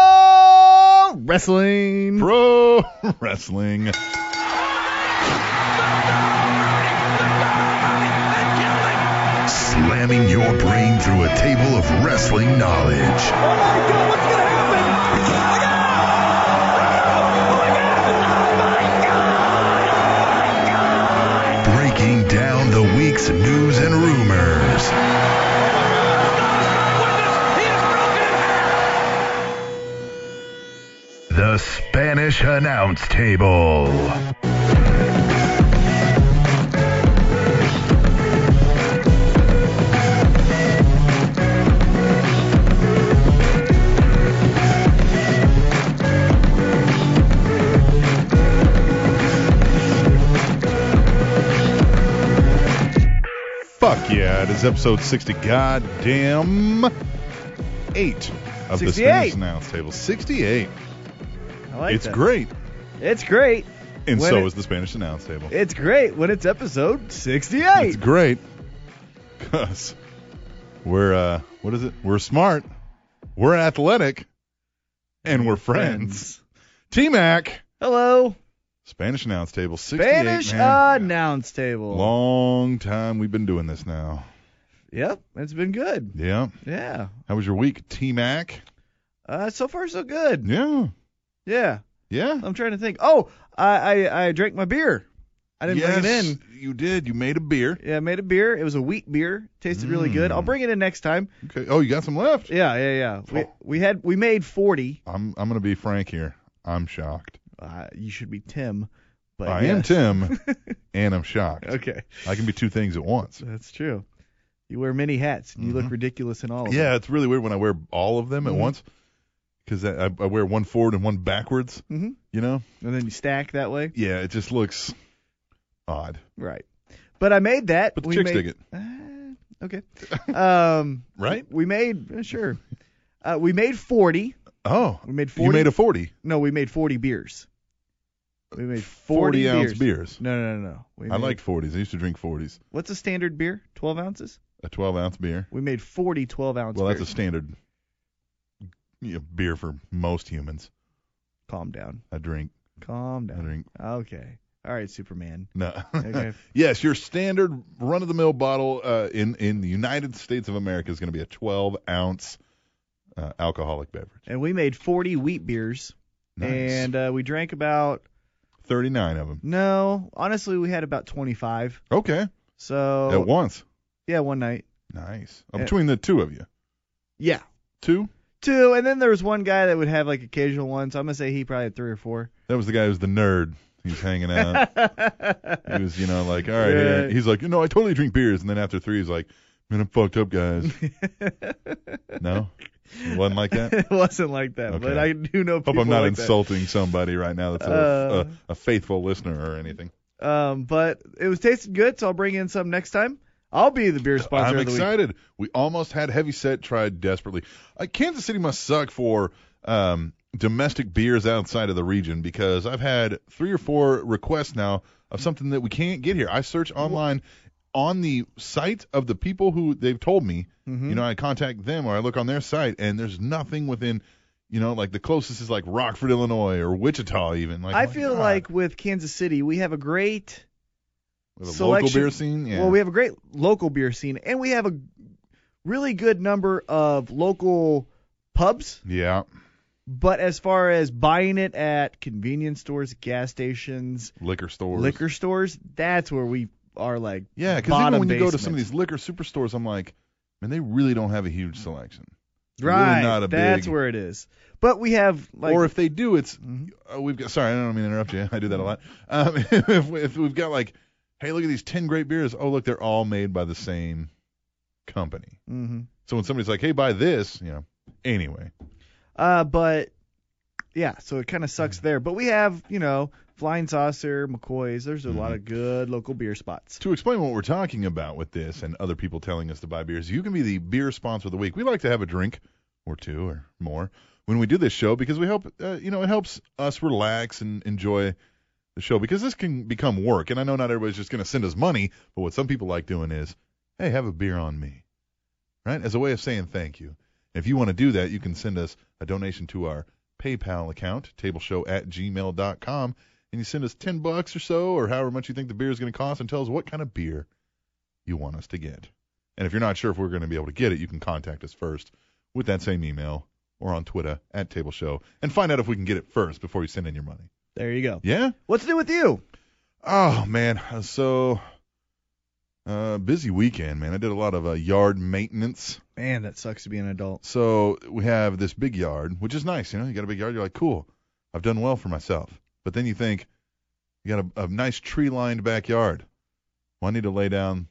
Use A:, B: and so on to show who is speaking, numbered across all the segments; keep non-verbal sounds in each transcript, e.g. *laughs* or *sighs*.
A: Pro Wrestling.
B: Pro *laughs* Wrestling.
C: Slamming your brain through a table of wrestling
B: Oh
C: knowledge.
B: Oh
C: Breaking down the week's news and rumors. The Spanish Announce Table.
B: Fuck yeah. It is episode 60. Goddamn. Eight of the
A: 68.
B: Spanish Announce Table. 68.
A: I like
B: it's
A: that.
B: great.
A: It's great.
B: And
A: When
B: so
A: it-
B: is the Spanish Announce Table.
A: It's great when it's episode 68.
B: It's great. Because we're, uh, what is it? We're smart. We're athletic. And we're friends. T Mac.
A: Hello.
B: Spanish Announce Table. 68.
A: Spanish
B: man.
A: announce table.
B: Long time we've been doing this now.
A: Yep, it's been good.
B: Yeah.
A: Yeah.
B: How was your week, T Mac?
A: Uh, so far so good.
B: Yeah.
A: Yeah.
B: Yeah.
A: I'm trying to think. Oh, I I, I drank my beer. I didn't bring it
B: Yes,
A: in.
B: You did. You made a beer.
A: Yeah, I made a beer. It was a wheat beer. Tasted really good.
B: Mm.
A: I'll bring it in next time.
B: Okay. Oh, you got some left.
A: Yeah, yeah, yeah. We
B: Oh.
A: we had we made 40.
B: I'm I'm gonna be frank here. I'm shocked.
A: Uh, you should be Tim. But
B: I am
A: yes.
B: Tim, and I'm shocked.
A: *laughs* Okay,
B: I can be two things at once.
A: that's true. You wear many hats. and You look
B: Mhm.
A: ridiculous in all of
B: Yeah, it's really weird when I wear all of them
A: Mhm.
B: at once, because I, I I wear one forward and one backwards.
A: Mhm.
B: You know?
A: them. And then you stack that way.
B: Yeah, it just looks odd.
A: Right. But I made that.
B: But the
A: we
B: chicks
A: made,
B: dig it,
A: Uh,
B: *laughs*
A: okay. Um,
B: right?
A: We made uh, sure. Uh, we made 40.
B: Oh,
A: We made 40.
B: you made a 40,
A: no, we made 40 beers. We made 40,
B: 40,
A: beers.
B: ounce beers.
A: No, no, no, no. We
B: I
A: made-
B: liked 40s. I used to drink 40s.
A: What's a standard beer? 12 ounces.
B: A 12 ounce beer.
A: We made 40 12 ounce.
B: well,
A: beers.
B: that's a standard you know, beer for most humans.
A: calm down.
B: I drink.
A: Calm
B: I
A: down.
B: drink.
A: Okay. All right,
B: *laughs*
A: Superman.
B: No.
A: Okay.
B: yes, your standard run of the mill bottle uh, in in the United States of America is going to be a 12 ounce uh, alcoholic beverage.
A: and we made 40 wheat beers,
B: Nice.
A: and uh, we drank about
B: 39 of them.
A: no, honestly, we had about 25.
B: Okay.
A: So
B: At once.
A: yeah, one night.
B: Nice. Uh,
A: Yeah.
B: Between the two of you.
A: Yeah.
B: Two?
A: Two, and then there was one guy that would have like occasional ones. I'm gonna say he probably had three or four.
B: That was the guy who's the nerd. He's
A: *laughs*
B: hanging out. Uh-huh. he was, you know, like, all right. here."
A: Right.
B: He's like, no, I totally drink beers. And then after three, he's like, man, I'm fucked
A: *laughs*
B: up, guys. No? It wasn't like that?
A: it wasn't like that, but
B: Okay.
A: I do know people
B: Hope I'm not
A: like that.
B: insulting somebody right now that's a,
A: Uh.
B: a, a faithful listener or anything.
A: Um, but it was tasted good, so I'll bring in some next time. I'll be the beer sponsor
B: I'm
A: of the week.
B: excited. We almost had heavy set tried desperately. Uh, Kansas City must suck for um, domestic beers outside of the region because I've had three or four requests now of something that we can't get here. I search online on the site of the people who they've told me.
A: Mhm.
B: You know, I contact them or I look on their site and there's nothing within. You know, like the closest is like Rockford, Illinois, or Wichita, even. Like
A: I
B: my
A: feel
B: God.
A: like with Kansas City, we have a great
B: We have a
A: selection-
B: local beer scene. Yeah.
A: well, we have a great local beer scene, and we have a really good number of local pubs.
B: yeah,
A: But as far as buying it at convenience stores, gas stations,
B: liquor stores.
A: liquor stores, that's where we are like
B: Yeah, because
A: bottom
B: even when you go to some
A: basement.
B: of these liquor superstores, I'm like, man, they really don't have a huge selection. Really
A: right.
B: not a
A: that's
B: big-
A: where it is. But we have like
B: or if they do, it's
A: Mhm.
B: uh, we've got. Sorry, I don't mean to interrupt you. *laughs* I do that a lot. Um, *laughs* if, we- if we've got like, hey, look at these ten great beers. Oh, look, they're all made by the same company.
A: Mhm.
B: So when somebody's like, hey, buy this, you know. Anyway,
A: uh, but yeah, so it kind of sucks there. But we have you know Flying Saucer, McCoy's. There's a
B: Mm-hmm.
A: lot of good local beer spots.
B: to explain what we're talking about with this and other people telling us to buy beers, you can be the beer sponsor of the week. We like to have a drink or two or more when we do this show because we help, uh, you know, it helps us relax and enjoy the show because this can become work. And I know not everybody's just going to send us money, but what some people like doing is, hey, have a beer on me, right? As a way of saying thank you. If you want to do that, you can send us a donation to our PayPal account, tableshow at gmail.com, and you send us 10 bucks or so, or however much you think the beer is going to cost, and tell us what kind of beer you want us to get. And if you're not sure if we're going to be able to get it, you can contact us first with that same email or on Twitter at tableshow and find out if we can get it first before you send in your money.
A: There you go.
B: Yeah?
A: What's new with you?
B: Oh man, so uh, busy weekend, man. I did a lot of uh, yard maintenance.
A: Man, that sucks to be an adult.
B: So we have this big yard, which is nice. You know, you got a big yard. You're like, cool. I've done well for myself. But then you think you got a, a nice tree-lined backyard. Well, I need to lay down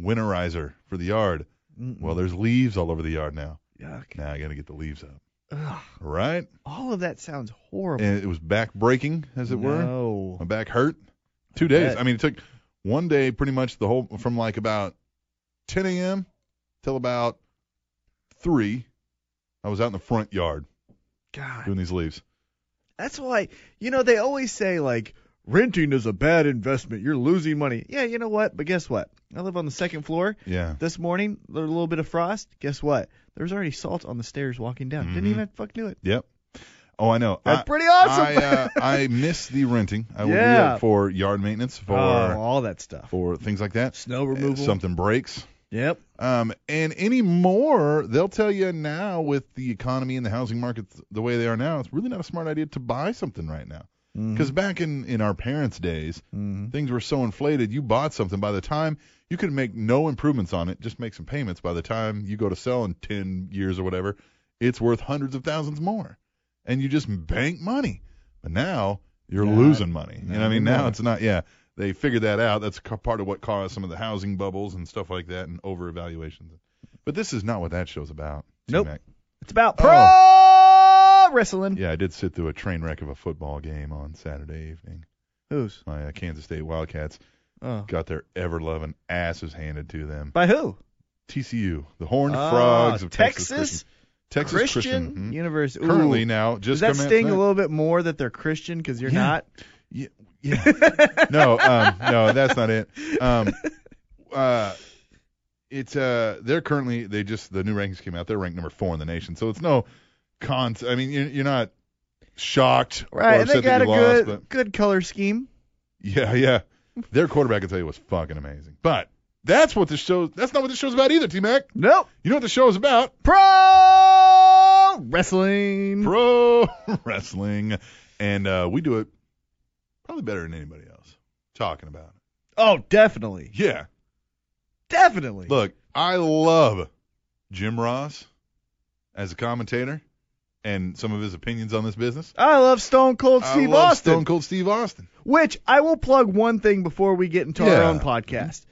B: winterizer for the yard.
A: Mm-mm.
B: Well, there's leaves all over the yard now.
A: Yuck.
B: Now I got to get the leaves up.
A: Ugh.
B: Right?
A: All of that sounds horrible.
B: And it was back breaking, as it were. Um,
A: No.
B: My back hurt. Two days.
A: bet.
B: I mean, it took one day pretty much the whole from like about 10 a.m. till about three. I was out in the front yard
A: God.
B: doing these leaves.
A: That's why, you know, they always say, like, renting is a bad investment. You're losing money. Yeah, you know what? But guess what? I live on the second floor.
B: Yeah.
A: This morning, a little bit of frost. Guess what? There was already salt on the stairs walking down. Didn't
B: Mhm.
A: even fuck do it.
B: Yep. Oh, I know.
A: That's
B: I,
A: pretty awesome.
B: I, uh, I miss the renting. I will do
A: Yeah.
B: that for yard maintenance, for
A: *laughs* oh, all that stuff.
B: for uh, things like that.
A: Snow
B: If
A: removal.
B: Something breaks.
A: Yep.
B: Um, and any more, they'll tell you now with the economy and the housing market the way they are now, it's really not a smart idea to buy something right now.
A: Mm-hmm.
B: Because back in, in our parents' days,
A: Mhm.
B: things were so inflated. You bought something by the time you could make no improvements on it, just make some payments. By the time you go to sell in 10 years or whatever, it's worth hundreds of thousands more. And you just bank money. But now you're
A: Not-
B: losing money. You know
A: not
B: what I mean? Now
A: anymore.
B: it's not, yeah. They figured that out. That's ca- part of what caused some of the housing bubbles and stuff like that and over evaluations. But this is not what that show's about.
A: Nope.
B: T-Mac.
A: It's about pro wrestling.
B: Oh. Yeah, I did sit through a train wreck of a football game on Saturday evening.
A: Who's?
B: My uh, Kansas State Wildcats
A: Oh.
B: got their ever loving asses handed to them.
A: By who?
B: TCU, the Horned
A: Ah,
B: Frogs of Texas,
A: Texas,
B: Christian. Texas
A: Christian,
B: mhm.
A: University. Ooh.
B: Currently now,
A: does
B: just
A: that
B: come out
A: sting a
B: tonight.
A: little bit more that they're Christian because you're
B: Yeah.
A: not?
B: Yeah. no, um, no, that's not it. Um, uh, it's uh, they're currently they just the new rankings came out. They're ranked number four in the nation, so it's no con. I mean, you're, you're not shocked
A: *laughs* Right,
B: or
A: and they
B: upset
A: got
B: that
A: a
B: you lost,
A: good
B: but
A: good color scheme.
B: yeah, yeah. Their quarterback, I tell you, was fucking amazing. But that's what this show. That's not what this show's about either, T Mac.
A: Nope.
B: You know what the show is about?
A: Pro Oh, wrestling.
B: pro *laughs* wrestling, and uh, we do it probably better than anybody else. Talking about it.
A: oh, definitely,
B: Yeah.
A: definitely.
B: Look, I love Jim Ross as a commentator and some of his opinions on this business.
A: I love Stone Cold
B: I
A: Steve
B: love
A: Austin,
B: Stone Cold Steve Austin.
A: which I will plug one thing before we get into our
B: Yeah.
A: own podcast.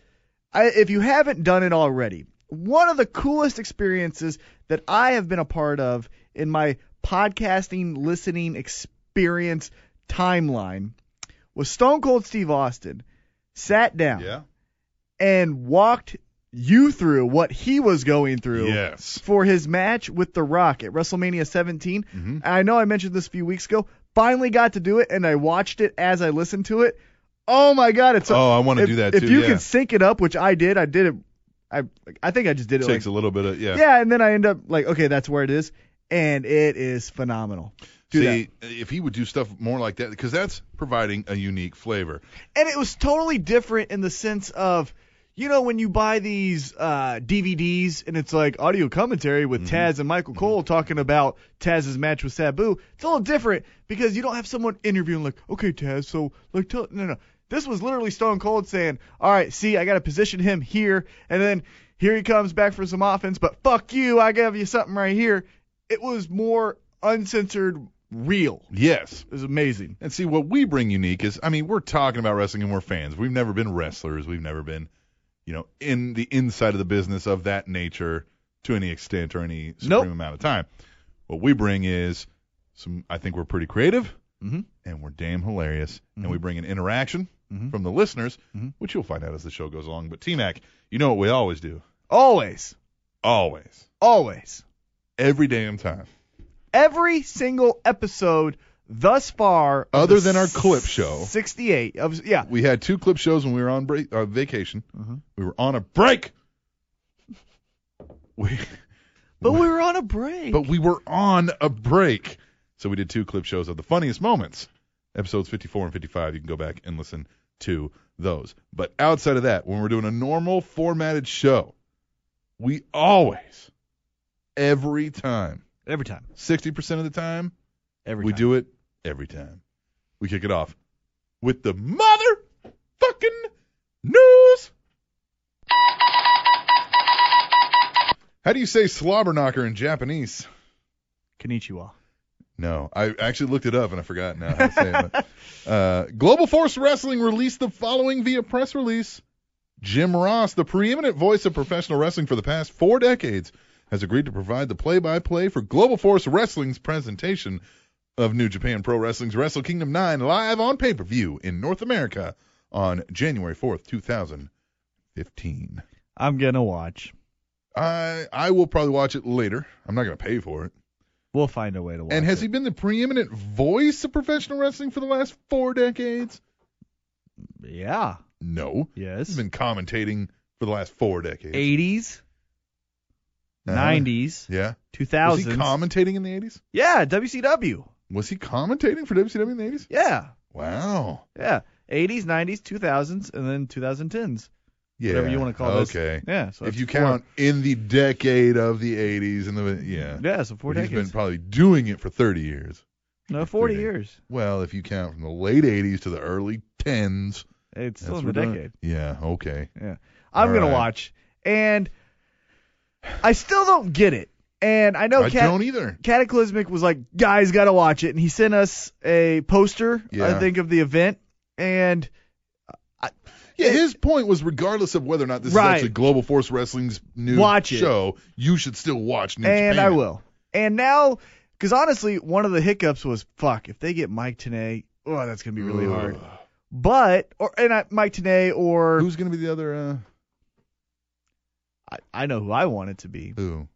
A: I, if you haven't done it already, one of the coolest experiences that I have been a part of in my podcasting listening experience timeline was Stone Cold Steve Austin sat down
B: Yeah.
A: and walked you through what he was going through
B: Yes.
A: for his match with The Rock at WrestleMania 17.
B: Mhm.
A: I know I mentioned this a few weeks ago. Finally got to do it, and I watched it as I listened to it. Oh my God, it's so
B: oh, I want to
A: if,
B: do that
A: if
B: too.
A: you
B: yeah.
A: can sync it up, which I did, I did it. I I think I just did it.
B: takes
A: like,
B: a little bit of yeah.
A: yeah, and then I end up like, okay, that's where it is, and it is phenomenal. Do that.
B: See, if he would do stuff more like that, because that's providing a unique flavor.
A: and it was totally different in the sense of you know when you buy these uh, DVDs and it's like audio commentary with Taz and Michael Cole talking about Taz's match with Sabu. It's a little different because you don't have someone interviewing like, okay, Taz, so like, tell no, no. This was literally Stone Cold saying, all right, see, I got to position him here, and then here he comes back for some offense, but fuck you, I gave you something right here. It was more uncensored, real.
B: Yes.
A: It was amazing.
B: And see, what we bring unique is, I mean, we're talking about wrestling and we're fans. We've never been wrestlers. We've never been, you know, in the inside of the business of that nature to any extent or any supreme
A: Nope.
B: amount of time. What we bring is some, I think we're pretty creative
A: Mhm.
B: and we're damn hilarious. And we bring an interaction
A: Mhm.
B: from the listeners,
A: Mhm.
B: which you'll find out as the show goes along. But T Mac, you know what we always do?
A: Always,
B: Always.
A: always.
B: Every damn time.
A: every single episode thus far. of
B: Other
A: the
B: than our clip show.
A: 68 of yeah.
B: We had two clip shows when we were on break, uh, vacation.
A: Mhm.
B: We were on a break. We,
A: But we were on a break.
B: But we were on a break. So we did two clip shows of the funniest moments. Episodes 54 and 55. You can go back and listen to those. But outside of that, when we're doing a normal formatted show, we always, every time,
A: every time.
B: 60% of the time,
A: Every
B: we
A: time.
B: do it every time. We kick it off with the mother fucking news. How do you say slobberknocker in Japanese?
A: Konnichiwa.
B: No, I actually looked it up and I forgot now how to say it. but, uh, Global Force Wrestling released the following via press release. Jim Ross, the preeminent voice of professional wrestling for the past four decades, has agreed to provide the play-by-play for Global Force Wrestling's presentation of New Japan Pro Wrestling's Wrestle Kingdom 9 live on pay-per-view in North America on January 4th, 2015.
A: I'm gonna watch.
B: I I will probably watch it later. I'm not going to pay for it.
A: We'll find a way to watch.
B: And has he
A: it.
B: been the preeminent voice of professional wrestling for the last four decades?
A: he? Yeah.
B: No.
A: Yes.
B: He's been commentating for the last four decades.
A: 80s,
B: Uh-huh.
A: 90s,
B: Yeah. Was he
A: 2000s.
B: commentating in the 80s?
A: yeah, WCW.
B: Was he commentating for WCW in the 80s?
A: Yeah.
B: Wow.
A: Yeah. 80s, 90s, 2000s, and then 2010s.
B: Yeah.
A: Whatever you wanna call this.
B: Okay.
A: Yeah. So
B: if
A: that's
B: you
A: four-
B: count in the decade of the 80s and the yeah.
A: Yeah, so four
B: But he's
A: decades.
B: been probably doing it for 30 years.
A: no, 40
B: including-
A: years.
B: Well, if you count from the late 80s to the early 10s,
A: It's still
B: that's
A: in the
B: redundant.
A: decade.
B: Yeah, okay.
A: I'm
B: All
A: gonna
B: right.
A: watch, and I still don't get it. And I know
B: I
A: Cat-
B: don't either.
A: Cataclysmic was like, guys, gotta watch it, and he sent us a poster, I
B: Yeah.
A: think, of the event, and
B: Yeah,
A: It-
B: his point was regardless of whether or not this
A: Right.
B: is actually Global Force Wrestling's new
A: Watch it.
B: show, you should still watch New
A: and
B: Japan.
A: I will. And now, because honestly, one of the hiccups was, fuck, if they get Mike Tenay, oh, that's gonna be really
B: Ugh.
A: hard. But or and I, Mike Tenay or
B: Who's going to be the other? Uh,
A: I, I know who I want it to be.
B: who?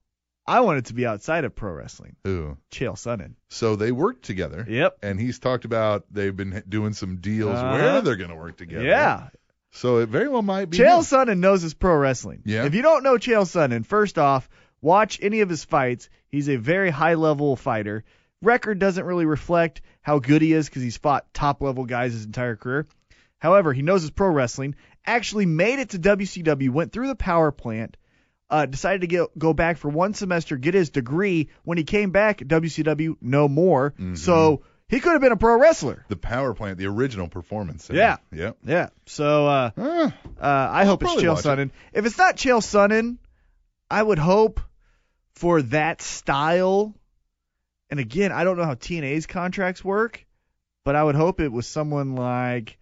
A: I want it to be outside of pro wrestling.
B: Who?
A: Chael Sonnen.
B: So they worked together,
A: Yep.
B: and he's talked about they've been h- doing some deals
A: Uh-huh.
B: where they're going to work together.
A: yeah.
B: So it very well might be.
A: Chael
B: him.
A: Sonnen knows his pro wrestling.
B: Yeah.
A: If you don't know Chael Sonnen, first off, watch any of his fights. He's a very high level fighter. Record doesn't really reflect how good he is because he's fought top level guys his entire career. However, he knows his pro wrestling. Actually made it to WCW, went through the power plant, uh, decided to get, go back for one semester, get his degree. When he came back, WCW no more. So he could have been a pro wrestler.
B: The power plant, the original performance. center.
A: Yeah.
B: Yep.
A: Yeah. So uh,
B: Ah,
A: uh, I hope it's
B: probably
A: Chael
B: watch it.
A: Sonnen. If it's not Chael Sonnen, I would hope for that style. And again, I don't know how TNA's contracts work, but I would hope it was someone like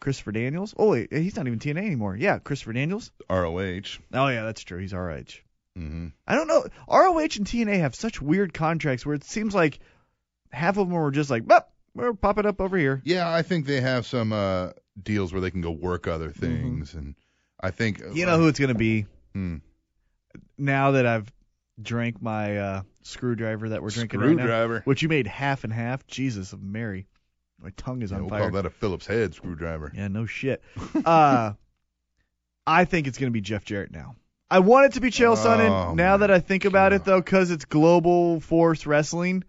A: Christopher Daniels. Oh wait, he's not even TNA anymore. Yeah, Christopher Daniels.
B: ROH.
A: Oh yeah, that's true. He's RH.
B: hmm
A: I don't know. ROH and TNA have such weird contracts where it seems like half of them are just like, "Bup, we're popping up over here.
B: Yeah, I think they have some uh, deals where they can go work other things, and I think
A: Mm-hmm.
B: uh,
A: You know who it's gonna be.
B: Hmm.
A: Now that I've drank my uh, screwdriver that we're drinking right now,
B: Screwdriver.
A: which you made half and half. Jesus of Mary, my tongue is
B: Yeah,
A: on
B: we'll
A: fire.
B: call that a Phillips head screwdriver.
A: yeah, no
B: *laughs*
A: shit. uh, I think it's gonna be Jeff Jarrett now. I want it to be Chael Sonnen.
B: Oh,
A: now
B: my
A: that I think about it
B: God.
A: though, 'cause it's Global Force Wrestling,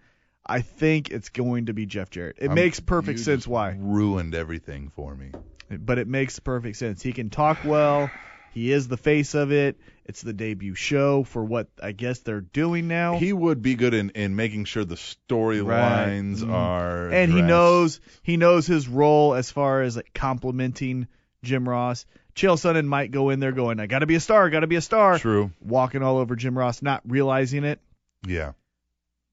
A: I think it's going to be Jeff Jarrett. It
B: I'm-
A: makes
B: you
A: perfect
B: just
A: sense why,
B: Ruined everything for me.
A: but it makes perfect sense. He can talk well. He is the face of it. It's the debut show for what I guess they're doing now.
B: He would be good in, in making sure the storylines
A: Right. Mhm.
B: are.
A: and he
B: addressed.
A: knows he knows his role as far as like complimenting Jim Ross. Chael Sonnen might go in there going, "I got to be a star, got to be a star,"
B: True.
A: walking all over Jim Ross, not realizing it.
B: Yeah.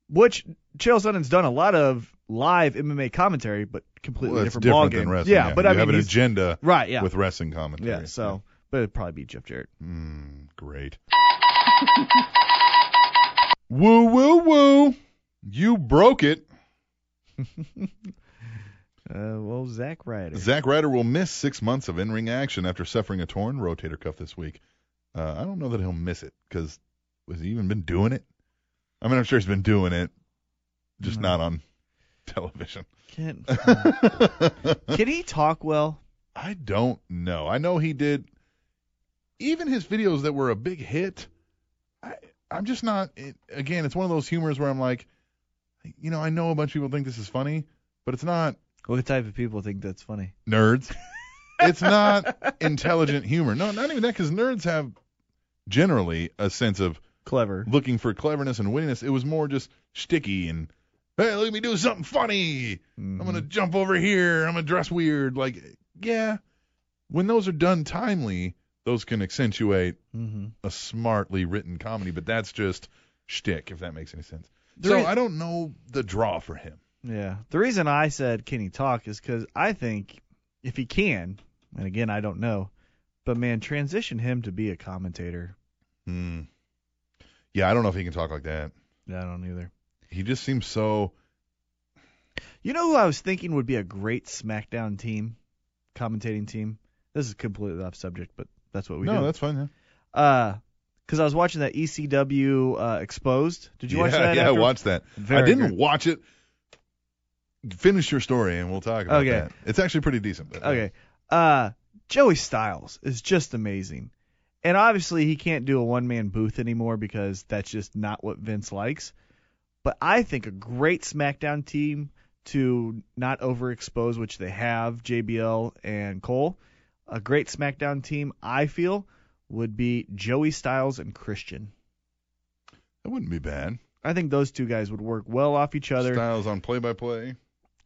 A: Which Chael Sonnen's done a lot of live MMA commentary, but completely
B: Well, it's
A: different,
B: different
A: ballgame.
B: than wrestling.
A: Yeah, but
B: you
A: I mean,
B: have an
A: he's-
B: agenda
A: right, yeah,
B: with wrestling commentary.
A: yeah. So, but it'd probably be Jeff Jarrett.
B: Mm, great. woo woo woo. You broke it.
A: Uh, well, Zack Ryder.
B: Zack Ryder will miss six months of in-ring action after suffering a torn rotator cuff this week. Uh, I don't know that he'll miss it because has he even been doing it? I mean, I'm sure he's been doing it, just
A: No.
B: not on *laughs* television. *laughs*
A: can,
B: I
A: *laughs* can he talk well?
B: don't know. I know he did. Even his videos that were a big hit, I I'm just not. It, again, it's one of those humors where I'm like, you know, I know a bunch of people think this is funny, but it's not
A: What type of people think that's funny?
B: nerds. *laughs* it's not intelligent humor. No, not even that, because nerds have generally a sense of
A: Clever.
B: looking for cleverness and wittiness. It was more just sticky and hey, look at me do something funny.
A: Mm-hmm.
B: I'm gonna jump over here. I'm gonna dress weird. Like, yeah. When those are done timely, those can accentuate
A: Mm-hmm.
B: a smartly written comedy. But that's just shtick, if that makes any sense.
A: There
B: so
A: is-
B: I don't know the draw for him.
A: Yeah. The reason I said can he talk is because I think if he can, and again I don't know, but man, transition him to be a commentator.
B: Hmm. Yeah, I don't know if he can talk like that.
A: I don't either.
B: He just seems so.
A: You know who I was thinking would be a great SmackDown team, commentating team. This is completely off subject, but that's what we
B: no,
A: do.
B: that's fine. Yeah.
A: Uh, because I was watching that ECW uh, Exposed. Did you watch
B: yeah,
A: that?
B: yeah, I
A: after?
B: watched that.
A: Very
B: I didn't
A: good.
B: watch it. Finish your story and we'll talk about
A: Okay.
B: that. It's actually pretty decent. But
A: Okay. Uh, Joey Styles is just amazing. And obviously, he can't do a one man booth anymore because that's just not what Vince likes. But I think a great SmackDown team to not overexpose, which they have, JBL and Cole, a great SmackDown team, I feel, would be Joey Styles and Christian.
B: That wouldn't be bad.
A: I think those two guys would work well off each other.
B: Styles on play by play.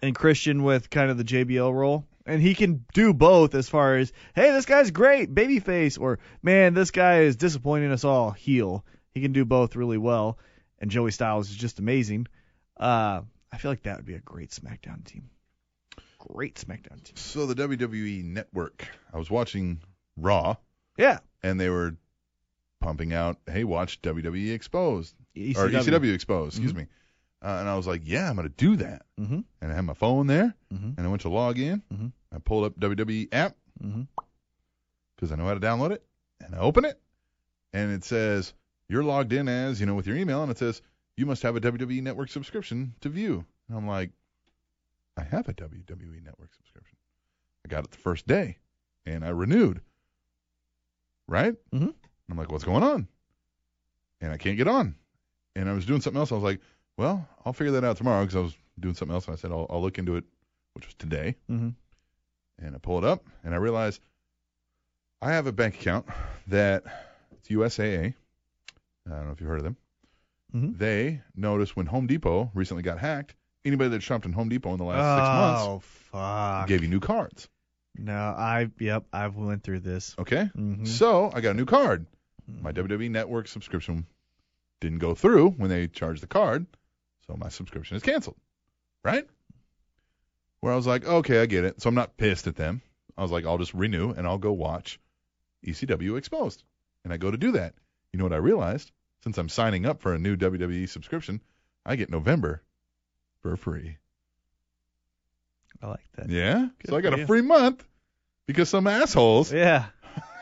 A: and Christian with kind of the JBL role. And he can do both as far as, hey, this guy's great, babyface, or man, this guy is disappointing us all, heel. He can do both really well. And Joey Styles is just amazing. Uh, I feel like that would be a great SmackDown team. Great SmackDown team.
B: So the WWE Network. I was watching Raw
A: Yeah.
B: and they were pumping out, "Hey, watch WWE Exposed
A: ECW.
B: or E ECW Exposed." Excuse
A: Mhm.
B: me. Uh, and I was like, "Yeah, I'm gonna do that."
A: Mm-hmm.
B: And I had my phone there,
A: Mm-hmm.
B: and I went to log in.
A: Mhm.
B: I pulled up WWE app
A: Mm-hmm.
B: because I know how to download it, and I open it, and it says you're logged in as you know with your email, and it says you must have a WWE Network subscription to view. And I'm like, I have a WWE Network subscription. I got it the first day, and I renewed. Right?
A: Mhm.
B: I'm like, what's going on? And I can't get on. And I was doing something else. I was like, well, I'll figure that out tomorrow because I was doing something else, and I said I'll, I'll look into it, which was today
A: Mm-hmm.
B: and I pull it up and I realize I have a bank account that it's USAA. I don't know if you've heard of them.
A: Mhm.
B: They noticed when Home Depot recently got hacked, anybody that shopped in Home Depot in the last six months
A: oh, fuck.
B: gave you new cards.
A: No, I, yep, I've went through this.
B: Okay?
A: Mm-hmm.
B: So I got a new card. My WWE Network subscription didn't go through when they charged the card, so my subscription is canceled. Right? Where I was like, okay, I get it. So I'm not pissed at them. I was like, I'll just renew and I'll go watch ECW Exposed. And I go to do that. You know what I realized? Since I'm signing up for a new WWE subscription, I get November for free.
A: I like that.
B: Yeah?
A: Good
B: so I got
A: for
B: a
A: you.
B: free month because some assholes
A: yeah.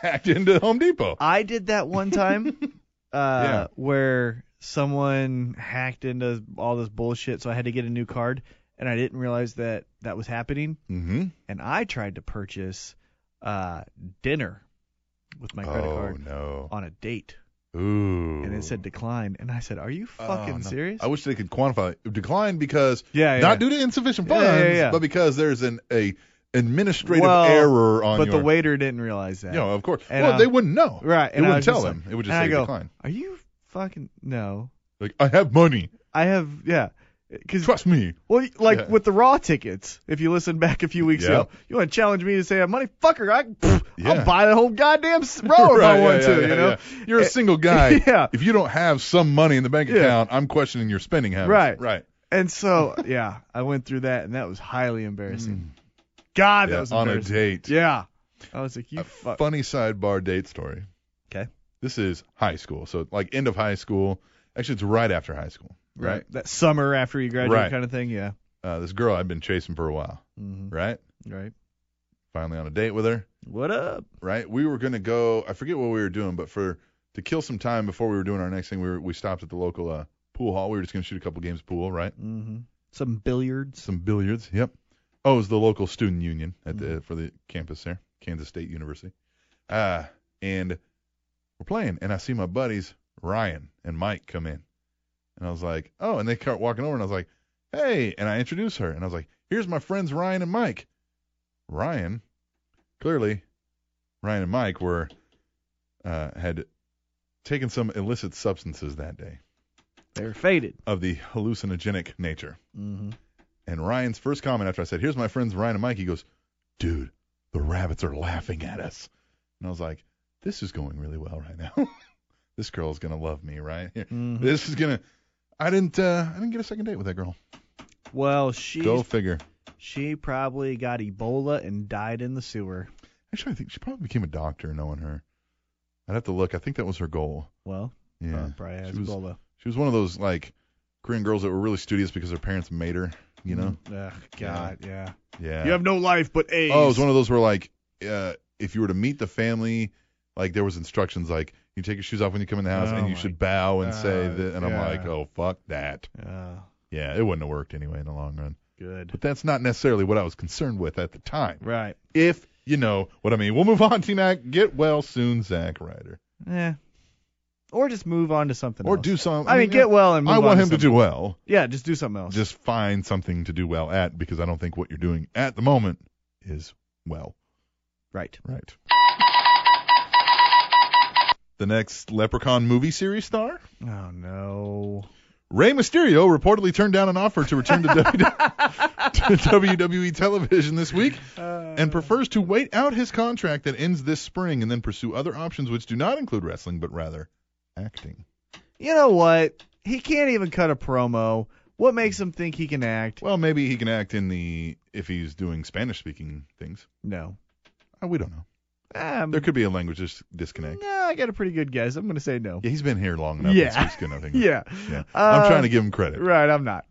B: hacked into Home Depot.
A: I did that one *laughs*
B: *laughs*
A: time uh,
B: Yeah.
A: where someone hacked into all this bullshit, so I had to get a new card, and I didn't realize that that was happening.
B: Mm-hmm.
A: And I tried to purchase uh, dinner with my credit
B: oh,
A: card
B: no.
A: on a date,
B: Ooh.
A: and it said decline, and I said, "Are you
B: Oh,
A: fucking
B: no.
A: serious?"
B: I wish they could quantify it. decline because
A: yeah, yeah.
B: not due to insufficient
A: Yeah,
B: funds,
A: yeah, yeah.
B: but because there's an a administrative
A: Well,
B: error on
A: but
B: your.
A: the waiter didn't realize that.
B: you know, of course.
A: and,
B: well,
A: uh,
B: they wouldn't know.
A: right,
B: It
A: and I
B: wouldn't
A: was
B: tell
A: just
B: them. it would just
A: and I
B: say
A: go-
B: decline.
A: like, Are you fucking no?
B: Like I have money.
A: I have yeah, because *laughs*
B: Trust me.
A: Well, like
B: Yeah.
A: with the Raw tickets, if you listen back a few weeks
B: Yeah.
A: ago, you want to challenge me to say, "Money, fucker, I, pff,
B: Yeah.
A: I'll buy the whole goddamn s- Raw if
B: *laughs* Right,
A: I
B: yeah,
A: want
B: yeah,
A: to,"
B: yeah,
A: you know?
B: yeah. You're a
A: Eh,
B: single guy.
A: *laughs* yeah.
B: If you don't have some money in the bank
A: Yeah.
B: account, I'm questioning your spending habits.
A: Right.
B: Right.
A: And so, yeah, I went through that, and that was highly embarrassing.
B: Mm.
A: God,
B: Yeah,
A: that was
B: on a
A: embarrassing.
B: date.
A: Yeah, I was like, "You
B: a
A: fuck."
B: funny sidebar date story.
A: 'Kay.
B: This is high school, so like end of high school. Actually, it's right after high school. Right.
A: That summer after you graduate,
B: Right.
A: kind of thing. Yeah.
B: Uh, this girl I've been chasing for a while.
A: hmm
B: Right.
A: Right.
B: Finally on a date with her.
A: What up?
B: Right. We were gonna go. I forget what we were doing, but for to kill some time before we were doing our next thing, we were we stopped at the local uh, pool hall. We were just gonna shoot a couple games of pool. Right.
A: hmm Some billiards.
B: Some billiards. Yep. Oh, it was the local student union at the for the campus Ah, there, Kansas State University. Uh, and we're playing, and I see my buddies Ryan and Mike come in. And I was like, oh, and they start walking over, and I was like, hey, and I introduce her, and I was like, here's my friends Ryan and Mike. Ryan, clearly, Ryan and Mike were uh, had taken some illicit substances that day
A: They were faded.
B: of the hallucinogenic nature.
A: Mm-hmm.
B: And Ryan's first comment after I said, Here's my friends Ryan and Mike, he goes, Dude, the rabbits are laughing at us. And I was like, This is going really well right now. *laughs* this girl's gonna love me, right? *laughs* Here.
A: Mhm.
B: This is gonna I didn't uh I didn't get a second date with that girl.
A: Well, she
B: Go figure.
A: she probably got Ebola and died in the sewer.
B: Actually I think she probably became a doctor knowing her. I'd have to look. I think that was her goal.
A: Well,
B: Yeah.
A: uh, probably has
B: she was-
A: Ebola.
B: She was one of those like Korean girls that were really studious because her parents made her, you know?
A: Mm, Ugh, God, yeah.
B: Yeah.
A: no life but AIDS.
B: Oh, it was one of those where like, uh, if you were to meet the family, like there was instructions like you take your shoes off when you come in the house
A: Oh
B: and you
A: my
B: should bow and say
A: God,
B: that. And
A: yeah.
B: I'm like, oh fuck that.
A: Oh,
B: Yeah, it wouldn't have worked anyway in the long run.
A: good.
B: But that's not necessarily what I was concerned with at the time.
A: Right.
B: If you know what I mean. We'll move on, T Mac. Get well soon, Zach Ryder.
A: Yeah. Or just move on to something
B: Or
A: else.
B: do something.
A: I mean, get well and move
B: I
A: on
B: want him to
A: something-
B: do well.
A: Yeah, just do something else.
B: Just find something to do well at because I don't think what you're doing at the moment is well.
A: right.
B: Right. The next Leprechaun movie series star,
A: Oh no.
B: Rey Mysterio, reportedly turned down an offer to
A: *laughs*
B: return to, E WW- to WWE television this week
A: Uh,
B: and prefers to wait out his contract that ends this spring and then pursue other options which do not include wrestling but rather acting.
A: You know what? He can't even cut a promo. What makes him think he can act?
B: Well, maybe he can act in the if he's doing Spanish speaking things.
A: No.
B: Uh, we don't know.
A: Um,
B: There could be a language dis- disconnect.
A: nah, I got a pretty good guess. I'm gonna say no.
B: Yeah, he's been here long enough.
A: Yeah.
B: that Speaks
A: *laughs*
B: good nothing.
A: Yeah.
B: Yeah.
A: Uh,
B: I'm trying to give him credit.
A: Right, I'm
B: *laughs*
A: not.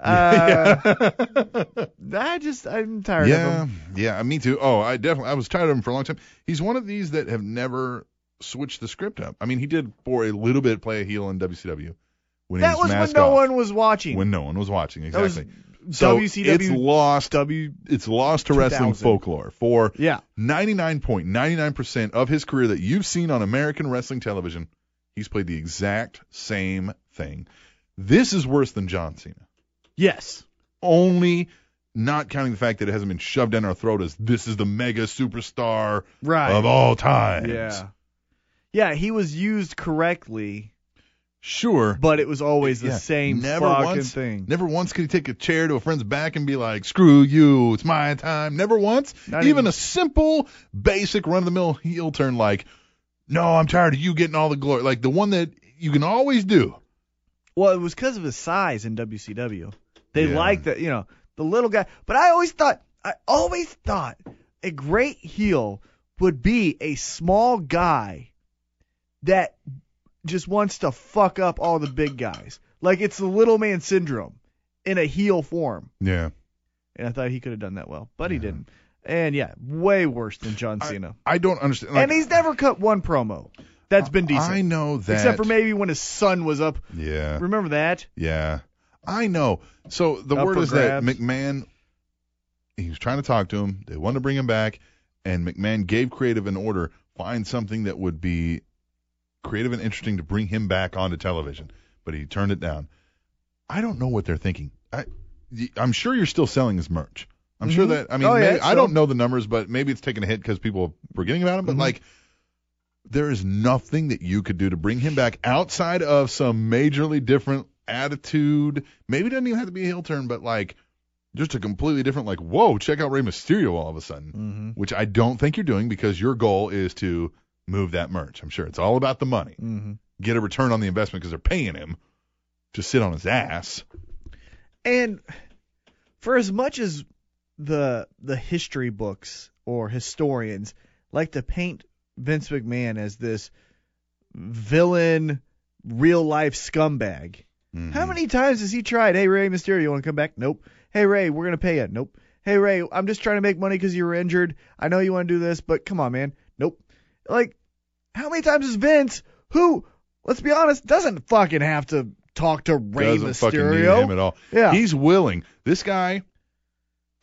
A: Uh,
B: Yeah.
A: I just I'm tired
B: yeah,
A: of him.
B: yeah, me too. Oh, I definitely I was tired of him for a long time. He's one of these that have never switched the script up. I mean, he did for a little bit play a heel in WCW when
A: That
B: his
A: was when
B: mask
A: no
B: off,
A: one was watching.
B: when no one was watching
A: that was
B: exactly. so it's
A: WCW.
B: lost it's lost to wrestling
A: 2000.
B: folklore for
A: yeah.
B: 99.99% of his career that you've seen on American wrestling television. He's played the exact same thing. This is worse than John Cena
A: Yes.
B: only not counting the fact that it hasn't been shoved down our throat as this is the mega superstar
A: Right.
B: of all time.
A: yeah. Yeah, he was used correctly,
B: Sure.
A: but it was always the
B: Yeah,
A: same
B: never
A: fucking
B: once-
A: thing.
B: Never once could he take a chair to a friend's back and be like, screw you, it's my time. Never once.
A: Not
B: even,
A: even-
B: a simple, basic run of the mill heel turn like, no, I'm tired of you getting all the glory. Like the one that you can always do.
A: Well, it was because of his size in WCW. They
B: Yeah.
A: liked that, you know, the little guy. But I always thought, I always thought a great heel would be a small guy that just wants to fuck up all the big guys. Like it's the little man syndrome in a heel form.
B: Yeah.
A: And I thought he could have done that well, but he
B: Yeah.
A: didn't. And yeah, way worse than John Cena.
B: I don't understand.
A: and he's never cut one promo that's been decent.
B: I know that.
A: Except for maybe when his son was up.
B: Yeah.
A: Remember that?
B: Yeah, I know. So the
A: Up
B: word
A: for
B: is that
A: grabs.
B: McMahon, he was trying to talk to him. They wanted to bring him back, and McMahon gave creative an order: find something that would be creative and interesting to bring him back onto television. But he turned it down. I don't know what they're thinking. I, y- I'm sure you're still selling his merch. I'm sure
A: Mhm.
B: that. I mean,
A: Oh, yeah,
B: maybe-
A: it's
B: I don't
A: still-
B: know the numbers, but maybe it's taking a hit because people are forgetting about him. But
A: Mhm.
B: like. There is nothing that you could do to bring him back outside of some majorly different attitude. Maybe it doesn't even have to be a heel turn, but like just a completely different, like, whoa, check out Rey Mysterio all of a sudden,
A: Mm-hmm.
B: which I don't think you're doing because your goal is to move that merch. I'm sure it's all about the money,
A: Mm-hmm.
B: get a return on the investment because they're paying him to sit on his ass.
A: And for as much as the the history books or historians like to paint Vince McMahon as this villain, real life scumbag,
B: Mm-hmm.
A: how many times has he tried? Hey Ray Mysterio, you want to come back? Nope. Hey Ray, we're gonna pay you. Nope. Hey Ray, I'm just trying to make money because you were injured. I know you want to do this, but come on, man. Nope. Like, how many times has Vince, who, let's be honest, doesn't fucking have to talk to Ray
B: doesn't fucking need
A: Mysterio?
B: him at all?
A: Yeah.
B: He's willing. This guy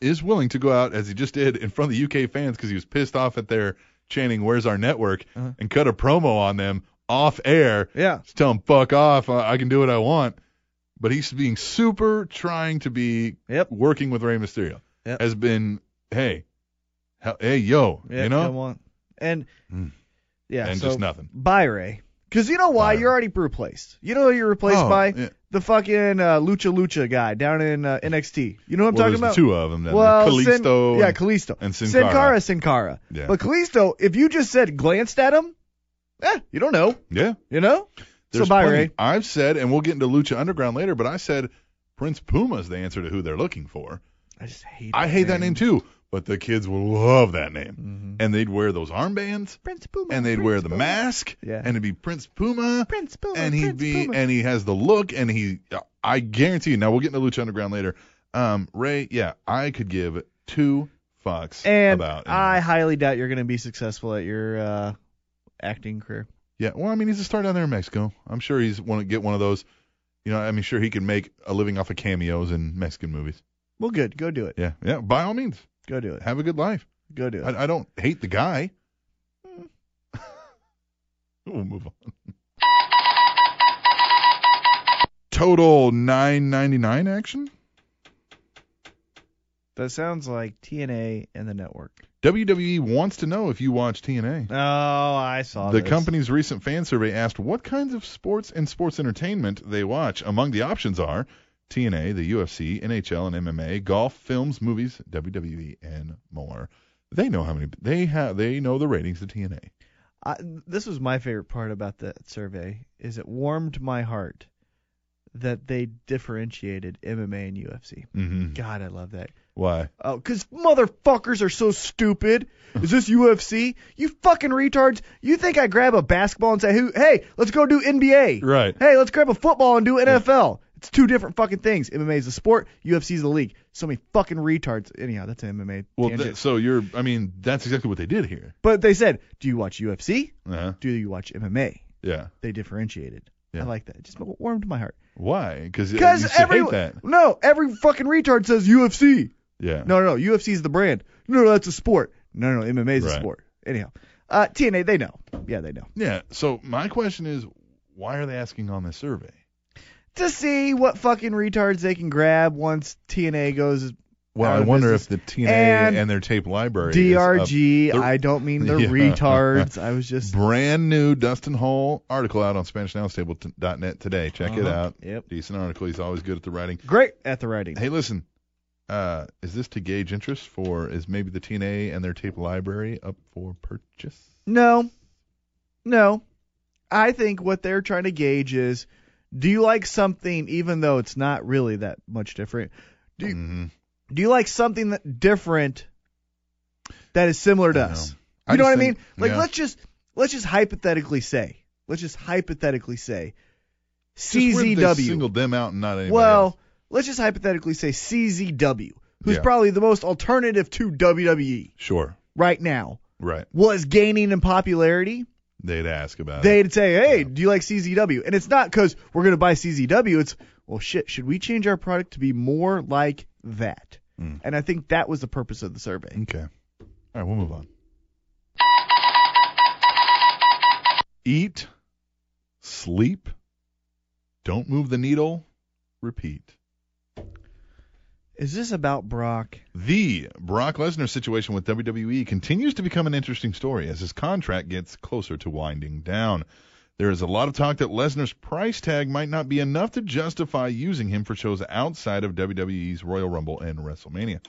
B: is willing to go out as he just did in front of the UK fans because he was pissed off at their chanting "Where's our network?"
A: Uh-huh.
B: and cut a promo on them off air.
A: Yeah.
B: Just tell him fuck off. I, I can do what I want. But he's being super trying to be
A: Yep.
B: working with Rey Mysterio.
A: Yep.
B: Has been hey, he- hey yo,
A: Yeah,
B: you know,
A: come on. And
B: Mm.
A: yeah,
B: and
A: so
B: just nothing.
A: buy Ray. Cause you know why?
B: Buy
A: You're already replaced. You know who you're replaced
B: Oh,
A: by?
B: yeah.
A: The fucking uh, Lucha Lucha guy down in uh, NXT. You know what I'm
B: well,
A: talking
B: there's
A: about?
B: the two of them. Then.
A: well, Sin-
B: Kalisto.
A: yeah,
B: and-
A: Kalisto.
B: and Sin
A: Sin Cara,
B: Cara.
A: Sin Cara.
B: Yeah.
A: But Kalisto, if you just said glanced at him, eh, you don't know.
B: yeah.
A: You know?
B: There's
A: so buy
B: plenty.
A: Ray.
B: I've said, and we'll get into Lucha Underground later, but I said Prince Puma's the answer to who they're looking for.
A: I just hate.
B: I hate that name too, but the kids will love that name.
A: hmm
B: And they'd wear those armbands,
A: Prince Puma.
B: and they'd
A: Prince
B: wear the
A: Puma.
B: mask,
A: Yeah.
B: and it'd be Prince Puma,
A: Prince Puma.
B: and he'd
A: Oh, Prince
B: be,
A: Puma.
B: and he has the look, and he, I guarantee you. Now we'll get into Lucha Underground later. Um, Ray, yeah, I could give two fucks
A: And
B: about. him.
A: I highly doubt you're going to be successful at your uh, acting career.
B: Yeah, well, I mean, he's a star down there in Mexico. I'm sure he's want to get one of those. You know, I mean, sure he can make a living off of cameos in Mexican movies.
A: Well, good. Go do it.
B: Yeah, yeah. By all means,
A: Go do it.
B: have a good life.
A: Go do it.
B: I, I don't hate the guy. *laughs* we'll move on. Total 9.99 action.
A: That sounds like TNA and the network.
B: WWE E wants to know if you watch TNA.
A: Oh, I saw
B: the
A: this.
B: company's recent fan survey asked what kinds of sports and sports entertainment they watch. Among the options are TNA, the UFC, NHL, and MMA, golf, films, movies, WWE, and more. They know how many they have. They know the ratings of TNA.
A: I, this was my favorite part about that survey is it warmed my heart that they differentiated MMA and UFC.
B: Mm-hmm.
A: God, I love that.
B: Why?
A: Oh, 'cause motherfuckers are so stupid. Is this UFC? You fucking retards. You think I grab a basketball and say, "Who- hey, let's go do NBA.
B: Right.
A: Hey, let's grab a football and do NFL. It's two different fucking things. MMA is a sport. UFC is a league. So many fucking retards. Anyhow, that's an MMA
B: Well,
A: tangent.
B: th- so you're. I mean, that's exactly what they did here.
A: But they said, do you watch UFC?
B: Uh-huh.
A: Do you watch MMA?
B: Yeah.
A: They differentiated.
B: Yeah.
A: I like that. It just warmed my heart.
B: Why? Because you
A: Because
B: used to
A: every
B: hate that.
A: no, every fucking retard says UFC.
B: Yeah.
A: No, no, no. UFC is the brand. No, no, that's a sport. No, no, MMA is a
B: Right.
A: sport. Anyhow, uh, TNA, they know. Yeah, they know.
B: Yeah. So my question is, why are they asking on this survey?
A: To see what fucking retards they can grab once TNA goes
B: Well,
A: Out
B: I
A: of
B: wonder
A: business.
B: if the TNA
A: And
B: and, their tape library is up
A: DRG.
B: The-
A: I don't mean the
B: *laughs* Yeah.
A: retards. I was just
B: brand new Dustin Hall article out on SpanishNowStable.net today. Check it
A: Uh-huh.
B: out.
A: Yep.
B: Decent article. He's always good at the writing.
A: Great at the writing.
B: Hey, listen. Uh, is this to gauge interest for is maybe the TNA and their tape library up for purchase?
A: No. No. I think what they're trying to gauge is do you like something even though it's not really that much different? Do you,
B: Mhm.
A: do you like something that different that is similar to
B: I
A: us?
B: know.
A: You know
B: just
A: what I mean?
B: think-
A: Like
B: yeah.
A: let's just let's just hypothetically say. Let's just hypothetically say
B: Just where they
A: CZW.
B: singled them out and not anybody
A: Well,
B: else.
A: let's just hypothetically say CZW, who's
B: Yeah.
A: probably the most alternative to WWE
B: sure,
A: right now,
B: right?
A: was gaining in popularity.
B: They'd ask about it.
A: They'd say, "Hey,
B: Yeah.
A: do you like CZW?" And it's not because we're gonna buy CZW. It's well, shit. Should we change our product to be more like that?
B: Mm.
A: And I think that was the purpose of the survey.
B: Okay. All right, we'll move on. Eat, sleep, don't move the needle, repeat.
A: Is this about Brock?
B: The Brock Lesnar situation with WWE continues to become an interesting story as his contract gets closer to winding down. There is a lot of talk that Lesnar's price tag might not be enough to justify using him for shows outside of WWE's Royal Rumble and WrestleMania.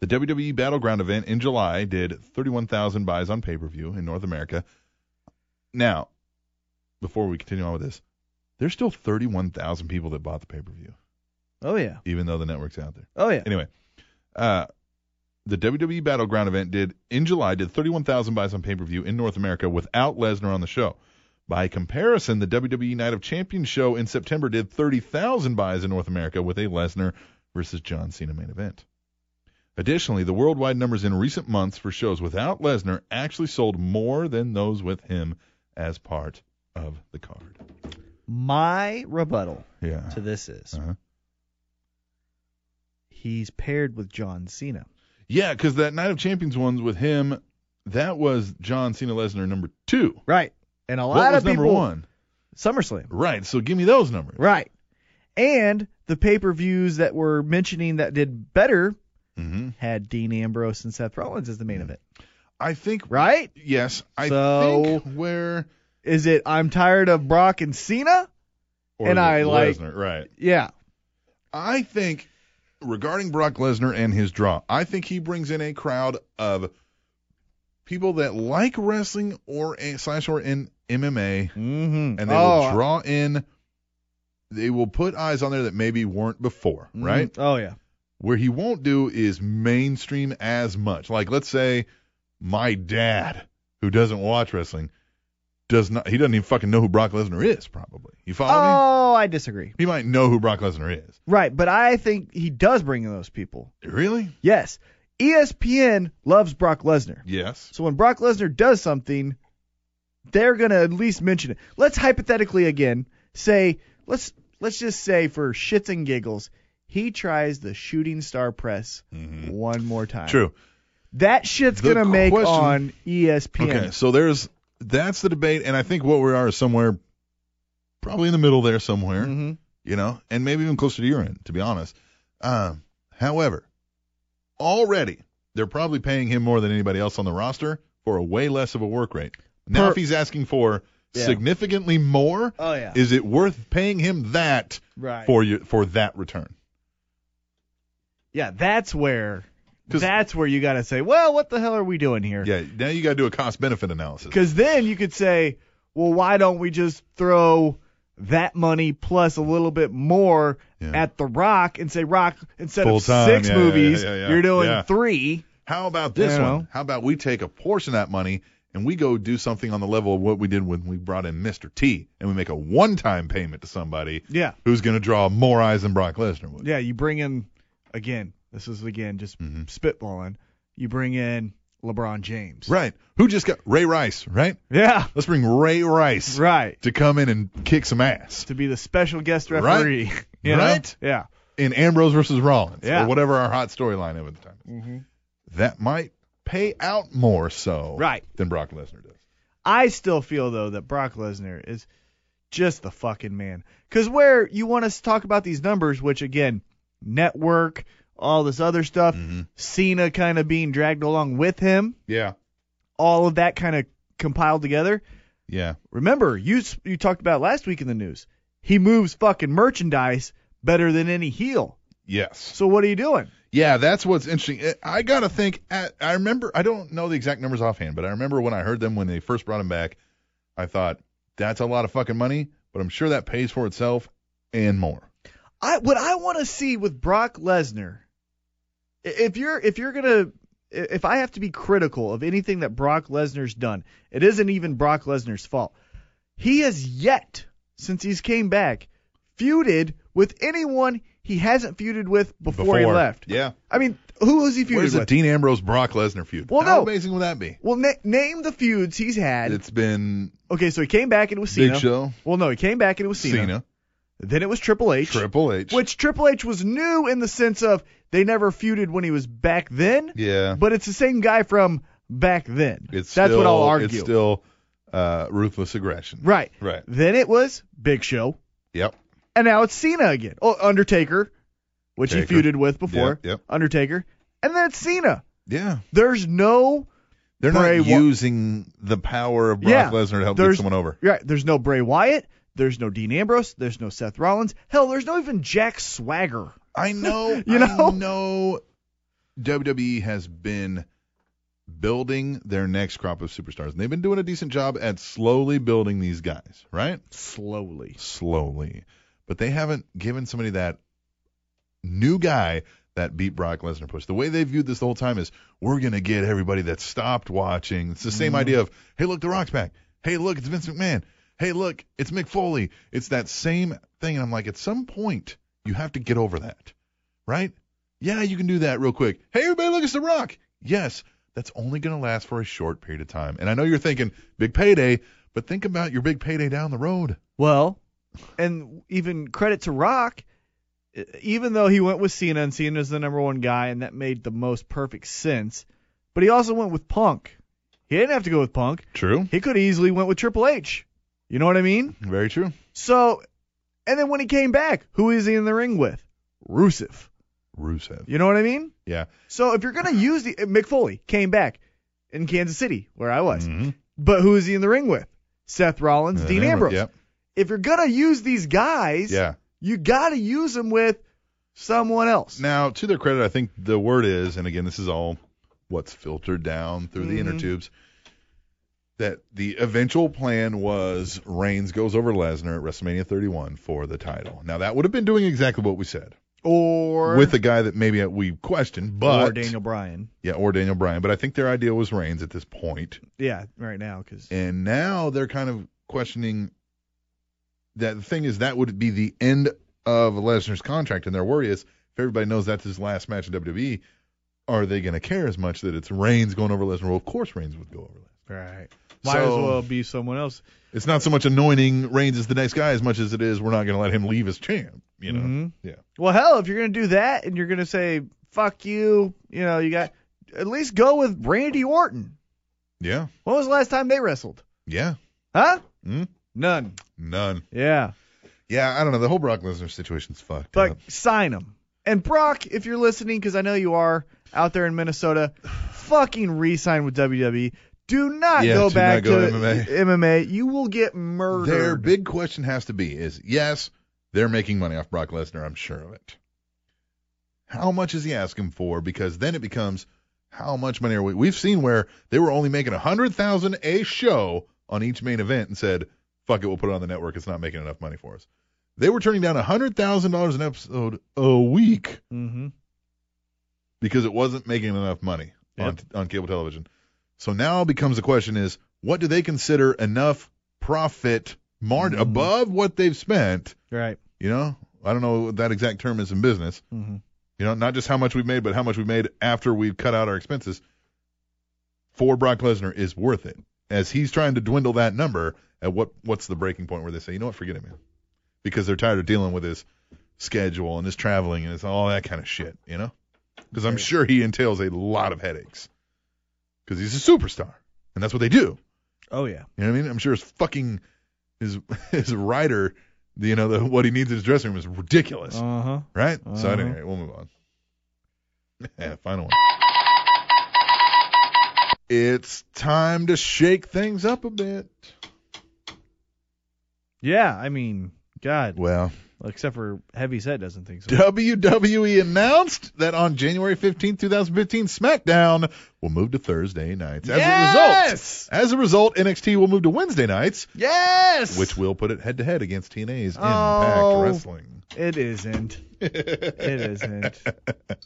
B: The WWE Battleground event in July did 31,000 buys on pay per view in North America. Now, before we continue on with this, there's still 31,000 people that bought the pay per view,
A: Oh yeah.
B: even though the network's out there.
A: Oh yeah.
B: Anyway, uh, the WWE Battleground event did in July did 31,000 buys on pay-per-view in North America without Lesnar on the show. By comparison, the WWE Night of Champions show in September did 30,000 buys in North America with a Lesnar versus John Cena main event. Additionally, the worldwide numbers in recent months for shows without Lesnar actually sold more than those with him as part of the card.
A: My rebuttal
B: Yeah.
A: to this is
B: Uh-huh.
A: he's paired with John Cena.
B: Yeah, because that Night of Champions ones with him, that was John Cena Lesnar number two.
A: Right. And a lot
B: What was
A: of people.
B: number one?
A: SummerSlam.
B: Right. So give me those numbers.
A: Right. And the pay per views that were mentioning that did better
B: hmm
A: had Dean Ambrose and Seth Rollins as the main event.
B: I think.
A: Right?
B: Yes. I
A: So-
B: think where.
A: Is it I'm tired of Brock and Cena?
B: Or
A: And
B: is it
A: I, like-
B: Lesnar, right.
A: Yeah.
B: I think regarding Brock Lesnar and his draw, I think he brings in a crowd of people that like wrestling or a, slash or in MMA,
A: Mm-hmm.
B: and they will draw in. They will put eyes on there that maybe weren't before, right?
A: Oh yeah.
B: Where he won't do is mainstream as much. Like let's say my dad, who doesn't watch wrestling, does not. He doesn't even fucking know who Brock Lesnar is. Probably. You follow
A: Oh,
B: me?
A: I disagree.
B: He might know who Brock Lesnar is.
A: Right, but I think he does bring in those people.
B: Really?
A: Yes. E ESPN loves Brock Lesnar.
B: Yes.
A: So when Brock Lesnar does something, they're gonna at least mention it. Let's hypothetically again say let's let's just say for shits and giggles, he tries the shooting star press
B: Mhm.
A: one more time.
B: True.
A: That shit's
B: The
A: gonna make
B: question-
A: on E ESPN.
B: Okay, so there's that's the debate, and I think what we are is somewhere, probably in the middle there somewhere,
A: hmm
B: you know, and maybe even closer to your end, to be honest. Um, however, already they're probably paying him more than anybody else on the roster for a way less of a work rate. Now,
A: Per-
B: if he's asking for
A: Yeah.
B: significantly more,
A: Oh yeah.
B: is it worth paying him that
A: right.
B: for you for that return?
A: yeah, that's where
B: 'Cause-
A: that's where you gotta say, well, what the hell are we doing here?
B: Yeah, now you got to do a cost benefit analysis.
A: Because then you could say, well, why don't we just throw that money plus a little bit more
B: Yeah.
A: at The Rock and say, Rock, instead
B: Full
A: of
B: time,
A: six
B: yeah, yeah,
A: movies,
B: yeah, yeah, yeah.
A: you're doing
B: Yeah.
A: three.
B: How about this
A: You
B: one?
A: know?
B: How about we take a portion of that money and we go do something on the level of what we did when we brought in Mr. T and we make a one time payment to somebody
A: Yeah.
B: who's going to draw more eyes than Brock Lesnar would.
A: Yeah. You bring in, again, this is again just
B: Mhm.
A: spitballing. You bring in LeBron James.
B: Right. Who just got Ray Rice, right?
A: Yeah.
B: Let's bring Ray Rice
A: Right.
B: to come in and kick some ass
A: To be the special guest
B: Right.
A: referee. *laughs* you know?
B: Right.
A: Yeah.
B: in Ambrose versus Rollins
A: Yeah.
B: or whatever our hot storyline of at the time.
A: Mhm.
B: That might pay out more so
A: Right.
B: than Brock Lesnar does.
A: I still feel though that Brock Lesnar is just the fucking man. Cause where you want us to talk about these numbers, which again, network, all this other stuff,
B: Mhm.
A: Cena kind of being dragged along with him,
B: Yeah.
A: all of that kind of compiled together.
B: Yeah.
A: Remember, you s- you talked about last week in the news. He moves fucking merchandise better than any heel.
B: Yes.
A: So what are you doing?
B: Yeah, that's what's interesting. I- I gotta think. At, I remember. I don't know the exact numbers offhand, but I remember when I heard them when they first brought him back. I thought that's a lot of fucking money, but I'm sure that pays for itself and more.
A: I what I want to see with Brock Lesnar, i- if you're if you're gonna i- if I have to be critical of anything that Brock Lesnar's done, it isn't even Brock Lesnar's fault. He has yet, since he's came back, feuded with anyone he hasn't feuded with before, he left.
B: Yeah.
A: I mean, who was he feuded
B: Where's the
A: with?
B: Dean Ambrose Brock Lesnar feud?
A: Well,
B: How
A: no.
B: amazing would that be?
A: well, na- name the feuds he's had.
B: It's been
A: okay, so he came back and it was
B: Big
A: Cena.
B: Show,
A: Well, no, he came back and it was Cena.
B: Cena,
A: Then it was Triple H.
B: Triple H.
A: which Triple H was new in the sense of they never feuded when he was back then,
B: yeah.
A: but it's the same guy from back then.
B: It's
A: That's
B: still,
A: what I'll argue.
B: It's still uh, ruthless aggression.
A: right.
B: Right.
A: Then it was Big Show,
B: Yep.
A: and now it's Cena again. Oh, Undertaker, which he
B: Taker.
A: feuded with before.
B: Yep, yep.
A: Undertaker, and then it's Cena.
B: Yeah.
A: There's no
B: They're
A: Bray
B: not
A: Wy-
B: using the power of Brock
A: Yeah.
B: Lesnar to help get
A: There's-
B: someone over.
A: right. There's no Bray Wyatt. There's no Dean Ambrose. There's no Seth Rollins. Hell, there's no even Jack Swagger.
B: I know.
A: *laughs* You
B: I
A: know? *laughs*
B: know WWE has been building their next crop of superstars, and they've been doing a decent job at slowly building these guys, right?
A: Slowly.
B: Slowly, but they haven't given somebody that new guy that beat Brock Lesnar push. The way they viewed this the whole time is, we're gonna get everybody that stopped watching. It's the same
A: Mhm.
B: idea of, hey, look, The Rock's back. Hey, look, it's Vince McMahon. Hey, look, it's Mick Foley. It's that same thing, and I'm like, at some point, you have to get over that right? Yeah, you can do that real quick. Hey, everybody, look, it's The Rock. Yes, that's only going to last for a short period of time. And I know you're thinking big payday, but think about your big payday down the road.
A: Well, and even credit to Rock, e- even though he went with Cena and Cena's the number one guy, and that made the most perfect sense, but he also went with Punk. He didn't have to go with Punk.
B: True.
A: He could have easily went with Triple H. You know what I mean?
B: Very true.
A: So, and then when he came back, who is he in the ring with? Rusev.
B: Rusev.
A: You know what I mean?
B: Yeah.
A: So if you're gonna use the Mick Foley came back in Kansas City where I was,
B: Mhm.
A: but who is he in the ring with? Seth Rollins,
B: Uh,
A: Dean Ambrose.
B: Yep.
A: If you're gonna use these guys,
B: Yeah.
A: you gotta use them with someone else.
B: Now, to their credit, I think the word is, and again, this is all what's filtered down through the inner
A: Mhm.
B: tubes, that the eventual plan was Reigns goes over Lesnar at WrestleMania 31 for the title. Now, that would have been doing exactly what we said
A: or
B: with a guy that maybe we questioned, but
A: or Daniel Bryan.
B: yeah, or Daniel Bryan. But I think their idea was Reigns at this point,
A: Yeah, right now because
B: and now they're kind of questioning that. The thing is, that would be the end of Lesnar's contract, and their worry is if everybody knows that's his last match in WWE, are they going to care as much that it's Reigns going over Lesnar? Well, of course Reigns would go over Lesnar.
A: right,
B: So-
A: might as well be someone else.
B: It's not so much anointing Reigns as the next guy as much as it is we're not going to let him leave as champ. You know,
A: Mhm.
B: yeah.
A: Well, hell, if you're gonna do that and you're gonna say fuck you, you know, you got at least go with Randy Orton.
B: yeah,
A: When was the last time they wrestled?
B: yeah,
A: Huh?
B: Mm.
A: None.
B: none.
A: Yeah.
B: Yeah, I don't know. The whole Brock Lesnar situation's fucked
A: But
B: up.
A: sign him. And Brock, if you're listening, because I know you are out there in Minnesota, fucking re-sign with WWE. Do not
B: Yeah,
A: go
B: do
A: back
B: not go
A: to
B: MMA.
A: MMA. You will get
B: Their
A: murdered.
B: big question has to be is yes, they're making money off Brock Lesnar, I'm sure of it. How much is he asking for? Because then it becomes how much money are we we've seen where they were only making a hundred thousand a show on each main event and said, Fuck it, we'll put it on the network, it's not making enough money for us. They were turning down a hundred thousand dollars an episode a week
A: hmm
B: because it wasn't making enough money
A: Yep.
B: on, on cable television. So now becomes the question is what do they consider enough profit margin
A: Mhm.
B: above what they've spent?
A: Right.
B: You know, I don't know what that exact term is in business.
A: hmm
B: You know, not just how much we've made, but how much we've made after we've cut out our expenses for Brock Lesnar is worth it. As he's trying to dwindle that number, at what what's the breaking point where they say, you know what, forget it, man, because they're tired of dealing with his schedule and his traveling and his all that kind of shit, you know? Because I'm
A: Right.
B: sure he entails a lot of headaches because he's a superstar and that's what they do.
A: Oh yeah.
B: You know what I mean? I'm sure his fucking his *laughs* his rider, you know, the, what he needs in his dressing room is ridiculous.
A: Uh huh.
B: Right? So
A: Uh-huh.
B: anyway, we'll
A: *laughs*
B: move on. Yeah, final one. It's time to shake things up a bit.
A: Yeah. I mean, God.
B: Well,
A: Except for Heavy Set doesn't think so.
B: WWE E announced that on January 15, 2015, SmackDown will move to Thursday nights. As a result,
A: yes.
B: as a result, NXT will move to Wednesday nights,
A: Yes.
B: which will put it head to head against TNA's
A: Oh.
B: Impact Wrestling.
A: *laughs* It isn't,
B: it *laughs*
A: isn't.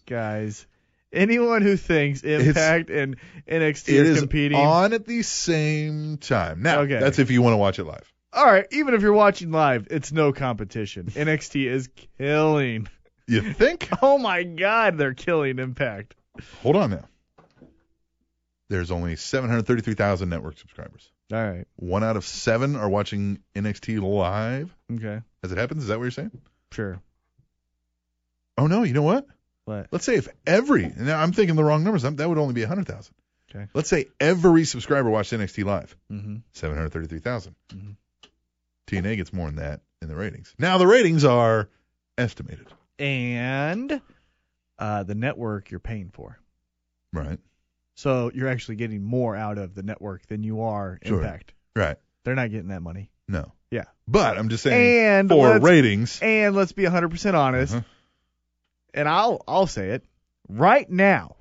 A: guys. Anyone who thinks
B: It's-
A: Impact and NXT
B: It
A: are
B: is
A: competing
B: on at the same time. Now,
A: Okay.
B: that's if you want to watch it live.
A: All right, even if you're watching live, it's no competition. *laughs* NXT is killing.
B: You think?
A: Oh my God, they're killing Impact.
B: Hold on now. There's only 733,000 network subscribers.
A: All right.
B: One out of seven are watching NXT live
A: Okay.
B: as it happens. Is that what you're saying?
A: Sure.
B: Oh no, you know what?
A: What?
B: Let's say if every now I'm thinking the wrong numbers. I'm- That would only be 100,000.
A: Okay.
B: Let's say every subscriber watched NXT live.
A: Mm-hmm.
B: 733,000.
A: Mhm.
B: TNA gets more than that in the ratings. Now the ratings are estimated,
A: And uh, the network you're paying for.
B: right?
A: So you're actually getting more out of the network than you are
B: Sure.
A: Impact.
B: Right.
A: They're not getting that money.
B: No.
A: Yeah.
B: But I'm just saying
A: And
B: for
A: let's,
B: ratings.
A: and let's be 100% honest.
B: Uh-huh.
A: And I'll I'll say it right now.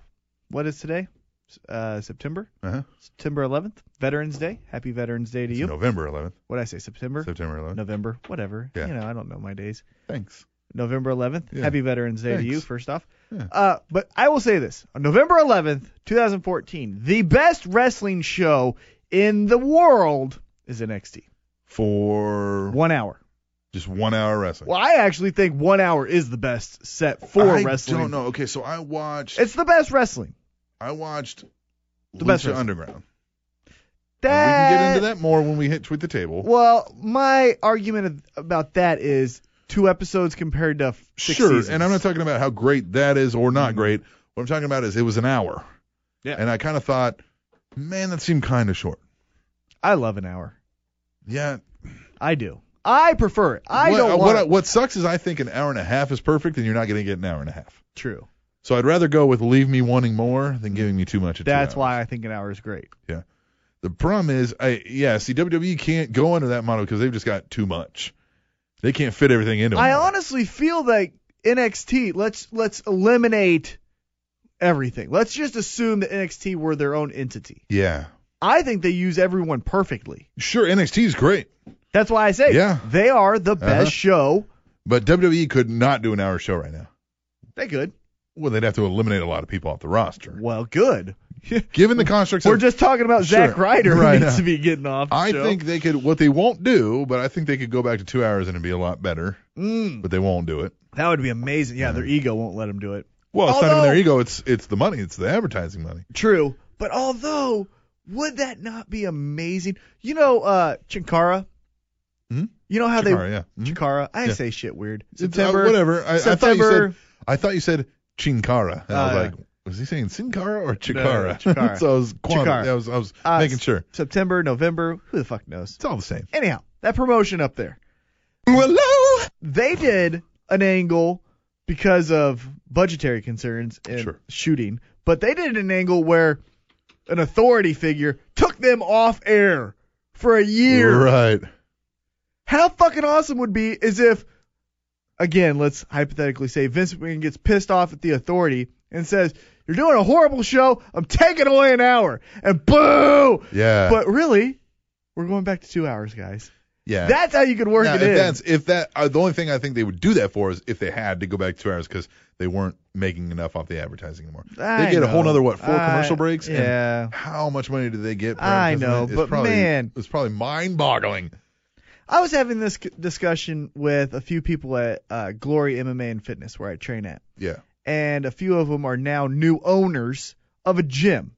A: What is today? S- Uh, September.
B: Uh-huh.
A: September 11th, Veterans Day. Happy Veterans Day to
B: It's
A: you.
B: November 11th,
A: what did I say, September,
B: September 11th.
A: November, whatever.
B: Yeah.
A: You know, I don't know my days.
B: Thanks.
A: November 11th.
B: Yeah.
A: Happy Veterans Day to you,
B: Thanks.
A: first off.
B: Yeah.
A: Uh, but I will say this: on November 11th, 2014, the best wrestling show in the world is NXT.
B: For
A: One hour.
B: just one hour wrestling.
A: Well, I actually think one hour is the best set for
B: I
A: wrestling.
B: don't know. Okay, so I watched.
A: It's the best wrestling.
B: I watched
A: The
B: Lucha
A: best wrestling.
B: Underground.
A: That
B: We can get into that more when we hit tweet the table.
A: Well, my argument of- about that is two episodes compared to f- six
B: sure,
A: seasons.
B: and I'm not talking about how great that is or not
A: Mhm.
B: great. What I'm talking about is it was an hour.
A: Yeah.
B: And I kind of thought, Man, that seemed kind of short.
A: I love an hour.
B: Yeah.
A: I do. I prefer it. I
B: what, uh,
A: don't want
B: what, what sucks is I think an hour and a half is perfect, and you're not going to get an hour and a half.
A: true.
B: So I'd rather go with leave me wanting more than giving me too much. At two
A: That's
B: hours.
A: why I think an hour is great.
B: The problem is, I yeah, see WWE can't go under that model because they've just got too much. They can't fit everything into.
A: I
B: one.
A: honestly feel like NXT. Let's let's eliminate everything. Let's just assume that NXT were their own entity.
B: Yeah.
A: I think they use everyone perfectly.
B: Sure, NXT is great,
A: That's why I say
B: Yeah.
A: they are the best
B: Uh-huh.
A: show.
B: but WWE could not do an hour show right now.
A: They good.
B: Well, they'd have to eliminate a lot of people off the roster.
A: Well, good.
B: Given the constructs,
A: We're
B: of-
A: just talking about
B: Sure.
A: Zack Ryder who
B: Right.
A: needs to be getting off. The
B: I
A: show.
B: think they could. What they won't do, but I think they could go back to two hours and it'd be a lot better.
A: Mm,
B: But they won't do it.
A: that would be amazing. Yeah, their ego won't let them do it.
B: Well, it's not even their
A: Although-
B: ego. It's it's the money. It's the advertising money.
A: True, but although would that not be amazing? You know, uh, Chinkara.
B: Hmm?
A: You know how they
B: Chikara, yeah. Mhm.
A: Chikara. I
B: Yeah.
A: say shit weird.
B: It's, uh,
A: September.
B: whatever. I, I thought you
A: September.
B: said. I thought you said Chinkara. And I was
A: Uh,
B: like, was he saying Sinkara or
A: no,
B: Chikara?
A: Chikara.
B: *laughs* so I was, quantum,
A: Chikara.
B: I was, I was
A: Uh,
B: making sure.
A: September, November. Who the fuck knows?
B: It's all the same.
A: Anyhow, that promotion up there.
B: Hello.
A: They did an angle because of budgetary concerns and
B: Sure.
A: shooting, but they did an angle where an authority figure took them off air for a year.
B: Right.
A: How fucking awesome would be is if, again, let's hypothetically say Vince McMahon gets pissed off at the authority and says, "You're doing a horrible show. I'm taking away an hour." And boo!
B: Yeah.
A: But really, we're going back to two hours, guys.
B: yeah.
A: That's how you could work
B: Now,
A: it
B: if
A: in.
B: that's if that uh, the only thing I think they would do that for is if they had to go back two hours because they weren't making enough off the advertising anymore.
A: I
B: they get a whole
A: know.
B: nother, what, four
A: I-
B: commercial breaks? And-
A: Yeah.
B: How much money did they get? per
A: I
B: advertisement?
A: know,
B: It's
A: but
B: probably,
A: man.
B: it's probably mind-boggling.
A: I was having this c- discussion with a few people at uh, Glory MMA and Fitness, where I train at.
B: Yeah.
A: and a few of them are now new owners of a gym.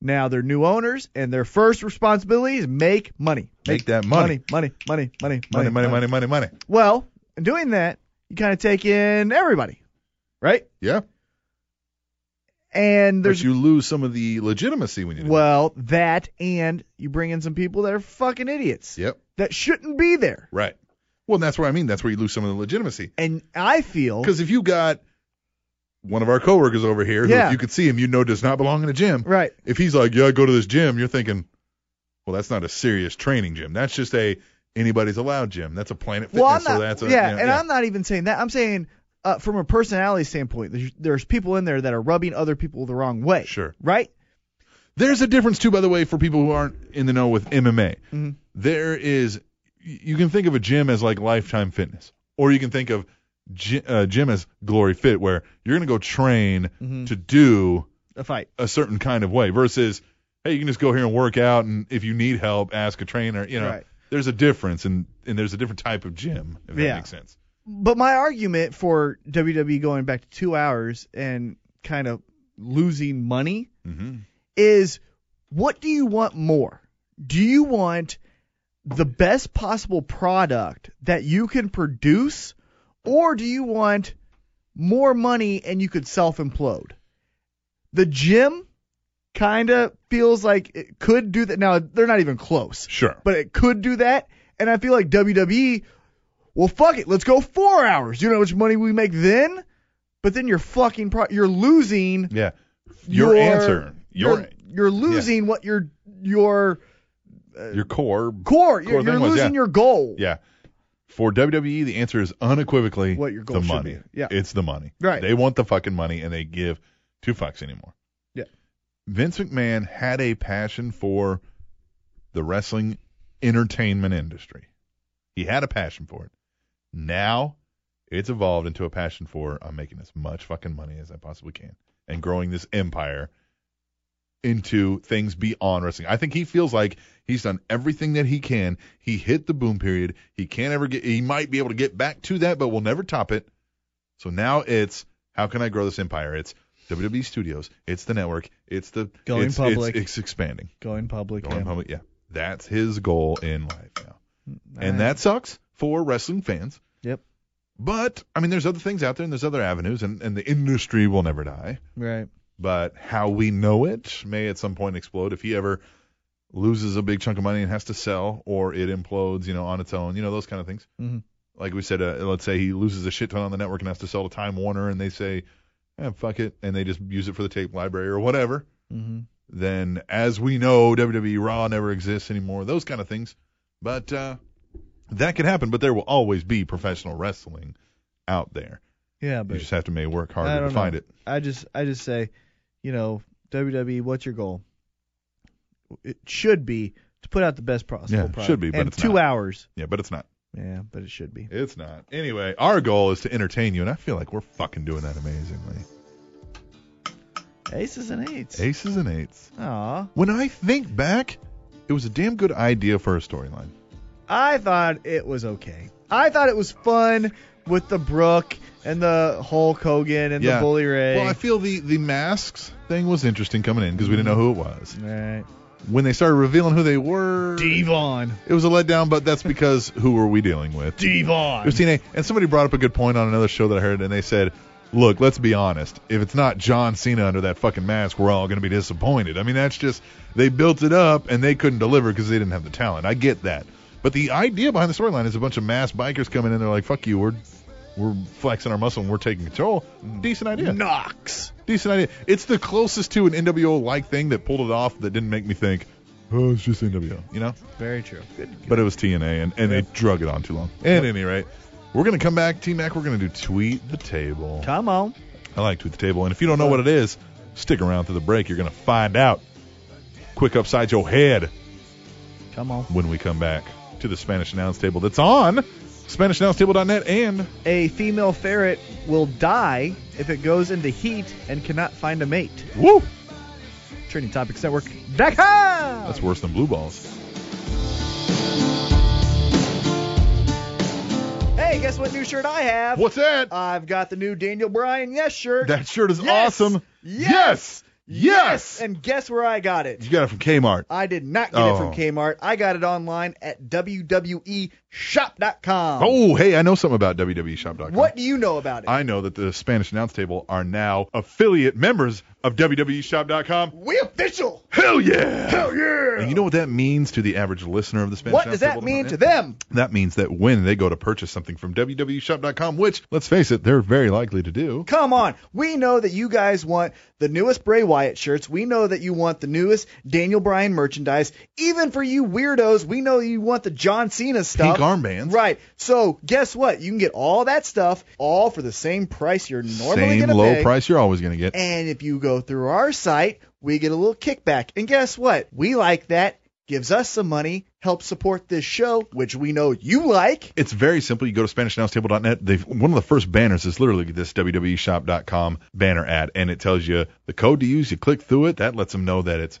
A: Now they're new owners, and their first responsibility is make money.
B: Make that money.
A: Money, money, money,
B: Money, money, money, money, money.
A: Well, in doing that, you kind of take in everybody, right?
B: Yeah.
A: And there's
B: but you lose some of the legitimacy when you do
A: well that, and you bring in some people that are fucking idiots
B: that. Yep.
A: that shouldn't be there.
B: Right. Well, that's what I mean. That's where you lose some of the legitimacy.
A: And I feel
B: Because if you got one of our coworkers over here, who
A: Yeah.
B: if you could see him, you know does not belong in a gym.
A: right.
B: If he's like, yeah, I go to this gym, you're thinking, well, that's not a serious training gym. That's just a anybody's allowed gym. That's a Planet Fitness.
A: Well, I'm not.
B: so that's a,
A: yeah,
B: you know,
A: and I'm not even saying that. I'm saying uh, from a personality standpoint, there's, there's people in there that are rubbing other people the wrong way.
B: Sure.
A: Right?
B: There's a difference too, by the way, for people who aren't in the know with MMA.
A: Mhm.
B: There is, you can think of a gym as like Lifetime Fitness, or you can think of gy- uh, gym as Glory Fit, where you're gonna go train
A: Mhm.
B: to do
A: A fight.
B: a certain kind of way, versus hey, you can just go here and work out, and if you need help, ask a trainer. You know,
A: Right.
B: there's a difference, and and there's a different type of gym, if
A: Yeah.
B: that makes sense.
A: But my argument for WWE going back to two hours and kind of losing money
B: Mm-hmm.
A: is what do you want more? Do you want the best possible product that you can produce, or do you want more money and you could self implode? The gym kind of feels like it could do that. Now, they're not even close,
B: Sure.
A: but it could do that. And I feel like WWE, well, fuck it, let's go four hours. You know how much money we make then? But then you're fucking, pro- you're losing
B: Yeah. Your,
A: Your-
B: answer, your
A: you're, you're losing what your your
B: your core.
A: core. You're,
B: Core
A: you're
B: thing was,
A: losing
B: yeah.
A: your goal.
B: Yeah. For WWE, the answer is unequivocally
A: What your goal
B: the
A: should
B: money.
A: be. Yeah.
B: It's the money.
A: Right.
B: They want the fucking money and they give two fucks anymore.
A: Yeah.
B: Vince McMahon had a passion for the wrestling entertainment industry. He had a passion for it. Now it's evolved into a passion for I'm making as much fucking money as I possibly can and growing this empire into things beyond wrestling. I think he feels like he's done everything that he can. He hit the boom period. He can't ever get he might be able to get back to that, but we'll never top it. So now it's how can I grow this empire? It's WWE Studios, it's the network, it's the
A: Going
B: it's,
A: public.
B: It's, it's expanding.
A: Going public.
B: Going public, yeah. That's his goal in life now. And that sucks for wrestling fans.
A: Yep.
B: But I mean there's other things out there and there's other avenues and, and the industry will never die.
A: right.
B: but how we know it may at some point explode if he ever loses a big chunk of money and has to sell or it implodes, you know, on its own, you know, those kind of things.
A: Mhm.
B: Like we said, uh, let's say he loses a shit ton on the network and has to sell to Time Warner and they say, eh, fuck it, and they just use it for the tape library or whatever.
A: Mm-hmm.
B: Then, as we know, WWE Raw never exists anymore, those kind of things. But uh, that can happen, but there will always be professional wrestling out there.
A: Yeah,
B: You
A: but
B: just have to maybe work
A: I
B: harder
A: don't
B: to find
A: know.
B: it.
A: I just I just say, you know, WWE, what's your goal? It should be to put out the best possible
B: Yeah, it
A: product.
B: should be, but
A: and
B: it's
A: two
B: not.
A: hours.
B: Yeah, but it's not.
A: Yeah, but it should be.
B: It's not. Anyway, our goal is to entertain you, and I feel like we're fucking doing that amazingly.
A: Aces and eights.
B: Aces and eights.
A: Aw.
B: When I think back, it was a damn good idea for a storyline.
A: I thought it was okay. I thought it was fun with the Brook and the Hulk Hogan and
B: Yeah.
A: the Bully Ray.
B: Well, I feel the the masks thing was interesting coming in because we didn't know who it was.
A: All right.
B: When they started revealing who they were,
A: Devon.
B: it was a letdown, but that's because who were we dealing with?
A: Devon.
B: Christina, and somebody brought up a good point on another show that I heard, and they said, "Look, let's be honest. If it's not John Cena under that fucking mask, we're all going to be disappointed." I mean, that's just they built it up and they couldn't deliver because they didn't have the talent. I get that, but the idea behind the storyline is a bunch of masked bikers coming in. They're like, "Fuck you, we're we're flexing our muscle and we're taking control." Decent idea.
A: Knox.
B: Decent idea. It's the closest to an NWO like thing that pulled it off that didn't make me think, "Oh, it's just NWO," you know.
A: Very true. Good.
B: But it was TNA, and, and they drug it on too long. At any rate, we're going to come back, T Mac. We're going to do Tweet the Table.
A: Come on.
B: I like Tweet the Table. And if you don't know what it is, stick around through the break. You're going to find out. Quick upside your head
A: Come on.
B: when we come back to the Spanish Announce Table that's on SpanishAnnounceTable.net and
A: A female ferret will die if it goes into heat and cannot find a mate.
B: woo!
A: Trending Topics Network. That's
B: That's worse than blue balls.
A: Hey, guess what new shirt I have?
B: What's that?
A: I've got the new Daniel Bryan Yes shirt.
B: Uh, that shirt is
A: Yes!
B: awesome.
A: Yes!
B: Yes! Yes!
A: And guess where I got it?
B: You got it from Kmart.
A: I did not get it
B: Oh.
A: from Kmart. I got it online at E WWEshop.com.
B: Oh, hey, I know something about E WWEshop.com.
A: What do you know about it?
B: I know that the Spanish announce table are now affiliate members of E WWEshop.com.
A: we official.
B: Hell yeah! Hell
A: yeah!
B: And you know what that means to the average listener of the Spanish
A: What does
B: announce
A: that
B: table?
A: mean to them?
B: That means that when they go to purchase something from E WWEshop.com, which, let's face it, they're very likely to do.
A: Come on. We know that you guys want the newest Bray Wyatt shirts. We know that you want the newest Daniel Bryan merchandise. Even for you weirdos, we know you want the John Cena stuff.
B: Pink armbands.
A: Right. So guess what? You can get all that stuff all for the same price you're normally
B: Same
A: going to
B: low
A: pay.
B: price you're always going to get.
A: And if you go through our site, we get a little kickback. And guess what? We like that. Gives us some money, helps support this show, which we know you like.
B: It's very simple. You go to SpanishAnnounceTable.net. They've, one of the first banners is literally this E WWEshop.com banner ad, and it tells you the code to use. You click through it. That lets them know that it's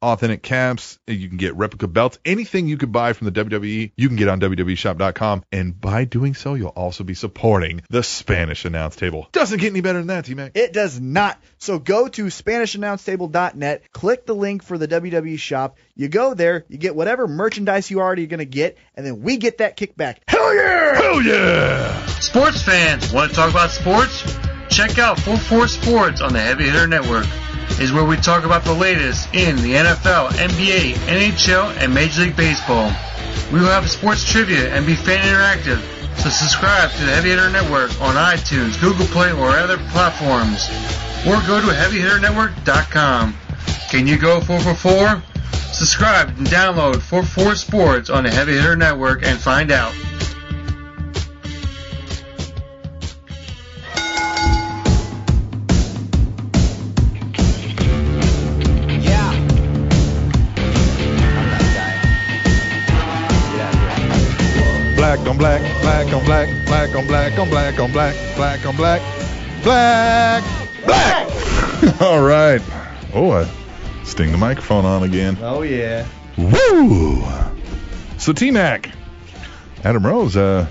B: authentic caps. You can get replica belts. Anything you could buy from the WWE, you can get on E WWEshop.com. And by doing so, you'll also be supporting the Spanish announce table. Doesn't get any better than that, T Mac.
A: It does not. So go to SpanishAnnounceTable.net, click the link for the WWE shop. You go there, you get whatever merchandise you already going to get, and then we get that kickback.
B: Hell yeah! Hell yeah!
D: Sports fans, want to talk about sports? Check out Full Force Sports on the Heavy Hitter Network. Is where we talk about the latest in the NFL, NBA, NHL, and Major League Baseball. We will have sports trivia and be fan interactive, so subscribe to the Heavy Hitter Network on iTunes, Google Play, or other platforms. Or go to HeavyHitterNetwork.com. Can you go 4 for 4? Subscribe and download 4 4 Sports on the Heavy Hitter Network and find out.
B: Black on black, black on black, black on black on black on black, black on black, black, black. *laughs* All right. Oh, I sting the microphone on again.
A: Oh, yeah.
B: Woo! So T Mac, Adam Rose, uh,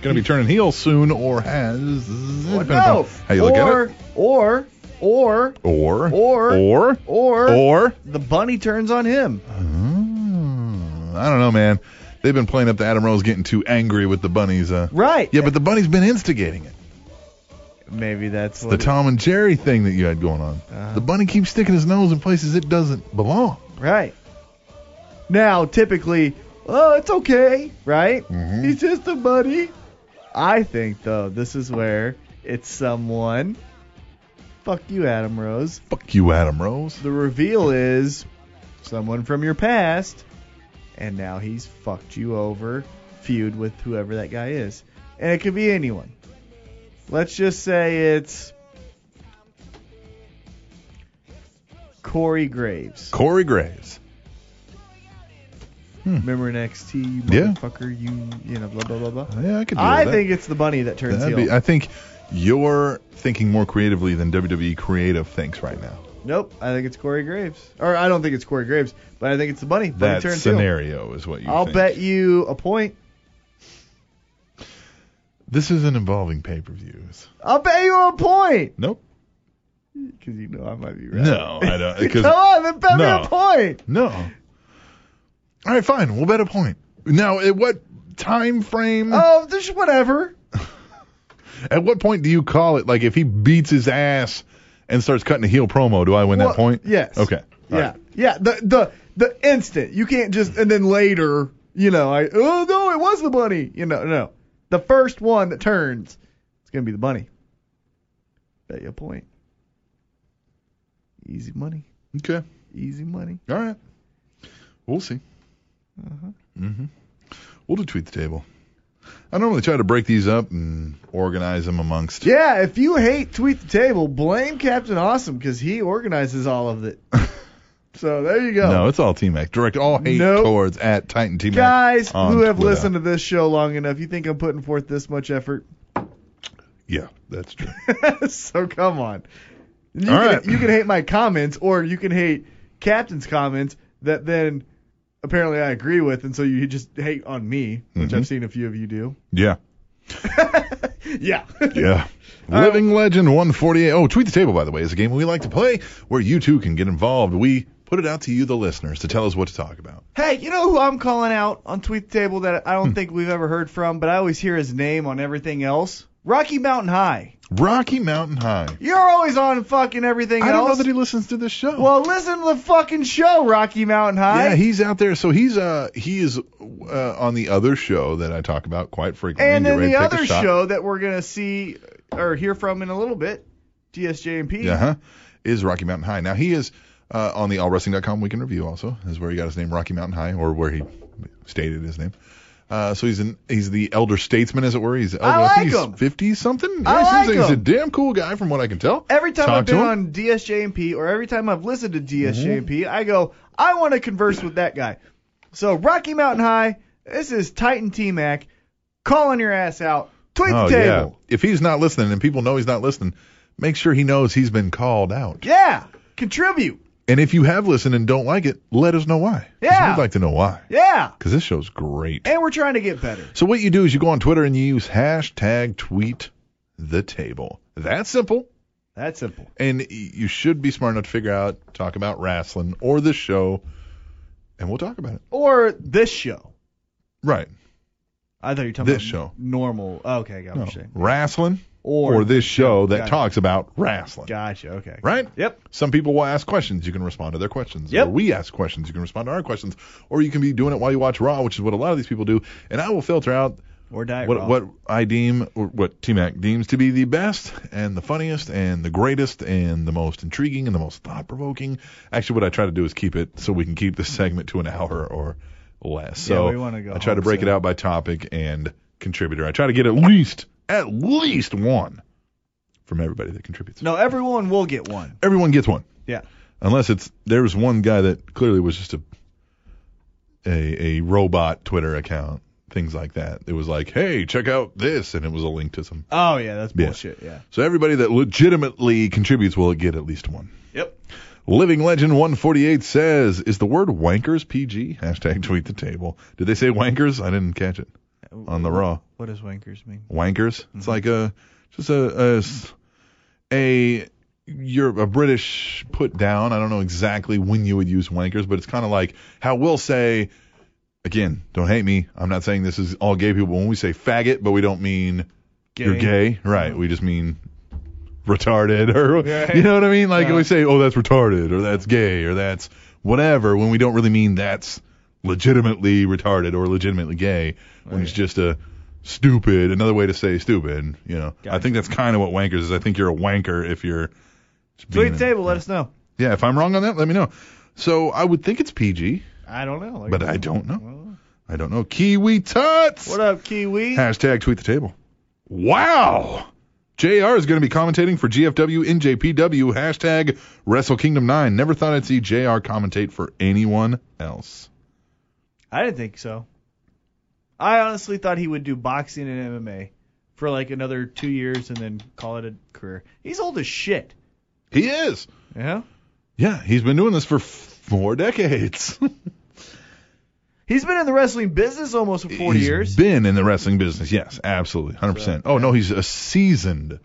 B: gonna be turning heel soon, or has depending
A: no.
B: upon how you look
A: or,
B: at it.
A: Or Or
B: Or
A: Or-
B: or
A: or,
B: or
A: the bunny turns on him.
B: Hmm, I don't know, man. They've been playing up to Adam Rose getting too angry with the bunnies. Uh,
A: Right.
B: yeah, but the bunny's been instigating it.
A: Maybe that's
B: The Tom and Jerry thing that you had going on.
A: Uh-huh.
B: The bunny keeps sticking his nose in places it doesn't belong.
A: Right. Now, typically, oh, it's okay, right?
B: Mhm.
A: He's just a buddy. I think, though, this is where it's someone. Fuck you, Adam Rose.
B: Fuck you, Adam Rose.
A: The reveal is someone from your past, and now he's fucked you over, feud with whoever that guy is. And it could be anyone. Let's just say it's Corey Graves.
B: Corey Graves. Hmm.
A: Remember an XT, you
B: Yeah.
A: motherfucker, you, you know, blah, blah, blah, blah.
B: Yeah, I could do
A: I
B: that.
A: think it's the bunny that turns
B: That'd
A: heel.
B: be- I think you're thinking more creatively than WWE creative thinks right now.
A: nope, I think it's Corey Graves. Or I don't think it's Corey Graves, but I think it's the bunny. Bunny
B: That
A: turns
B: scenario is what you
A: heel. I'll
B: think.
A: bet you a point.
B: This isn't involving pay-per-views.
A: I'll bet you a point.
B: Nope.
A: Because you know I might be right. *laughs*
B: No, I don't. 'cause-
A: Come on, then bet me
B: No.
A: a point.
B: No. All right, fine. We'll bet a point. Now, at what time frame?
A: Oh, just whatever.
B: At what point do you call it? Like, if he beats his ass and starts cutting a heel promo, do I win
A: Well,
B: that point?
A: yes.
B: Okay. All
A: yeah,
B: right.
A: yeah. The the the instant you can't just and then later, you know, I oh no, it was the bunny. You know, no. The first one that turns, it's gonna be the bunny. Bet you a point. Easy money.
B: Okay.
A: Easy money.
B: All right. We'll see. Mm-hmm. We'll do tweet the table. I normally try to break these up and organize them amongst.
A: Yeah, if you hate tweet the table, blame Captain Awesome because he organizes all of
B: *laughs*
A: it. so there you go.
B: No, it's all T Mac. Direct all hate
A: Nope.
B: towards at Titan T Mac.
A: Guys
B: on
A: who have
B: Twitter.
A: listened to this show long enough, you think I'm putting forth this much effort?
B: Yeah, that's true. *laughs*
A: *laughs* so come on. You,
B: All
A: can,
B: right.
A: you can hate my comments, or you can hate Captain's comments that then apparently I agree with, and so you just hate on me, which
B: Mhm.
A: I've seen a few of you
B: *laughs*
A: do.
B: yeah.
A: Yeah.
B: Yeah.
A: All right.
B: Living Legend 148. Oh, Tweet the Table, by the way, is a game we like to play where you too can get involved. We put it out to you, the listeners, to tell us what to talk about.
A: hey, you know who I'm calling out on Tweet the Table that I
B: Hmm.
A: don't think we've ever heard from, but I always hear his name on everything else? Rocky Mountain High.
B: Rocky Mountain High.
A: You're always on fucking everything
B: I
A: else.
B: don't know that he listens to this show.
A: well, listen to the fucking show, Rocky Mountain High.
B: Yeah, he's out there. So he's uh he is uh, on the other show that I talk about quite frequently.
A: And
B: Get
A: then
B: ready
A: the
B: to take a
A: other
B: shot.
A: show that we're gonna see or hear from in a little bit, DSJ and P.
B: yeah, huh, Uh-huh. is Rocky Mountain High. Now he is uh, on the AllWrestling.com Weekend Review. Also is where he got his name, Rocky Mountain High, or where he stated his name. Uh, so he's an he's the elder statesman, as it were. He's elder,
A: I like
B: think he's
A: him.
B: 50 something.
A: I
B: Yeah, he
A: like
B: seems he's a
A: him.
B: damn cool guy from what I can tell.
A: Every time
B: Talk
A: I've
B: to
A: been
B: him.
A: on DSJ and P, or every time I've listened to DSJ and
B: Mm-hmm.
A: P, I go, I want to converse with that guy. So Rocky Mountain High, this is Titan T Mac, calling your ass out. Tweet
B: Oh
A: the table.
B: yeah. If he's not listening and people know he's not listening, make sure he knows he's been called out.
A: Yeah. Contribute.
B: And if you have listened and don't like it, let us know why. 'Cause
A: Yeah.
B: We'd like to know why.
A: Yeah.
B: Because this show's great.
A: And we're trying to get better.
B: So what you do is you go on Twitter and you use hashtag tweet the table. That's simple.
A: That's simple.
B: And y- you should be smart enough to figure out, talk about wrestling or this show, and we'll talk about it.
A: Or this show.
B: Right.
A: I thought you were talking
B: This
A: about
B: show.
A: normal. Oh, okay, I got what
B: No.
A: you're saying.
B: Wrestling
A: Or,
B: or this show that
A: Gotcha.
B: talks about wrestling.
A: Gotcha. Okay.
B: Right?
A: Yep.
B: Some people will ask questions. You can respond to their questions.
A: Yep.
B: Or we ask questions. You can respond to our questions. Or you can be doing it while you watch Raw, which is what a lot of these people do. And I will filter out
A: Or diet
B: what
A: Raw.
B: what I deem or what T Mac deems to be the best and the funniest and the greatest and the most intriguing and the most thought provoking. Actually, what I try to do is keep it so we can keep this segment to an hour or less.
A: Yeah,
B: So
A: we wanna go
B: I try
A: home
B: to break
A: soon.
B: it out by topic and contributor. I try to get at least at least one from everybody that contributes.
A: No, everyone will get one.
B: Everyone gets one
A: Yeah.
B: unless it's there was one guy that clearly was just a a, a robot Twitter account, things like that. It was like, hey, check out this, and it was a link to some.
A: Oh yeah, that's
B: Yeah.
A: bullshit. Yeah.
B: So everybody that legitimately contributes will get at least one.
A: Yep.
B: Living Legend 148 says, is the word wankers PG? Hashtag tweet the table. Did they say wankers? I didn't catch it on the raw.
A: What does wankers mean?
B: Wankers. It's like a just a a s- a you're a British put down. I don't know exactly when you would use wankers, but it's kind of like how we'll say, again, don't hate me. I'm not saying this is all gay people. When we say faggot, but we don't mean you're gay, right? We just mean retarded, or you know what I mean. Like
A: Yeah.
B: we say, oh, that's retarded, or that's gay, or that's whatever. When we don't really mean that's legitimately retarded or legitimately gay. When it's just a stupid, another way to say stupid. You know, I think that's kind of what wankers is. I think you're a wanker if you're.
A: Tweet
B: being
A: the
B: a-
A: table. Let us know.
B: Yeah, if I'm wrong on that, let me know. So I would think it's PG,
A: I don't know. Like,
B: but I don't know.
A: Well,
B: I don't know. Kiwi Tots.
A: What up, Kiwi?
B: Hashtag tweet the table. Wow. JR is going to be commentating for GFW NJPW. Hashtag Wrestle Kingdom 9. Never thought I'd see JR commentate for anyone else.
A: I didn't think so. I honestly thought he would do boxing and MMA for like another two years and then call it a career. He's old as shit.
B: He is.
A: Yeah.
B: Yeah, he's been doing this for f-
A: *laughs*
B: four decades.
A: He's been in the wrestling business almost for 40
B: He's
A: years.
B: been in the wrestling business. Yes, absolutely. 100%. oh, no, he's a seasoned,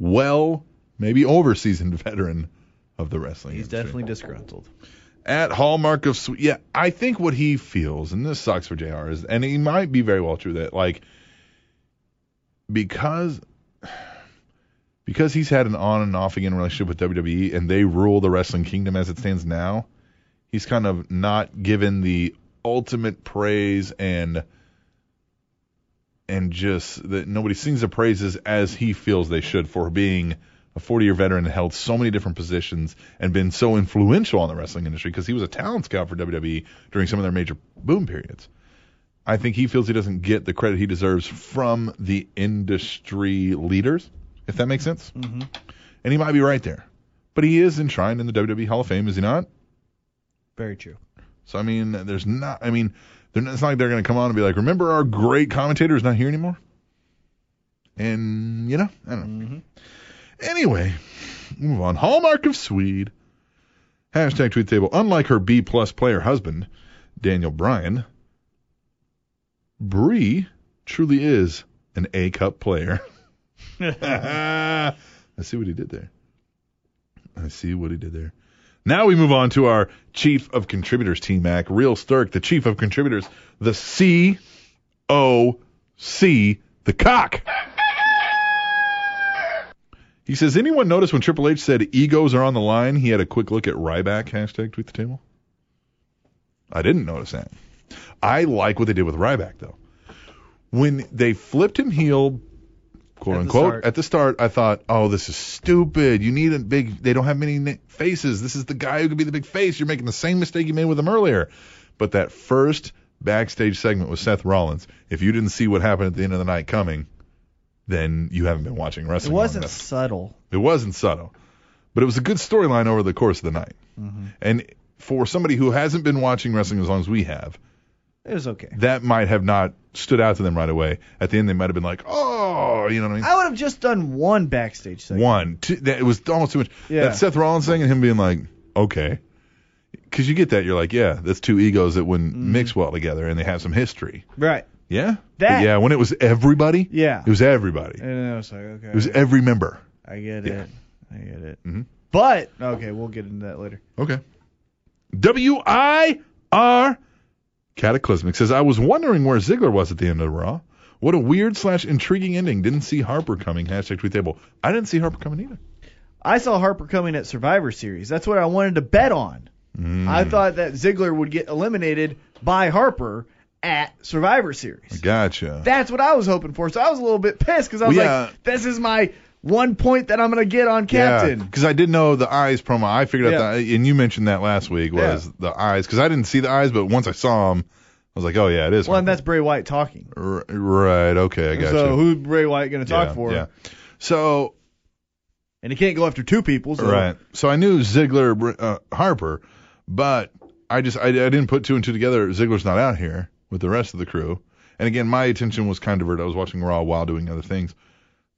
B: well, maybe over seasoned veteran of the wrestling
A: He's
B: industry.
A: definitely disgruntled.
B: at Hallmark of Sweet. Yeah, I think what he feels, and this sucks for JR, is, and he might be very well true that like because because he's had an on and off again relationship with WWE, and they rule the wrestling kingdom as it stands now. He's kind of not given the ultimate praise and and just that nobody sings the praises as he feels they should for being a 40 year veteran and held so many different positions and been so influential on the wrestling industry because he was a talent scout for WWE during some of their major boom periods. I think he feels he doesn't get the credit he deserves from the industry leaders, if that makes sense.
A: Mhm.
B: And he might be right there. But he is enshrined in the WWE Hall of Fame, is he not?
A: Very true.
B: So I mean, there's not. I mean, they're not, it's not like they're going to come on and be like, "Remember our great commentator is not here anymore." And you know, I don't know.
A: Mhm.
B: Anyway, move on. Hallmark of Swede. Hashtag tweet table. Unlike her B plus player husband, Daniel Bryan, Bree truly is an A cup player. *laughs* I see what he did there. I see what he did there. Now we move on to our chief of contributors, T Mac, Real Sturk, the chief of contributors, the C O C, the cock. He says, anyone notice when Triple H said egos are on the line, he had a quick look at Ryback, hashtag tweet the table? I didn't notice that. I like what they did with Ryback, though. When they flipped him heel, quote
A: At the
B: unquote,
A: start.
B: at the start, I thought, oh, this is stupid. You need a big, they don't have many na- faces. This is the guy who could be the big face. You're making the same mistake you made with him earlier. But that first backstage segment with Seth Rollins, if you didn't see what happened at the end of the night coming, then you haven't been watching
A: It
B: wrestling. long
A: wasn't
B: enough.
A: subtle.
B: It wasn't subtle, but it was a good storyline over the course of the night.
A: Mm-hmm.
B: And for somebody who hasn't been watching wrestling as long as we have,
A: It was okay.
B: that might have not stood out to them right away. At the end, they might have been like, "Oh," you know what I mean?
A: I would have just done one backstage segment.
B: One, two, that, it was almost too much.
A: Yeah.
B: That Seth Rollins thing and him being like, "Okay," because you get that, you're like, "Yeah, that's two egos that wouldn't
A: Mm-hmm.
B: mix well together, and they have some history."
A: Right.
B: Yeah. But
A: That-
B: yeah, when it was everybody,
A: Yeah.
B: it was everybody. It
A: And then I was like, okay.
B: was every member.
A: I get
B: Yeah.
A: it. I get it.
B: Mhm.
A: But okay, we'll get into that later.
B: Okay. W I R Cataclysmic says I was wondering where Ziggler was at the end of Raw. What a weird slash intriguing ending. Didn't see Harper coming. Hashtag tweet table. I didn't see Harper coming either.
A: I saw Harper coming at Survivor Series. That's what I wanted to bet on.
B: Mm,
A: I thought that Ziggler would get eliminated by Harper at Survivor Series.
B: Gotcha.
A: That's what I was hoping for. So I was a little bit pissed because I was
B: Well, yeah.
A: like, this is my one point that I'm gonna get on Captain.
B: Because I did know the eyes promo. I figured
A: Yeah.
B: out the and you mentioned that last week was
A: Yeah.
B: the eyes. Because I didn't see the eyes, but once I saw them, I was like, oh yeah, it is.
A: Well, and
B: Harper.
A: that's Bray Wyatt talking.
B: R- right. Okay, I got
A: so
B: you.
A: who's Bray Wyatt gonna talk
B: yeah,
A: for?
B: Yeah. So
A: And he can't go after two people. So
B: Right. So I knew Ziggler uh, Harper, but I just I, I didn't put two and two together. Ziggler's not out here with the rest of the crew. And again, my attention was kind of diverted. I was watching Raw while doing other things.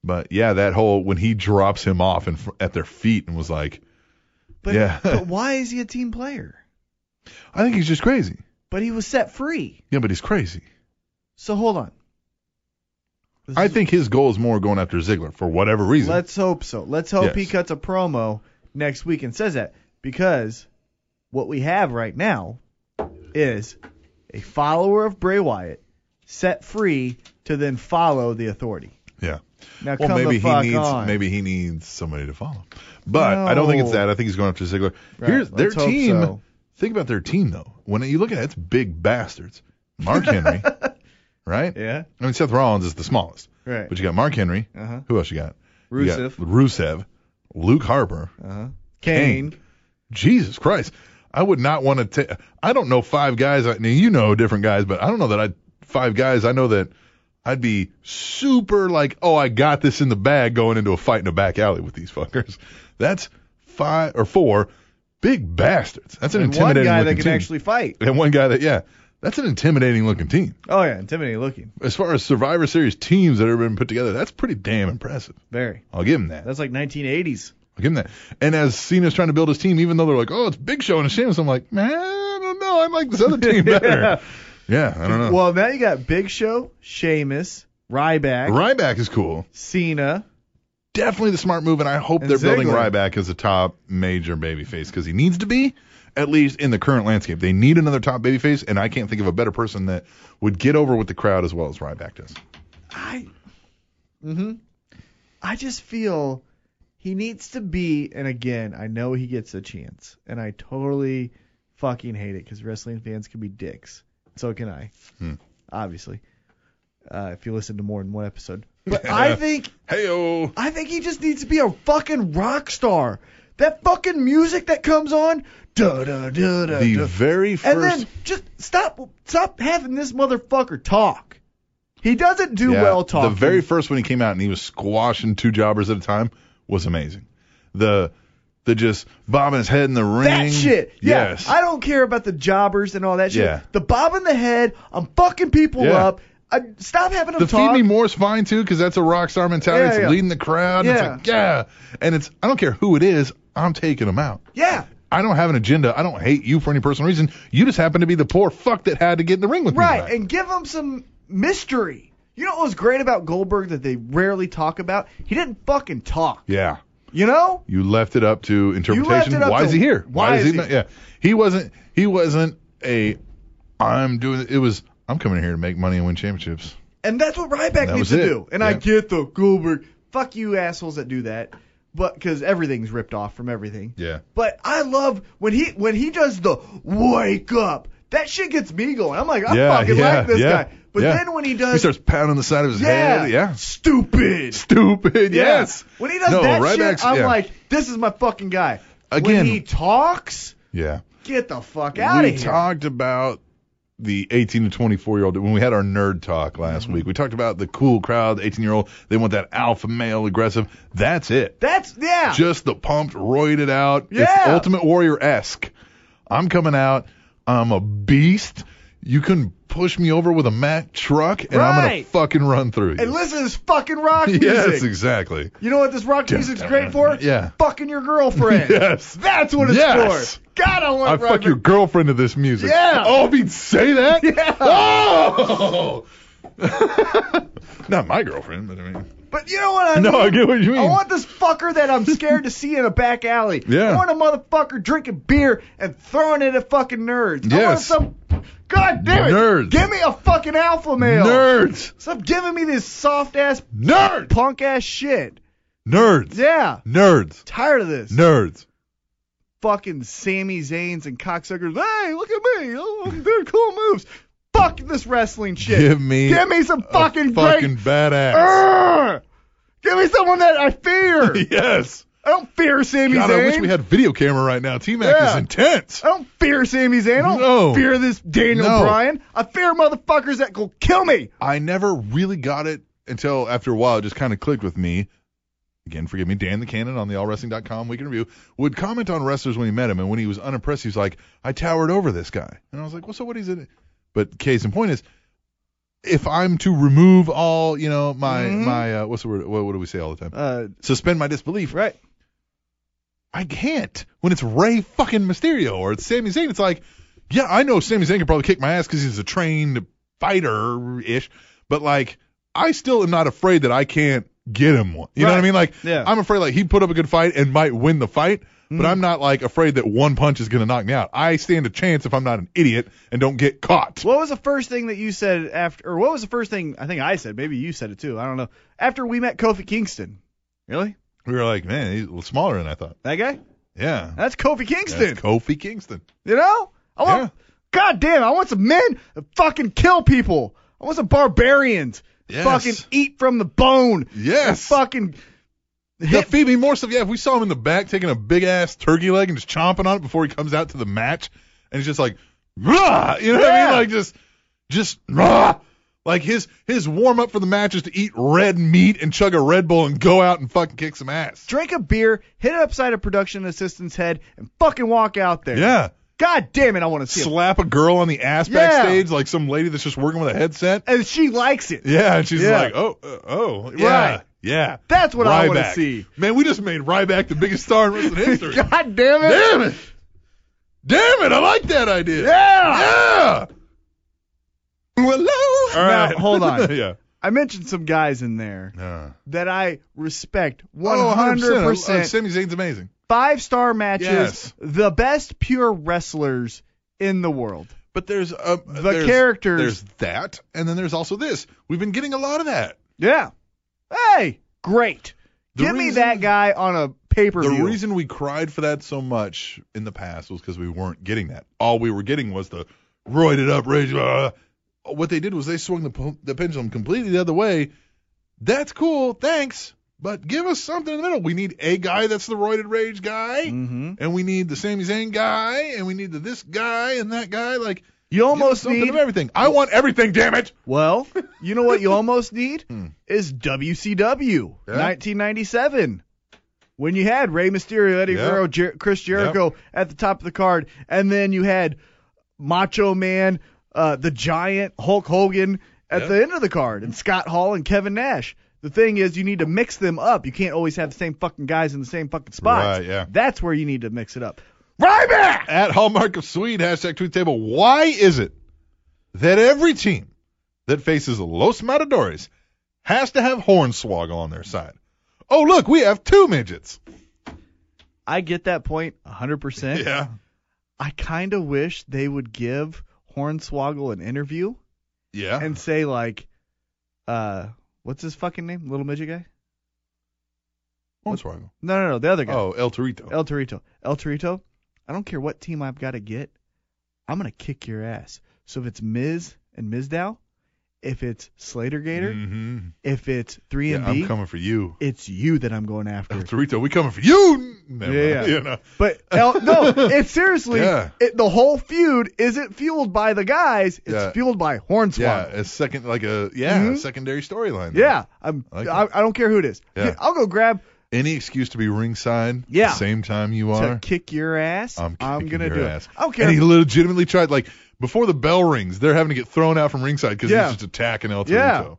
B: But yeah, that whole when he drops him off and fr- at their feet and was like,
A: But,
B: Yeah.
A: but why is he a team player?
B: I think he's just crazy.
A: But he was set free.
B: Yeah, but he's crazy.
A: So hold on. This
B: I
A: is-
B: think his goal is more going after Ziggler for whatever reason.
A: Let's hope so. Let's hope he
B: Yes.
A: cuts a promo next week and says that because what we have right now is a follower of Bray Wyatt set free to then follow the authority.
B: yeah.
A: Now
B: Well,
A: come
B: maybe
A: the
B: he
A: fuck
B: needs
A: on.
B: maybe he needs somebody to follow. But I don't think it's
A: No.
B: that. I think he's going after Ziggler.
A: Right,
B: Here's their
A: let's hope
B: team.
A: so.
B: Think about their team though. When you look at it, it's big bastards.
A: *laughs*
B: Mark Henry, right?
A: Yeah.
B: I mean Seth Rollins is the smallest,
A: Right.
B: but you got Mark Henry.
A: Uh-huh.
B: Who else you got? You got
A: Rusev.
B: Rusev, Luke Harper.
A: Uh-huh. Kane.
B: Jesus Christ. I would not want to take. I don't know five guys. I mean, you know different guys, but I don't know that I'd five guys. I know that I'd be super like, oh, I got this in the bag going into a fight in a back alley with these fuckers. That's five or four big bastards. That's an
A: And one
B: intimidating
A: guy that
B: looking
A: can
B: team.
A: actually fight.
B: and one guy that, yeah, that's an intimidating looking team.
A: Oh yeah, intimidating looking.
B: As far as Survivor Series teams that have been put together, that's pretty damn impressive.
A: Very.
B: I'll give him that.
A: That's like 1980s.
B: I'll give him that. And as Cena's trying to build his team, even though they're like, oh, it's Big Show and Sheamus, I'm like, man, I don't know. I like this
A: *laughs*
B: other team better. yeah. I don't know.
A: Well, now you got Big Show, Sheamus, Ryback,
B: Ryback is cool.
A: Cena.
B: Definitely the smart move, and I hope
A: And
B: they're building
A: Ziggler.
B: Ryback as a top major babyface because he needs to be, at least in the current landscape. They need another top babyface, and I can't think of a better person that would get over with the crowd as well as Ryback does.
A: I hmm I just feel he needs to be and again, I know he gets a chance and I totally fucking hate it cuz wrestling fans can be dicks. So can I.
B: Hmm.
A: Obviously. Uh, if you listen to more than one episode. *laughs* But I think
B: Heyo.
A: I think he just needs to be a fucking rock star. That fucking music that comes on, da da da da.
B: The
A: da.
B: very
A: And
B: first.
A: then just stop stop having this motherfucker talk. He doesn't do
B: Yeah,
A: well talking.
B: The very first when he came out and he was squashing two jobbers at a time was amazing. The the just bobbing his head in the ring.
A: that shit. Yeah,
B: Yes.
A: I don't care about the jobbers and all that shit.
B: Yeah.
A: The bob in the head, I'm fucking people
B: Yeah.
A: up. I, stop having them
B: the
A: talk.
B: Feed Me More's fine too because that's a rock star mentality.
A: Yeah,
B: it's
A: yeah.
B: leading the crowd.
A: Yeah.
B: It's like, yeah. And it's, I don't care who it is, I'm taking them out.
A: yeah.
B: I don't have an agenda. I don't hate you for any personal reason. You just happen to be the poor fuck that had to get in the ring with me.
A: Right,
B: tonight.
A: and give them some mystery. You know what was great about Goldberg that they rarely talk about? He didn't fucking talk.
B: Yeah.
A: You know?
B: You left it up to interpretation.
A: it up
B: why
A: to-
B: is he here?
A: why
B: is
A: is
B: he?
A: he-
B: Not, yeah, he wasn't. He wasn't a. I'm doing. It was. I'm coming here to make money and win championships.
A: And that's what Ryback
B: That was
A: needs to
B: it.
A: do. And I
B: Yeah.
A: get the Goldberg. Fuck you assholes that do that. But because everything's ripped off from everything.
B: Yeah.
A: But I love when he when he does the wake up. That shit gets me going. I'm like, I
B: yeah.
A: fucking
B: yeah.
A: like this
B: yeah,
A: guy. But
B: yeah.
A: then when he does,
B: he starts pounding the side of his
A: yeah,
B: head. Yeah.
A: stupid.
B: Stupid. Yes.
A: Yeah. When he does
B: no,
A: that
B: Ryback's-
A: shit, I'm
B: yeah.
A: like, this is my fucking guy.
B: Again-
A: when he talks,
B: Yeah.
A: get the fuck out
B: we
A: of here.
B: talked about the 18 to 24 year old when we had our nerd talk last
A: Mm-hmm.
B: week. We talked about the cool crowd, the 18 year old. They want that alpha male aggressive. That's it.
A: That's yeah.
B: just the pumped, roided out. It's
A: Yeah.
B: Ultimate Warrior esque. I'm coming out. I'm a beast. You can push me over with a Mack truck, and I'm gonna
A: Right.
B: fucking run through you.
A: and listen to this fucking rock music.
B: *laughs* yes, exactly.
A: You know what this rock music's great for?
B: *laughs* Yeah.
A: Fucking your girlfriend.
B: *laughs* Yes.
A: That's what it's
B: Yes.
A: for. God, I
B: I
A: want
B: fuck
A: Ryback.
B: your girlfriend to this music.
A: Yeah.
B: Oh, I mean, say that.
A: Yeah.
B: Oh. *laughs* Not my girlfriend, but I mean.
A: But you know what I mean?
B: *laughs* No, I get what you mean.
A: I want this fucker that I'm scared to see in a back alley.
B: Yeah.
A: I want a motherfucker drinking beer and throwing it at fucking nerds.
B: Yes.
A: I want some. God damn it.
B: Nerds.
A: Give me a fucking alpha male.
B: Nerds.
A: Stop giving me this soft ass,
B: Nerds.
A: punk ass shit.
B: Nerds.
A: Yeah.
B: Nerds.
A: Tired of this.
B: Nerds.
A: Fucking Sammy Zayn's and cocksuckers. Hey, look at me. Oh, I'm doing cool moves. Fuck this wrestling shit.
B: Give me.
A: Give me some
B: a
A: fucking,
B: fucking
A: great.
B: badass.
A: Urgh! Give me someone that I
B: *laughs*
A: fear.
B: yes.
A: I don't fear Sami
B: God,
A: Zayn.
B: I wish we had video camera right now. T Mac
A: Yeah.
B: is intense.
A: I don't fear Sami Zayn. I don't
B: No.
A: fear this Daniel
B: No.
A: Bryan. I fear motherfuckers that go kill me.
B: I never really got it until after a while. It just kind of clicked with me. Again, forgive me. Dan the Cannon on the AllWrestling.com Week in Review would comment on wrestlers when he met him, and when he was unimpressed, he was like, "I towered over this guy," and I was like, "Well, so what is it?" But case in point is, if I'm to remove all, you know, my
A: Mhm.
B: my uh, what's the word? What, what do we say all the time?
A: Uh,
B: Suspend my disbelief.
A: right.
B: I can't when it's Ray fucking Mysterio or it's Sami Zayn. It's like, yeah, I know Sami Zayn can probably kick my ass because he's a trained fighter ish, but like, I still am not afraid that I can't get him one. You know what I
A: Right.
B: mean? Like
A: Yeah. Mm.
B: I'm afraid like he put up a good fight and might win the fight, but I'm not like afraid that one punch is gonna knock me out. I stand a chance if I'm not an idiot and don't get caught.
A: What was the first thing that you said after, or what was the first thing I think I said? Maybe you said it too. I don't know. After we met Kofi Kingston, really?
B: We were like, man, he's a little smaller than I thought.
A: That guy?
B: Yeah.
A: That's Kofi
B: That's
A: Kingston.
B: Kofi Kingston.
A: you know? I want.
B: Yeah.
A: God damn! I want some men that fucking kill people. I want some barbarians. that
B: Yes.
A: Fucking eat from the bone. that
B: Yes.
A: Fucking
B: Yeah,
A: hit
B: Phoebe Morse. Yeah, if we saw him in the back taking a big ass turkey leg and just chomping on it before he comes out to the match, and he's just like, rah, you know what I
A: Yeah.
B: mean? Like just, just rah. Like his his warm up for the match is to eat red meat and chug a Red Bull and go out and fucking kick some ass.
A: drink a beer, hit it upside a production assistant's head, and fucking walk out there.
B: Yeah.
A: God damn it, I want to see it.
B: Slap a girl on the ass
A: Yeah.
B: backstage, like some lady that's just working with a headset.
A: and she likes it.
B: Yeah, and she's
A: Yeah.
B: like, oh, uh, oh, yeah,
A: Right.
B: yeah.
A: That's what I want to
B: Ryback.
A: see.
B: Man, we just made Ryback the biggest star in wrestling
A: *laughs*
B: history. *laughs*
A: God damn it.
B: Damn it! Damn it! I like that idea. Yeah. Yeah. Well, hello.
A: Now, hold on.
B: *laughs* yeah.
A: I mentioned some guys in there
B: Uh,
A: that I respect
B: oh,
A: 100%.
B: Uh, Sami Zayn's amazing.
A: Five star matches,
B: Yes.
A: the best pure wrestlers in the world.
B: But there's uh, the
A: characters-
B: There's that, and then there's also this. We've been getting a lot of that.
A: Yeah. Hey, great.
B: The
A: Give me
B: reason-
A: that guy on a pay per
B: The
A: view.
B: reason we cried for that so much in the past was because we weren't getting that. All we were getting was the roided up rage. blah, blah. What they did was they swung the, pu- the pendulum completely the other way. That's cool, thanks, but give us something in the middle. We need a guy that's the roided rage guy,
A: hmm
B: and we need the Sami Zayn guy, and we need the this guy and that guy. Like
A: You
B: give us
A: almost
B: something
A: need
B: of everything. I want everything, damn it.
A: Well,
B: *laughs*
A: you know what you almost need
B: Hmm.
A: is WCW
B: Yeah.
A: 1997. When you had Rey Mysterio, Eddie
B: Yeah.
A: Guerrero, Jer- Chris Jericho at the top of the card, and then you had Macho Man, uh, the Giant, Hulk Hogan at
B: Yeah.
A: the end of the card, and Scott Hall and Kevin Nash. The thing is, you need to mix them up. You can't always have the same fucking guys in the same fucking spots.
B: Right, yeah.
A: That's where you need to mix it up. Ryback!
B: at Hallmark of Swede, hashtag tweet table. Why is it that every team that faces Los Matadores has to have Hornswoggle on their side? Oh, look, we have two midgets.
A: I get that point 100%.
B: *laughs* Yeah.
A: I kind of wish they would give Hornswoggle an interview
B: Yeah.
A: *laughs* and say like, uh, what's his fucking name? Little midget guy?
B: Hornswoggle.
A: No, no, no, the other guy.
B: Oh, El Torito.
A: El Torito. El Torito. I don't care what team I've got to get. I'm gonna kick your ass. So if it's Miz and Mizdow, if it's Slater Gator,
B: hmm
A: if it's three
B: Yeah,
A: and B,
B: I'm coming for you.
A: it's you that I'm going after.
B: *laughs* El Torito, we coming for you. Never
A: Yeah,
B: mind. *laughs*
A: yeah.
B: You know.
A: But El,
B: *laughs*
A: no, it's seriously
B: Yeah.
A: it, the whole feud isn't fueled by the guys. It's
B: Yeah.
A: fueled by Hornswoggle.
B: Yeah, a second, like a yeah,
A: Mhm.
B: a secondary storyline. there.
A: Yeah, I'm.
B: I like
A: I,
B: that.
A: I don't care who it is.
B: Yeah.
A: I'll go grab
B: Any excuse to be ringside.
A: Yeah.
B: The same time you are.
A: to kick your ass.
B: I'm, kicking
A: gonna
B: your
A: do
B: ass.
A: it. I don't care.
B: And he legitimately tried like before the bell rings, they're having to get thrown out from ringside because
A: Yeah.
B: he's just attacking El Torito.
A: Yeah.
B: I like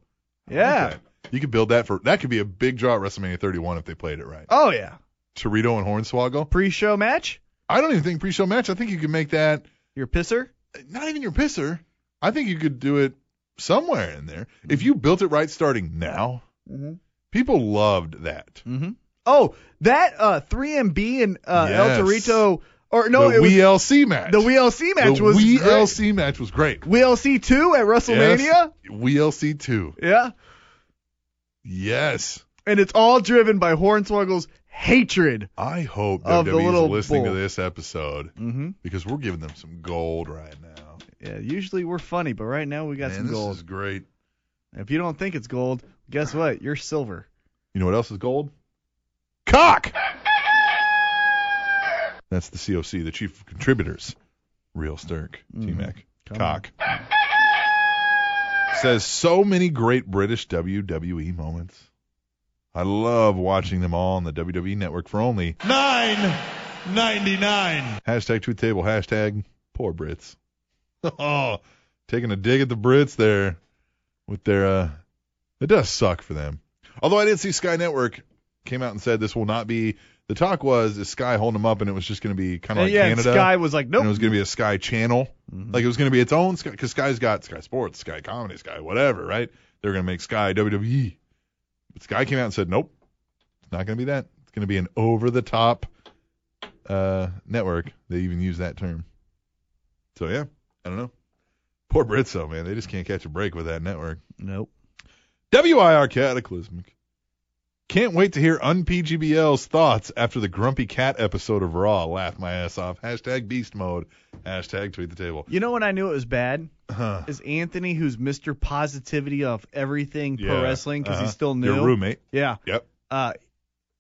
A: yeah.
B: that. You could build that for that could be a big draw at WrestleMania 31 if they played it right.
A: Oh yeah.
B: Torito and Hornswoggle.
A: Pre-show match.
B: I don't even think pre-show match. I think you could make that
A: Your pisser.
B: not even your pisser. I think you could do it somewhere in there if you built it right starting now.
A: Mm-hmm.
B: People loved that.
A: Mm-hmm. Oh, that uh 3MB and uh,
B: Yes.
A: El Torito or no,
B: the
A: it was
B: WLC match.
A: the WLC match
B: the
A: was
B: WLC match was great.
A: great. WLC two at WrestleMania.
B: WLC two.
A: Yeah.
B: Yes.
A: And it's all driven by Hornswoggle's hatred.
B: I hope
A: Of the
B: WWE
A: little
B: is listening
A: bull.
B: to this episode
A: Mm-hmm.
B: because we're giving them some gold right now.
A: Yeah. Usually we're funny, but right now we got
B: Man,
A: some
B: this
A: gold.
B: is great.
A: If you don't think it's gold, guess what? You're silver.
B: You know what else is gold? Cock. That's the COC, the chief of contributors. Real Stirk,
A: Mhm.
B: T Mac,
A: Come
B: cock. Says so many great British WWE moments. I love watching them all on the WWE network for only
E: Nine ninety nine.
B: Hashtag truth table. Hashtag poor Brits. *laughs* Oh, taking a dig at the Brits there with their. uh It does suck for them. Although I did see Sky Network came out and said this will not be The talk was is Sky holding them up, and it was just going to be kind of like
A: Uh, yeah, and
B: Canada.
A: Sky was like, nope. Mm-hmm.
B: And it was going to be a Sky channel. Like it was going to be its own Sky because Sky's got Sky Sports, Sky Comedy, Sky whatever, right? They're going to make Sky WWE. But Sky came out and said, nope, it's not going to be that. It's going to be an over the top uh, network. They even use that term. So yeah, I don't know. Poor Brits though, man. They just can't catch a break with that network.
A: nope.
B: WIR Cataclysmic. Can't wait to hear UnPGBL's thoughts after the Grumpy Cat episode of Raw. Laugh my ass off. Hashtag beast mode. Hashtag tweet the table.
A: You know when I knew it was bad
B: Huh.
A: is Anthony, who's Mr. Positivity of everything pro
B: Yeah,
A: wrestling because
B: uh-huh.
A: he's still new.
B: Your roommate.
A: Yeah.
B: Yep.
A: Uh,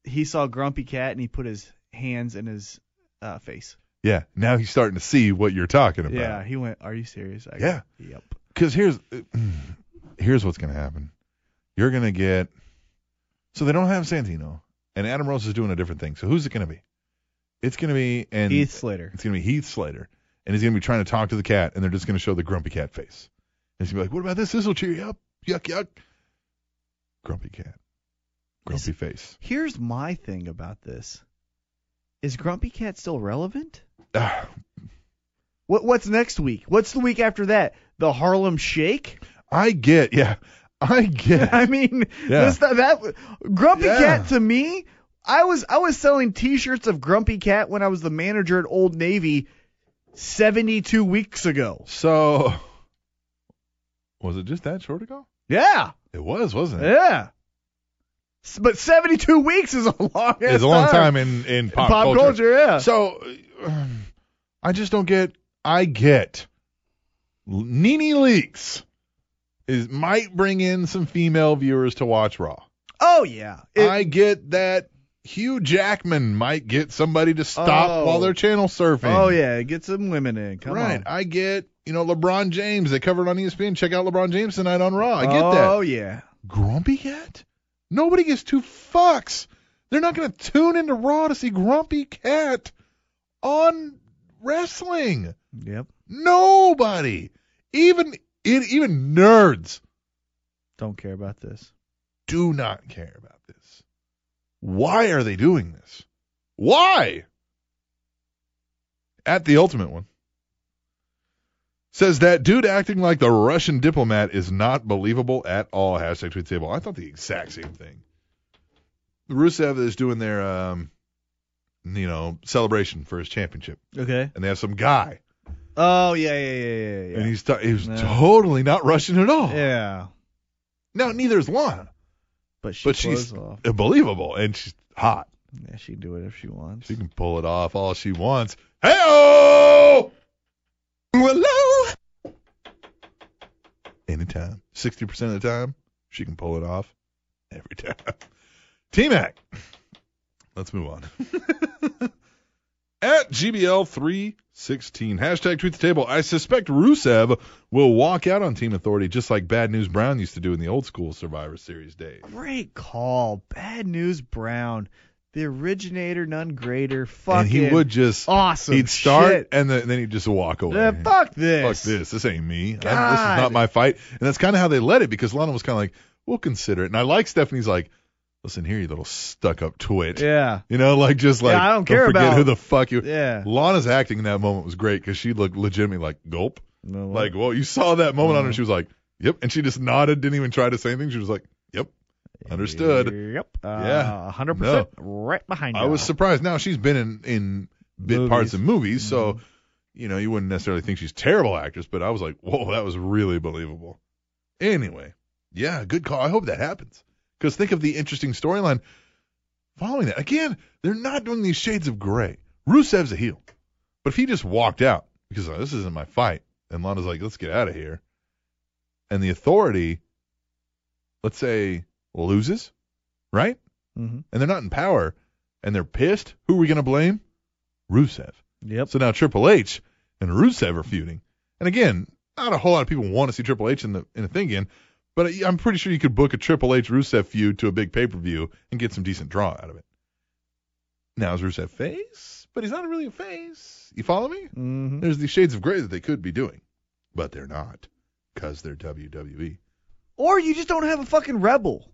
A: he saw Grumpy Cat and he put his hands in his uh, face.
B: Yeah. Now he's starting to see what you're talking about.
A: Yeah. He went, "Are you serious?" I
B: Yeah.
A: Yep.
B: because here's *clears throat* here's what's gonna happen. You're gonna get so they don't have Santino and Adam Rose is doing a different thing. So who's it gonna be? It's gonna be and
A: Heath Slater.
B: it's gonna be Heath Slater and he's gonna be trying to talk to the cat and they're just gonna show the grumpy cat face. And he's gonna be like, what about this? This will cheer you up. Yuck yuck. Grumpy cat. Grumpy face.
A: Here's my thing about this: Is Grumpy Cat still relevant?
B: Ah,
A: What What's next week? What's the week after that? The Harlem Shake?
B: I get yeah. I
A: *laughs*
B: get
A: I mean,
B: Yeah.
A: this, that, that Grumpy
B: Yeah.
A: Cat to me, I was I was selling T-shirts of Grumpy Cat when I was the manager at Old Navy, 72 weeks ago.
B: so *laughs* was it just that short ago?
A: Yeah,
B: It was, wasn't it?
A: yeah. S- But 72 weeks is a long.
B: It's a long time in in pop, culture.
A: yeah.
B: So um, I just don't get. I get. Nene Leaks is might bring in some female viewers to watch Raw.
A: oh yeah. It-
B: I get that Hugh Jackman might get somebody to stop
A: Oh.
B: while they're channel surfing.
A: oh yeah. Get some women in. Come
B: right.
A: on.
B: I get. You know LeBron James. They covered on E ESPN. Check out LeBron James tonight on Raw. I get that.
A: Oh yeah.
B: Grumpy Cat? Nobody gives two fucks. They're not going to tune into Raw to see Grumpy Cat on wrestling.
A: Yep.
B: Nobody. Even it, even nerds
A: Don't care about this.
B: do not care about this. Why are they doing this? Why? At the ultimate one. Says that dude acting like the Russian diplomat is not believable at all. Hashtag tweet table. I thought the exact same thing. Rusev is doing their um you know, celebration for his championship.
A: Okay.
B: And they have some guy.
A: Oh yeah yeah yeah yeah yeah.
B: And he's t- he was
A: No.
B: totally not Russian at all.
A: yeah.
B: Now neither is Lana.
A: But she
B: But
A: closed
B: she's
A: off.
B: believable and she's hot.
A: Yeah, she can do it if she wants.
B: She can pull it off all she wants. Hey oh! Hello! Anytime. 60% of the time, she can pull it off. Every time. *laughs* T Mac. Let's move on. *laughs* At GBL316. Hashtag tweet the table. I suspect Rusev will walk out on Team Authority just like Bad News Brown used to do in the old school Survivor Series days.
A: Great call. Bad news, Brown. The originator, none greater. Fucking
B: and he would just.
A: awesome.
B: he'd start
A: shit.
B: and then, then he'd just walk away.
A: Yeah, fuck
B: Fuck
A: this.
B: this. This ain't me. I- this is
A: God.
B: not my fight. And that's kind of how they let it because Lana was kind of like, we'll consider it. And I like Stephanie's like, listen here, you little stuck up twit. *laughs*
A: Yeah.
B: You know, like just like,
A: Yeah, I don't care
B: forget
A: about-
B: who the fuck you.
A: Yeah.
B: Lana's acting in that moment was great because she looked legitimately like, gulp.
A: No, what?
B: Like, well, you saw that moment
A: Mm-hmm.
B: on her. She was like, yep. And she just nodded, didn't even try to say anything. She was like, yep. Understood.
A: Yep. Uh,
B: Yeah.
A: 100% right behind you.
B: I was surprised. Now she's been in in big
A: Movies.
B: parts of movies, so you know you wouldn't necessarily think she's a terrible actress, but I was like, whoa, that was really believable. Anyway, yeah, good call. I hope that happens because think of the interesting storyline following that. Again, they're not doing these shades of gray. Rusev's a heel, but if he just walked out because "Oh, this isn't my fight, and Lana's like, let's get out of here, and the authority, let's say, loses, right?
A: Mhm.
B: and they're not in power and they're pissed, who are we going to blame? Rusev.
A: Yep.
B: So now Triple H and Rusev are feuding. And again, not a whole lot of people want to see Triple H in the in the thing again, but I- I'm pretty sure you could book a Triple H Rusev feud to a big pay per view and get some decent draw out of it. Now is Rusev face, but he's not really a face. You follow me?
A: hmm
B: There's these shades of gray that they could be doing, but they're not because they're E. WWE.
A: Or you just don't have a fucking rebel.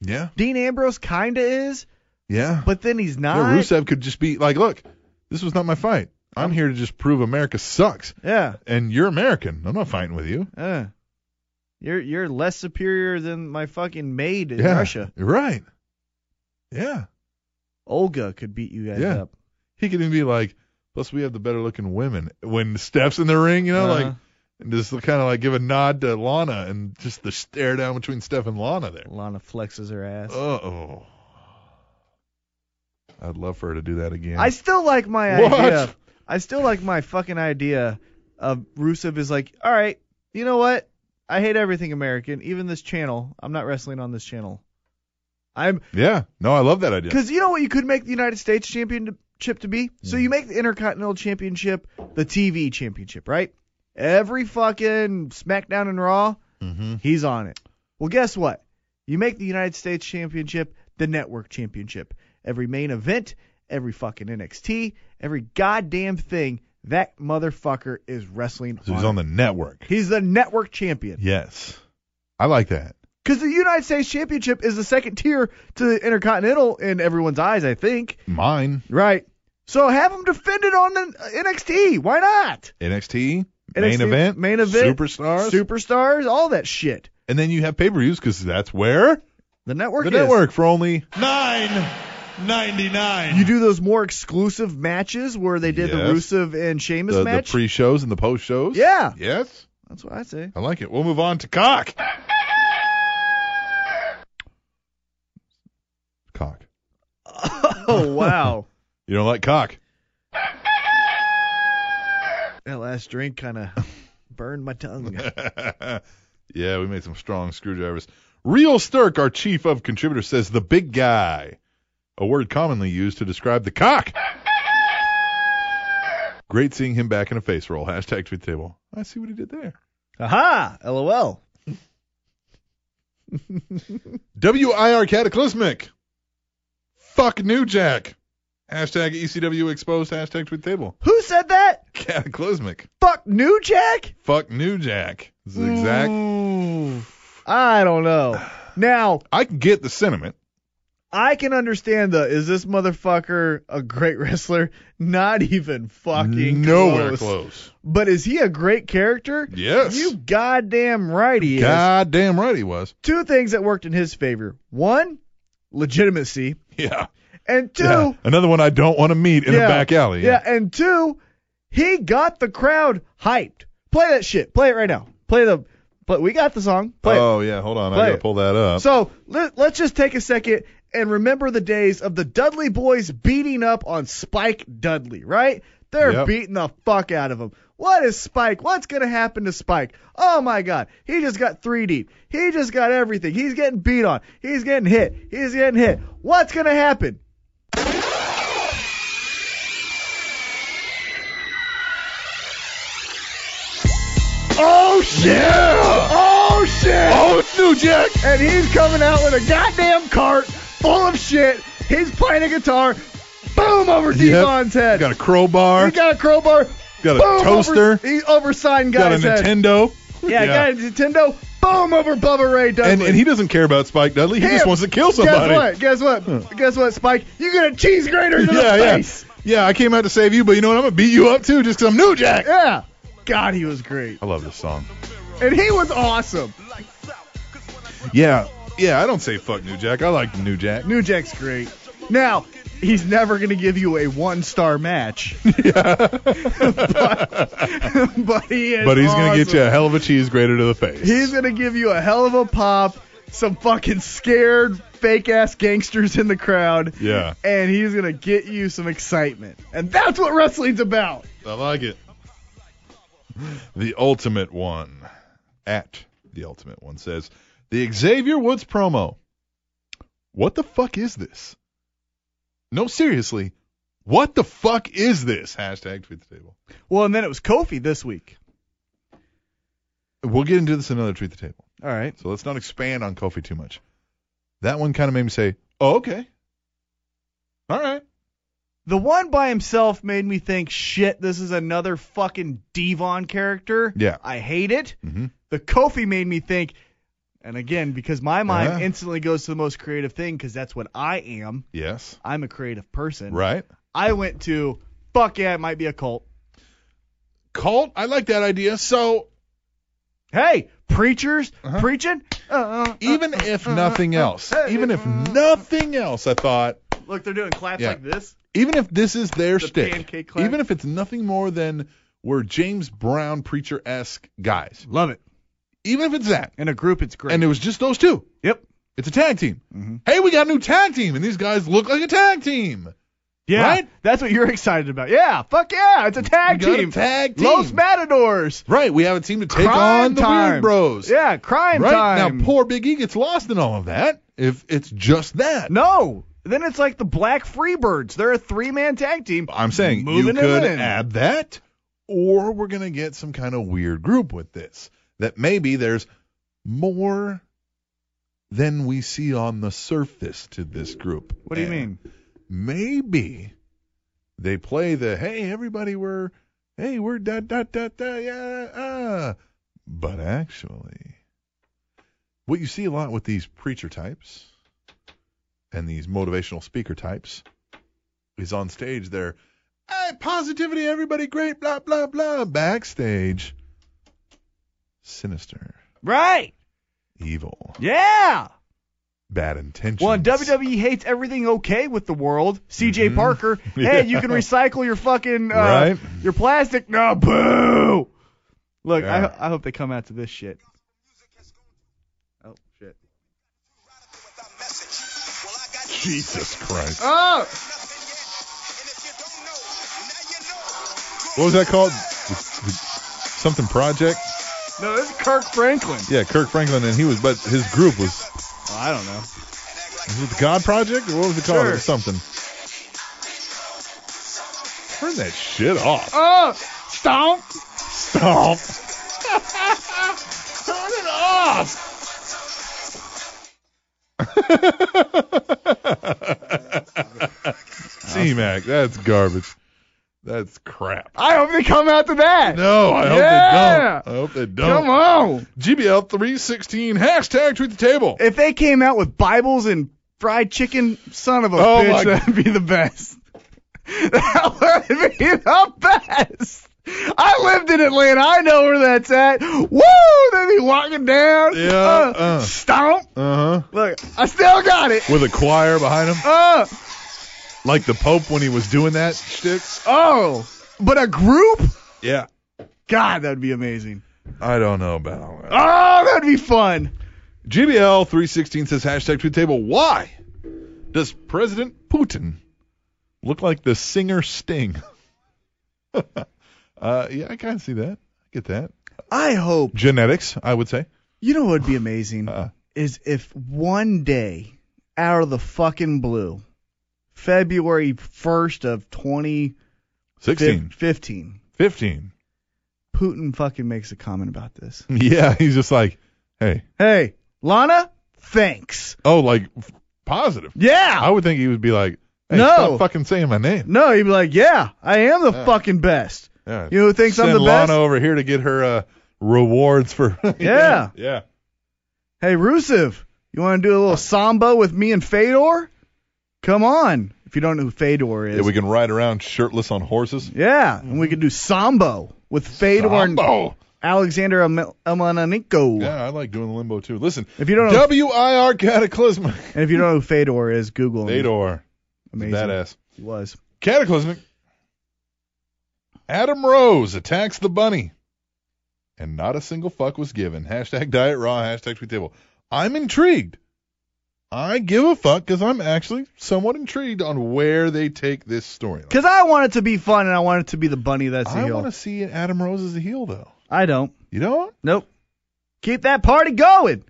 B: Yeah.
A: Dean Ambrose kind of is,
B: Yeah.
A: But then he's
B: yeah,
A: not.
B: Rusev could just be like, look, this was not my fight. I'm here to just prove America sucks,
A: Yeah.
B: and you're American. I'm not fighting with you.
A: Uh, you're you're less superior than my fucking maid in
B: yeah.
A: Russia.
B: You're right. Yeah.
A: Olga could beat you guys
B: Yeah.
A: up.
B: He could even be like, plus we have the better looking women. When Steph's in the ring, you know,
A: Uh-huh.
B: like and just kind of like give a nod to Lana and just the stare down between Steph and Lana there.
A: Lana flexes her ass.
B: Oh. I'd love for her to do that again.
A: I still like my
B: What?
A: idea. I still like my fucking idea of Rusev is like, all right, you know what? I hate everything American, even this channel. I'm not wrestling on this channel. I'm
B: yeah. No, I love that idea.
A: because you know what you could make the United States championship to be.
B: Mm-hmm.
A: So you make the Intercontinental Championship the TV championship, right? Every fucking SmackDown and Raw,
B: Mm-hmm.
A: He's on it. Well, guess what? You make the United States Championship the network championship. Every main event, every fucking NXT, every goddamn thing, that motherfucker is wrestling
B: So
A: on.
B: he's on the network.
A: He's the network champion.
B: Yes. I like that.
A: Because the United States Championship is the second tier to the Intercontinental in everyone's eyes, I think.
B: Mine.
A: Right. So have him defend it on the uh, NXT. Why not?
B: NXT, main
A: NXT
B: event,
A: main event,
B: superstars,
A: Superstars, all that shit.
B: and then you have pay-per-views because that's where
A: The network
B: the
A: is.
B: network for only
E: Nine ninety nine.
A: You do those more exclusive matches where they did the
B: Yes.
A: Rusev and Sheamus
B: the, the
A: match.
B: pre-shows and the post-shows.
A: yeah,
B: Yes.
A: that's what I
B: *laughs*
A: say.
B: I like it. We'll move on to cock. Cock.
A: Oh wow,
B: You don't like cock.
A: that last drink kind of burned my tongue.
B: *laughs* yeah, we made some strong screwdrivers. Real Sturk, our chief of contributors, says the big guy, a word commonly used to describe the cock. Great seeing him back in a face roll. Hashtag tweet table. I see what he did there.
A: Aha! LOL. *laughs*
B: WIR Cataclysmic. Fuck New Jack. Hashtag ECW exposed. Hashtag tweet table.
A: Who said that?
B: Cataclysmic.
A: Fuck New Jack?
B: Fuck New Jack. This is exact.
A: I don't know. Now
B: I can get the sentiment.
A: I can understand the is this motherfucker a great wrestler? Not even fucking
B: Nowhere
A: close.
B: close.
A: But is he a great character?
B: Yes.
A: You goddamn right he is.
B: God damn right he was.
A: two things that worked in his favor. One, legitimacy,
B: *laughs* Yeah.
A: and two,
B: Yeah.
A: yeah,
B: Another one I don't want to meet in a back alley.
A: and two, he got the crowd hyped. Play that shit. Play it right now. Play the. Play, we got the song. Play
B: oh yeah, hold on. I
A: Play
B: gotta
A: it.
B: pull that
A: it.
B: up.
A: So let, let's just take a second and remember the days of the Dudley boys beating up on Spike Dudley, right? They're
B: Yep.
A: beating the fuck out of him. What is Spike? What's going to happen to Spike? Oh my God. He just got 3 deep. He just got everything. He's getting beat on. He's getting hit. He's getting hit. What's going to happen?
B: oh shit! Oh shit! Oh it's New Jack!
A: and he's coming out with a goddamn cart full of shit. He's playing a guitar. Boom over Devon's head.
B: Got a crowbar.
A: he got a crowbar.
B: Got a
A: boom,
B: toaster.
A: Over, he over sign
B: got a
A: guy's head.
B: Nintendo.
A: Yeah, got a Nintendo. Boom over Bubba Ray Dudley.
B: And, and he doesn't care about Spike Dudley. He
A: Him.
B: just wants to kill somebody.
A: Guess what? Guess what? Guess what, Spike? You get a cheese grater to
B: Yeah,
A: the
B: yeah.
A: face.
B: Yeah, I came out to save you, but you know what? I'm gonna beat you up too, just 'cause I'm New Jack.
A: Yeah. God, he was great.
B: I love this song.
A: And he was awesome.
B: Yeah, yeah. I don't say fuck New Jack. I like New Jack. *laughs*
A: New Jack's great. Now, he's never going to give you a one star match,
B: *laughs*
A: but he is
B: but he's gonna get
A: awesome.
B: you a hell of a cheese grater to the face.
A: He's gonna give you a hell of a pop, some fucking scared fake ass gangsters in the crowd.
B: Yeah.
A: And he's gonna get you some excitement. And that's what wrestling's about.
B: I like it. The ultimate one at the ultimate one says the Xavier Woods promo. What the fuck is this? No, seriously, what the fuck is this? Hashtag tweet the table.
A: Well, and then it was Kofi this week.
B: We'll get into this in another tweet the table.
A: All right.
B: So let's not expand on Kofi too much. That one kind of made me say, oh, okay. All right.
A: The one by himself made me think, shit, this is another fucking Devon character.
B: Yeah.
A: I hate it.
B: Mhm.
A: The Kofi made me think, And again, because my mind
B: Yeah.
A: instantly goes to the most creative thing because that's what I am.
B: Yes.
A: I'm a creative person.
B: Right.
A: I went to, fuck yeah, it might be a cult.
B: Cult. I like that idea. So
A: Hey, preachers
B: Uh-huh.
A: preaching. Uh, uh, uh.
B: even if nothing else,
A: hey,
B: even if
A: uh,
B: nothing else, I thought,
A: Look, they're doing claps
B: Yeah.
A: like this.
B: even if this is their
A: The
B: shtick,
A: pancake clap.
B: even if it's nothing more than we're James Brown preacher esque guys,
A: Love it.
B: even if it's that,
A: In a group, it's great.
B: and it was just those two.
A: yep.
B: It's a tag team.
A: Mhm.
B: Hey, we got a new tag team, and these guys look like a tag team.
A: Yeah.
B: Right?
A: That's what you're excited about. Yeah. Fuck yeah. It's a tag
B: we got
A: team.
B: A tag team.
A: Los Matadors.
B: right. We have a team to take
A: Crime
B: on the
A: time.
B: Weird Bros.
A: Yeah. Crime
B: right
A: time.
B: now, poor Big E gets lost in all of that. If it's just that.
A: No. Then it's like the Black Freebirds. They're a three man tag team.
B: I'm saying
A: Moving
B: you could
A: it in.
B: add that, or we're gonna get some kind of weird group with this. That maybe there's more than we see on the surface to this group.
A: What do you
B: And
A: mean?
B: Maybe they play the hey everybody we're hey we're da da da da yeah ah, but actually, what you see a lot with these preacher types and these motivational speaker types is on stage they're hey, positivity, everybody great, blah, blah, blah. Backstage, sinister,
A: Right.
B: evil,
A: Yeah.
B: bad intentions.
A: Well, and WWE hates everything okay with the world. CJ
B: Mhm. *laughs*
A: Parker, hey,
B: Yeah.
A: you can recycle your fucking uh,
B: Right.
A: your plastic. No, boo. Look,
B: Yeah.
A: I, I hope they come out to this shit. Oh shit.
B: Jesus Christ.
A: Oh,
B: What was that called? Something Project?
A: no, this is Kirk Franklin.
B: Yeah, Kirk Franklin, and he was, but his group was,
A: Oh, I don't know.
B: was it the God Project? Or what was it called? It was
A: Sure.
B: something. Turn that shit off.
A: Oh, stomp. Oh.
B: Stop.
A: *laughs*
B: Turn it off. *laughs* T Mac, that's garbage. That's crap.
A: I hope they come out to that.
B: No, I hope
A: Yeah.
B: they don't. I hope they don't.
A: Come on.
B: GBL 316 hashtag tweet the table.
A: If they came out with Bibles and fried chicken, son of a
B: Oh,
A: bitch, *laughs*
B: my-
A: that'd be the best. *laughs* that would be the best. I lived in Atlanta. I know where that's at. Woo! They be walking down.
B: Yeah,
A: Uh,
B: uh.
A: Stomp.
B: Uh huh.
A: Look, I still got it.
B: With a choir behind him,
A: Uh,
B: like the Pope when he was doing that shtick.
A: oh. But a group?
B: Yeah.
A: God, that'd be amazing.
B: I don't know about all that.
A: Oh, that'd be fun.
B: GBL 316 says hashtag tweet table. Why does President Putin look like the singer Sting? *laughs* uh, yeah, I kind of see that. I get that.
A: I hope.
B: Genetics, I would say.
A: You know what would be amazing?
B: Uh,
A: is if one day out of the fucking blue, February 1st of
B: 16,
A: 2015,
B: 15.
A: Putin fucking makes a comment about this.
B: *laughs* Yeah, he's just like, hey,
A: Hey, Lana, thanks.
B: oh, like f- positive. I
A: Yeah.
B: would think he would be like, hey,
A: No.
B: stop fucking saying my name.
A: No, he'd be like, yeah, I am the
B: Yeah.
A: fucking best.
B: Yeah.
A: You know who thinks
B: Send
A: I'm the
B: Lana
A: best?
B: over here to get her uh, rewards for. *laughs*
A: Yeah.
B: Yeah.
A: Hey, Rusev, you want to do a little samba with me and Fedor? Come on. If you don't know who Fedor is.
B: Yeah, we can ride around shirtless on horses.
A: Yeah, and we could do sambo with Fedor and
B: Sambo.
A: Alexander Emel- Emelianenko.
B: Yeah, I like doing the limbo too. Listen,
A: If you don't know
B: WIR Cataclysmic.
A: And if you don't know who Fedor is, Google him.
B: Fedor,
A: Amazing.
B: badass.
A: He was.
B: Cataclysmic. Adam Rose attacks the bunny, and not a single fuck was given. Hashtag Diet Raw. Hashtag Tweet Table. I'm intrigued. I give a fuck because I'm actually somewhat intrigued on where they take this story.
A: Because I want it to be fun and I want it to be the bunny that's the
B: I
A: heel.
B: want to see Adam Rose as a heel though.
A: I don't.
B: You don't?
A: Nope. Keep that party going.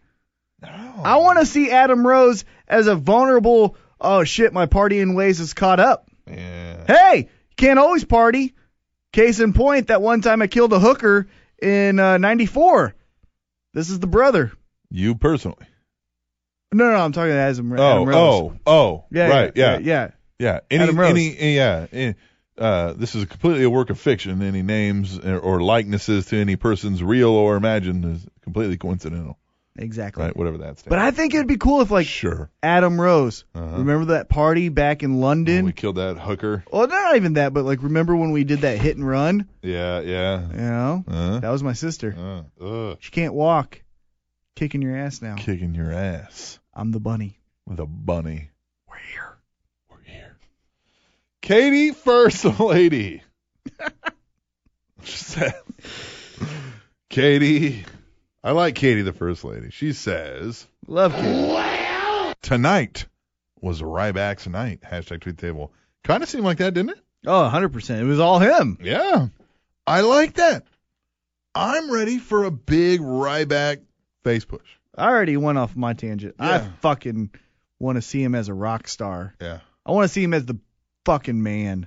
B: No.
A: I want to see Adam Rose as a vulnerable, oh shit, my partying ways is caught up.
B: Yeah.
A: Hey, can't always party. Case in point, that one time I killed a hooker in uh, 94. This is the brother.
B: You personally.
A: No, no, I'm talking to Adam,
B: Oh,
A: Adam Rose.
B: oh, oh.
A: yeah,
B: right.
A: yeah,
B: Yeah.
A: yeah.
B: Yeah. Any,
A: Adam Rose.
B: any, yeah. eh, Uh, this is completely a work of fiction. Any names or- or likenesses to any person's real or imagined is completely coincidental.
F: Exactly.
B: right? Whatever that stands.
A: But I think it'd be cool if like
B: sure.
A: Adam Rose.
B: Uh-huh.
A: Remember that party back in London?
B: we killed that hooker.
A: Well, not even that, but like remember when we did that hit and run?
B: Yeah,
A: You
B: yeah.
A: know,
B: Uh,
A: that was my sister.
B: uh, ugh.
A: She can't walk. Kicking your ass now.
B: Kicking your ass
A: I'm the bunny.
B: with a bunny.
A: We're here.
B: We're here. Katie, first *laughs* lady. She said- Katie, I like Katie, the first lady. She says,
A: Love kids.
B: tonight was Ryback's night. Hashtag tweet table. Kind of seemed like that, didn't it?
A: Oh, 100%. It was all him.
B: Yeah. I like that. I'm ready for a big Ryback face push.
A: I already went off my tangent. I
B: Yeah.
A: fucking want to see him as a rock star.
B: Yeah.
A: I want to see him as the fucking man.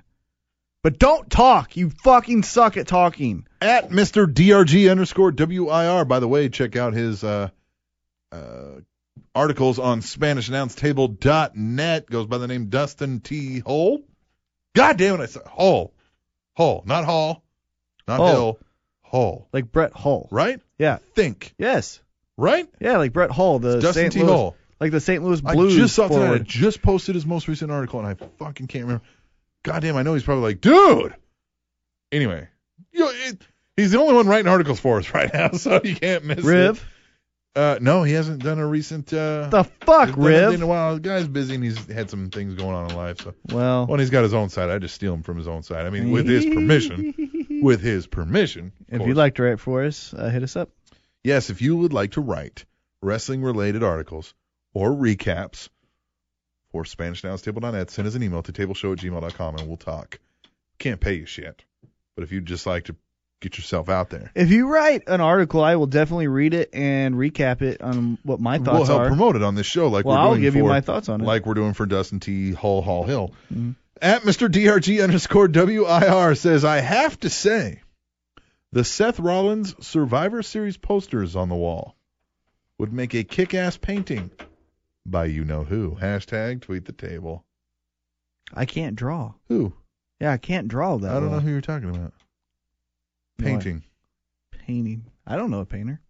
A: But don't talk. You fucking suck at talking.
B: At Mr. DRG underscore WIR. By the way, check out his uh, uh, articles on SpanishAnnounceTable.net. Goes by the name Dustin T. Hole. God damn it. I said Hole. Hole. Not Hall. Not
A: Hall.
B: Hill. Hole.
A: Like Brett Hull.
B: Right?
A: Yeah.
B: Think.
A: Yes.
B: Right?
A: Yeah, like Brett Hull, the
B: Dustin
A: St.
B: T.
A: Louis,
B: Hall.
A: like the St. Louis Blues
B: I just saw tonight. I
A: forward.
B: just posted his most recent article, and I fucking can't remember. Goddamn, I know he's probably like, dude. Anyway, you know, it, he's the only one writing articles for us *laughs* right now, so you can't miss
A: Riv,
B: it. Uh, no, he hasn't done a recent. Uh,
A: the fuck,
B: he's done anything In a
A: Riv.
B: while, the guy's busy and he's had some things going on in life. So,
A: Well,
B: well, he's got his own side. I just steal him from his own side. I mean, with
A: *laughs*
B: his permission. With his permission. of
A: if
B: course.
A: you'd like to write for us, uh, hit us up.
B: Yes, if you would like to write wrestling related articles or recaps for SpanishNowsTable.net, send us an email to tableshow at gmail.com and we'll talk. Can't pay you shit. But if you'd just like to get yourself out there,
A: If you write an article, I will definitely read it and recap it on what my
B: we'll
A: thoughts
B: help
A: are.
B: promote it on this show like
A: well,
B: we're
A: I'll
B: doing
A: give
B: for,
A: you my thoughts on it.
B: like we're doing for Dustin T. Hall Hall Hill.
A: Mhm.
B: At Mr. DRG underscore WIR says, I have to say, the Seth Rollins Survivor Series posters on the wall would make a kick ass painting by you know who. Hashtag tweet the table.
A: I can't draw.
B: Who?
A: Yeah, I can't draw that.
B: I don't
A: well.
B: know who you're talking about.
A: What?
B: Painting.
A: painting. I don't know a painter.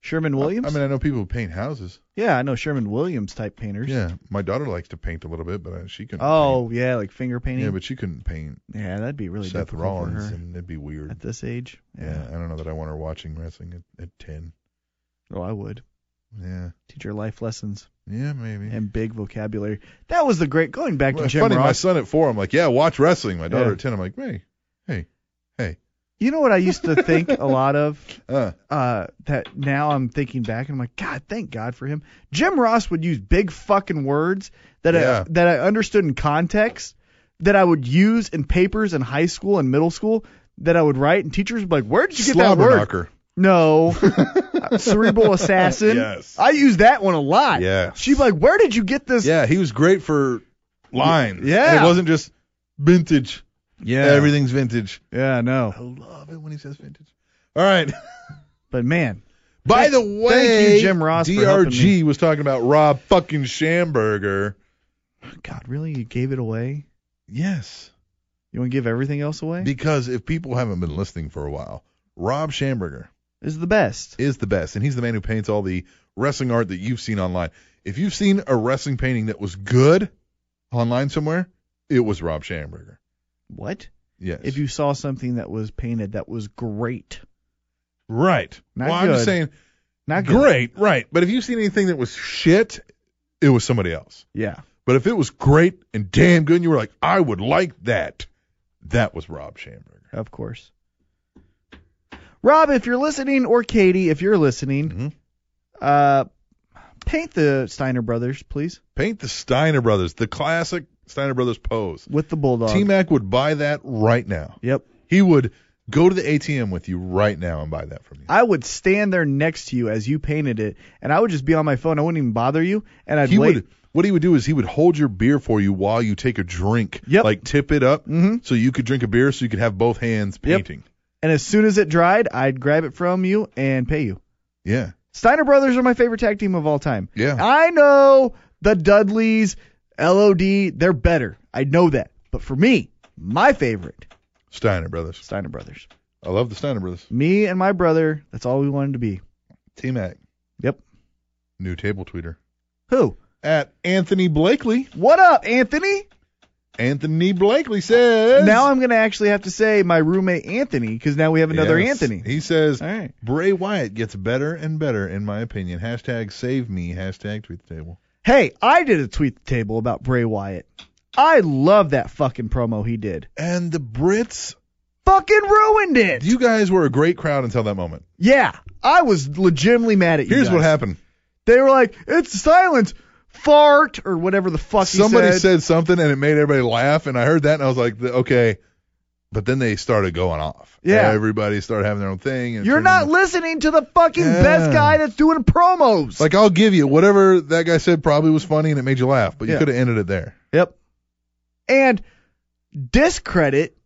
A: Sherman Williams.
B: I mean, I know people who paint houses.
A: yeah, I know Sherman Williams type painters.
B: Yeah. My daughter likes to paint a little bit, but uh, she couldn't.
A: Oh yeah, like finger
B: paint.
A: painting.
B: Yeah, but she couldn't paint
A: Yeah, that'd be really
B: Seth
A: difficult
B: Rollins,
A: for her
B: and it'd be weird.
A: at this age.
B: Yeah. I don't know that I want her watching wrestling at, at 10.
A: Oh, I would
B: Yeah.
A: teach her life lessons
B: Yeah, maybe.
A: and big vocabulary. That was the great going back
B: Well,
A: to
B: it's
A: Jim
B: funny, my
A: Ross.
B: son at four, I'm like, yeah, watch wrestling. My daughter
A: Yeah.
B: at ten, I'm like, hey,
A: You know what I used to
B: *laughs*
A: think a lot of
B: uh,
A: uh, that now I'm thinking back and I'm like, God, thank God for him. Jim Ross would use big fucking words that
B: Yeah.
A: I, that I understood in context that I would use in papers in high school and middle school that I would write and teachers would be like, where did you get that word?
B: *laughs* slobberknocker.
A: No, *laughs* Uh, cerebral assassin.
B: Yes.
A: I use that one a lot.
B: Yes.
A: She'd be like, where did you get this?
B: Yeah, he was great for lines.
A: Yeah.
B: it wasn't just vintage.
A: yeah.
B: Everything's vintage.
A: Yeah, no.
B: I love it when he says vintage. All right.
A: But man,
B: *laughs* By
A: Thank-
B: the
A: thank
B: way,
A: you, Jim Ross, for helping
B: DRG was talking about Rob fucking Schamberger.
A: God, really, you gave it away?
B: Yes.
A: You want to give everything else away?
B: Because if people haven't been listening for a while, Rob Schamberger
A: is the best.
B: is the best, and he's the man who paints all the wrestling art that you've seen online. If you've seen a wrestling painting that was good online somewhere, it was Rob Schamberger.
A: What?
B: Yes.
A: if you saw something that was painted that was great.
B: right.
A: Not
B: well, I'm just
A: good.
B: saying
A: Not good.
B: great, right? But if you've seen anything that was shit, it was somebody else.
A: Yeah.
B: But if it was great and damn good, and you were like, I would like that. That was Rob Schamberger.
A: Of course. Rob, if you're listening, or Katie, if you're listening,
B: Mhm.
A: uh, paint the Steiner brothers, please,
B: Paint the Steiner brothers, the classic Steiner brothers pose.
A: with the bulldog.
B: T Mac would buy that right now.
A: Yep.
B: He would go to the ATM with you right now and buy that from you.
A: I would stand there next to you as you painted it, and I would just be on my phone. I wouldn't even bother you, and I'd
B: he
A: wait.
B: would what he would do is he would hold your beer for you while you take a drink
A: Yep.
B: like tip it up
A: Mhm.
B: so you could drink a beer so you could have both hands painting
A: And as soon as it dried, I'd grab it from you and pay you. Steiner brothers are my favorite tag team of all time.
B: yeah yeah
A: I know the Dudleys, LOD, they're better. I know that. But for me, my favorite,
B: steiner brothers
A: Steiner Brothers.
B: i love the steiner brothers
A: Me and my brother, that's all we wanted to be.
B: t-mac
A: Yep.
B: New table tweeter.
A: Who?
B: At Anthony Blakely.
A: What up, Anthony?
B: Anthony Blakely says.
A: Now I'm gonna actually have to say my roommate Anthony because now we have another
B: Yes.
A: Anthony.
B: He says
A: All right.
B: Bray Wyatt gets better and better, in my opinion. Hashtag save me. Hashtag tweet the table.
A: Hey, I did a tweet the table about Bray Wyatt. I love that fucking promo he did.
B: And the Brits,
A: Fucking ruined it.
B: you guys were a great crowd until that moment.
A: yeah, I was legitimately mad at you.
B: Here's what
A: guys.
B: happened.
A: They were like, "It's silence, fart, or whatever the fuck." he
B: Somebody
A: said.
B: said. something and it made everybody laugh, and I heard that and I was like, okay. But then they started going off.
A: Yeah.
B: Everybody started having their own thing. And it
A: You're
B: turned
A: not
B: into-
A: listening to the fucking
B: Yeah.
A: best guy that's doing promos.
B: Like I'll give you whatever that guy said probably was funny and it made you laugh, but you
A: Yeah.
B: could have ended it there.
A: yep. And discredit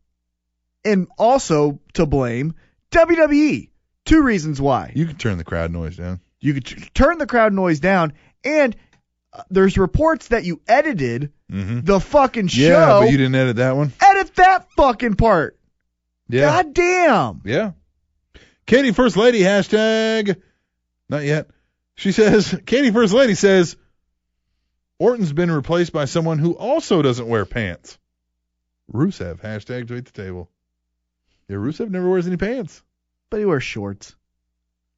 A: and also to blame WWE. Two reasons why.
B: You could turn the crowd noise down.
A: You could t- turn the crowd noise down and uh, there's reports that you edited
B: Mm-hmm.
A: the fucking show.
B: Yeah, but you didn't edit that one.
A: Edit that fucking part.
B: Yeah.
A: God damn.
B: Yeah. Katie First Lady hashtag not yet. She says *laughs* Katie First Lady says Orton's been replaced by someone who also doesn't wear pants. Rusev hashtag tweet the table. Yeah, Rusev never wears any pants.
A: But he wears shorts.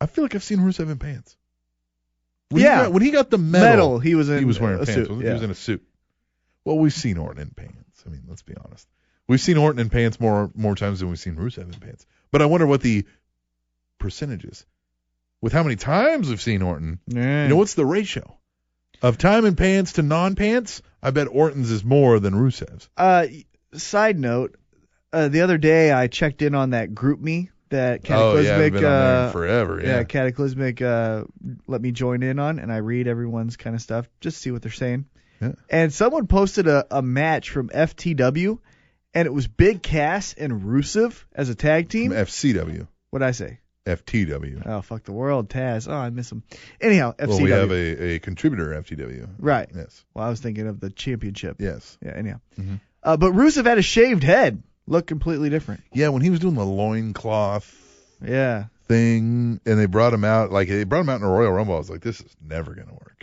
B: I feel like I've seen Rusev in pants. When
A: Yeah.
B: He got, when he got the
A: Metal.
B: medal,
A: He was in
B: he was wearing
A: a
B: pants.
A: suit.
B: wasn't he?
A: yeah.
B: He was in a suit. Well, we've seen Orton in pants. I mean, let's be honest. We've seen Orton in pants more more times than we've seen Rusev in pants. But I wonder what the percentage is. With how many times we've seen Orton,
A: Yeah.
B: you know what's the ratio of time in pants to non-pants? I bet Orton's is more than Rusev's.
A: Uh, side note, uh, the other day I checked in on that group me that
B: oh yeah,
A: Cataclysmic,
B: I've been on there
A: uh,
B: forever.
A: yeah,
B: Yeah.
A: Cataclysmic, uh, let me join in on, and I read everyone's kind of stuff just to see what they're saying.
B: Yeah.
A: And someone posted a, a match from FTW, and it was Big Cass and Rusev as a tag team.
B: FCW,
A: What'd I say?
B: FTW.
A: Oh fuck the world, Taz. Oh, I miss him. Anyhow, FCW.
B: Well, we have a, a contributor FTW.
A: right.
B: Yes.
A: Well, I was thinking of the championship.
B: Yes.
A: Yeah. Anyhow.
B: Mhm.
A: Uh, but Rusev had a shaved head. Looked completely different.
B: Yeah, when he was doing the loincloth
A: Yeah.
B: thing and they brought him out like they brought him out in a Royal Rumble. I was like, this is never gonna work.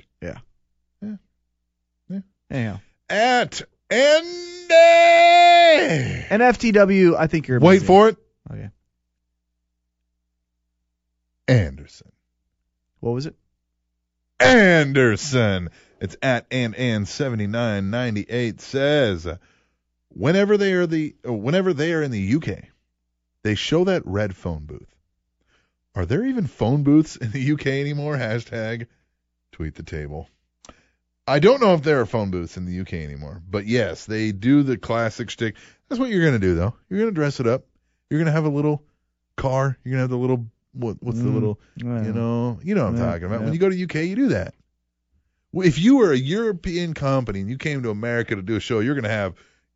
A: Anyhow.
B: At Andy
A: And FTW, I think you're.
B: Wait
A: amazing.
B: for it.
A: Okay.
B: Anderson.
A: What was it?
B: Anderson. It's at and and seventy nine ninety eight says whenever they are the uh, whenever they are in the UK, they show that red phone booth. Are there even phone booths in the UK anymore? Hashtag tweet the table. I don't know if there are phone booths in the UK anymore, but yes, they do the classic shtick. That's what you're gonna do though. You're gonna dress it up. You're gonna have a little car. You're gonna have the little what, what's the
A: Mm.
B: little you know, you know what I'm
A: Yeah,
B: talking about.
A: yeah.
B: When you go to UK, you do that. Well, If you were a European company and you came to America to do a show, you're going to have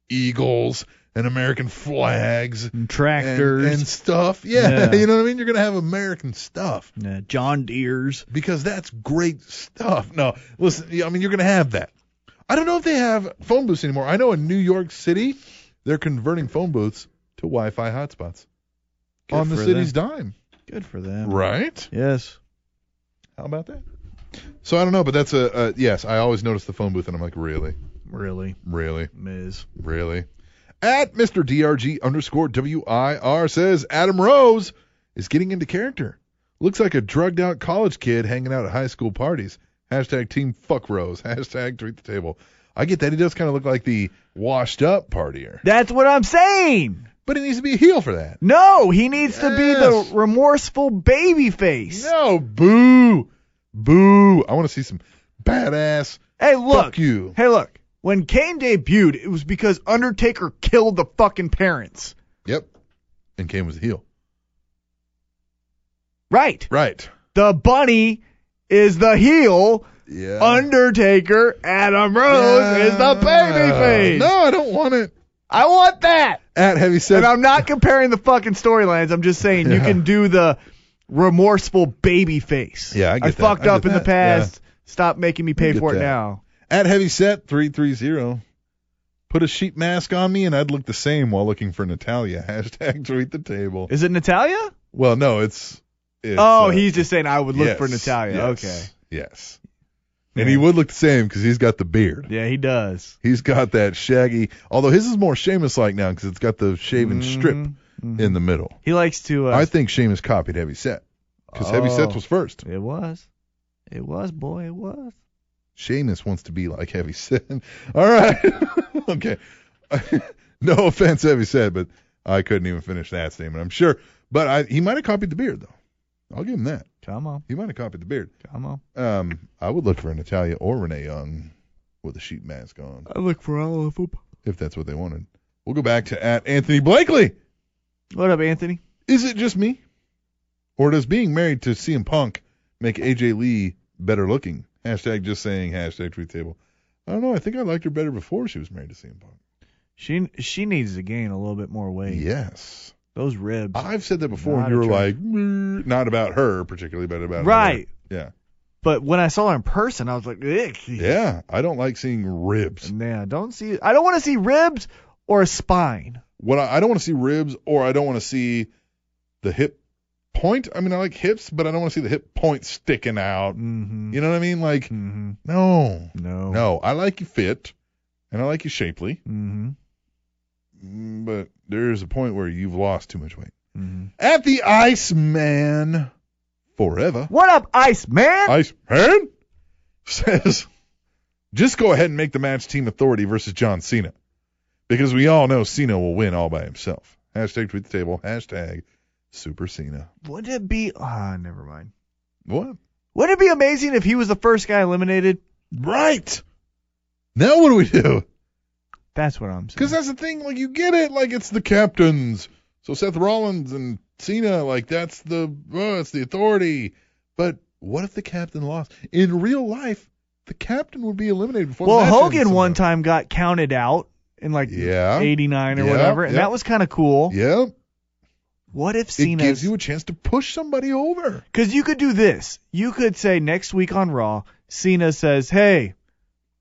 B: eagles and American flags
A: And
B: and,
A: tractors.
B: and stuff. Yeah,
A: Yeah.
B: *laughs* you know what I mean? You're going to have American stuff
A: Yeah, uh, John Deere's.
B: because that's great stuff. No, listen, yeah, I mean, you're going to have that. I don't know if they have phone booths anymore. I know in New York City, they're converting phone booths to Wi Fi hotspots
A: Good
B: on the
A: for
B: city's
A: them.
B: dime.
A: Good for them.
B: Right?
A: Yes.
B: How about that? So I don't know, but that's a, a yes. I always notice the phone booth, and I'm like, really,
A: Really,
B: really,
A: Miz.
B: really. At Mr. DRG underscore WIR says Adam Rose is getting into character. Looks like a drugged out college kid hanging out at high school parties. Hashtag team fuck Rose. *laughs* Hashtag tweet the table. I get that. He does kind of look like the washed up partier,
A: That's what I'm saying.
B: but he needs to be a heel for that.
A: No, he needs to
B: Yes.
A: be the remorseful baby face.
B: No, boo, boo. I want to see some badass.
A: Hey, look.
B: Fuck you.
A: Hey, look. When Kane debuted, it was because Undertaker killed the fucking parents.
B: Yep. And Kane was a heel.
A: Right.
B: Right.
A: The bunny is the heel.
B: Yeah.
A: Undertaker, Adam Rose is the baby face.
B: No, I don't want it.
A: I want that.
B: At heavy
A: And
B: set.
A: I'm not comparing the fucking storylines. I'm just saying you
B: Yeah.
A: can do the remorseful baby face.
B: Yeah, I get
A: I
B: that.
A: fucked
B: I get
A: up in the
B: that. Yeah.
A: past. Stop making me pay
B: get
A: for it
B: that.
A: now.
B: At heavy set three three zero. Put a sheep mask on me and I'd look the *laughs* same while looking for Natalia. Hashtag tweet the table.
A: Is it Natalia?
B: Well, no, it's It's,
A: oh,
B: uh,
A: he's just saying I would look for
B: yes,
A: Natalia.
B: yes,
A: Okay.
B: Yes. And he would look the same because he's got the beard.
A: Yeah, he does.
B: He's got that shaggy, although his is more Sheamus like now because it's got the shaven strip in the middle.
A: Mm-hmm. He likes to. Uh,
B: I think Sheamus copied Heavy Set because Heavy Set
A: Oh.
B: was first.
A: It was. It was, boy. It was.
B: Sheamus wants to be like Heavy Set. *laughs* All right. okay. *laughs* no offense, Heavy Set, but I couldn't even finish that statement, I'm sure. But I, he might have copied the beard, though. I'll give him that.
A: Come on.
B: He might have copied the beard.
A: Come on.
B: Um, I would look for Natalia or Renee Young with a sheet mask on.
A: I look for all of them.
B: if that's what they wanted. We'll go back to at Anthony Blakely.
A: What up, Anthony?
B: Is it just me? Or does being married to CM Punk make AJ Lee better looking? Hashtag just saying, hashtag truth table. I don't know. I think I liked her better before she was married to CM Punk.
A: She she needs to gain a little bit more weight.
B: Yes.
A: Those ribs.
B: I've said that before,
A: Not
B: and you were like,
A: attractive.
B: "Meh," not about her particularly, but about another-
A: Right.
B: Yeah.
A: But when I saw her in person, I was like, Ick.
B: Yeah. I don't like seeing ribs.
A: Nah, don't see. I don't want to see ribs or a spine.
B: What I, I don't want to see ribs, or I don't want to see the hip point. I mean, I like hips, but I don't want to see the hip point sticking out.
A: Mm-hmm.
B: You know what I mean? Like,
A: Mm-hmm.
B: no,
A: No.
B: no. I like you fit, and I like you shapely,
A: Mm-hmm.
B: mm, but there's a point where you've lost too much weight.
A: Mm-hmm.
B: At the Iceman forever.
A: What up, Ice Man?
B: Iceman says, just go ahead and make the match Team Authority versus John Cena, because we all know Cena will win all by himself. Hashtag tweet the table. Hashtag Super Cena.
A: Would it be? Ah, never mind.
B: What?
A: Would it be amazing if he was the first guy eliminated?
B: Right. Now what do we do?
A: That's what I'm saying.
B: Because that's the thing, like you get it, like it's the captains. So Seth Rollins and Cena, like that's the uh, it's the authority. But what if the captain lost? In real life, the captain would be eliminated before.
A: Well,
B: the match ends
A: Hogan one
B: sometimes.
A: time got counted out in like
B: Yeah.
A: 89 or
B: Yeah,
A: whatever, and
B: yeah.
A: that was kind of cool.
B: Yep.
A: What if
B: It gives
A: Cena's?
B: you a chance to push somebody over.
A: Because you could do this. You could say next week on Raw, Cena says, "Hey,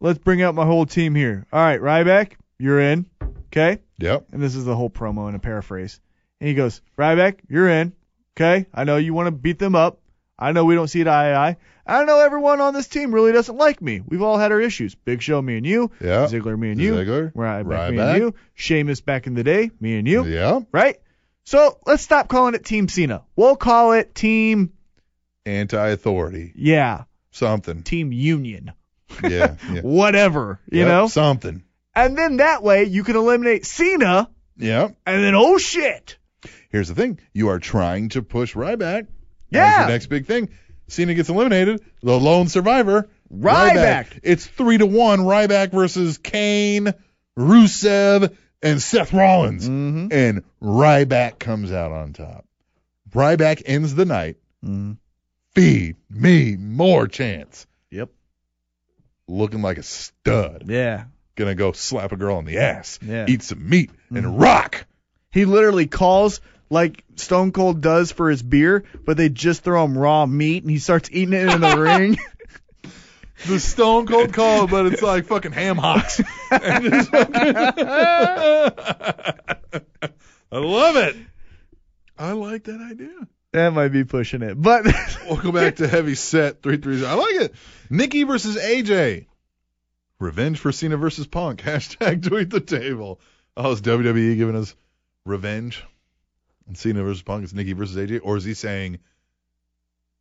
A: let's bring out my whole team here. All right, Ryback, you're in, okay."
B: Yep.
A: And this is the whole promo in a paraphrase. And he goes, "Ryback, you're in, okay. I know you want to beat them up. I know we don't see it eye to eye. I know everyone on this team really doesn't like me. We've all had our issues. Big Show, me and you.
B: Yeah.
A: Ziggler, me and you.
B: Ziggler,
A: Ryback, me
B: Ryback.
A: and you. Sheamus back in the day, me and you.
B: Yep.
A: Right? So let's stop calling it Team Cena. We'll call it Team,
B: Anti-authority.
A: yeah, *laughs*
B: Something.
A: Team Union.
B: Yeah. yeah.
A: Whatever, you
B: Yep,
A: know?
B: Something.
A: And then that way you can eliminate Cena,
B: Yep.
A: and then oh shit.
B: Here's the thing. You are trying to push Ryback. That was
A: Yeah.
B: the next big thing. Cena gets eliminated. The lone survivor.
A: Ryback.
B: It's three to one. Ryback versus Kane, Rusev, and Seth Rollins.
A: Mhm.
B: And Ryback comes out on top. Ryback ends the night.
A: Mhm.
B: Feed me more chance.
A: Yep.
B: Looking like a stud.
A: Yeah.
B: Gonna go slap a girl on the ass.
A: Yeah. Mm-hmm.
B: Eat some meat and rock.
A: He literally calls like Stone Cold does for his beer, but they just throw him raw meat and he starts eating it in the
B: *laughs*
A: ring.
B: the stone cold call, but it's like fucking ham hocks. And it's fucking- I love it. I like that idea.
A: That might be pushing it. But *laughs*
B: Welcome back to Heavy Set 330. I like it. Nikki versus AJ. Revenge for Cena versus Punk. Hashtag tweet the table. Oh, is WWE giving us revenge? And Cena versus Punk is Nikki versus AJ? Or is he saying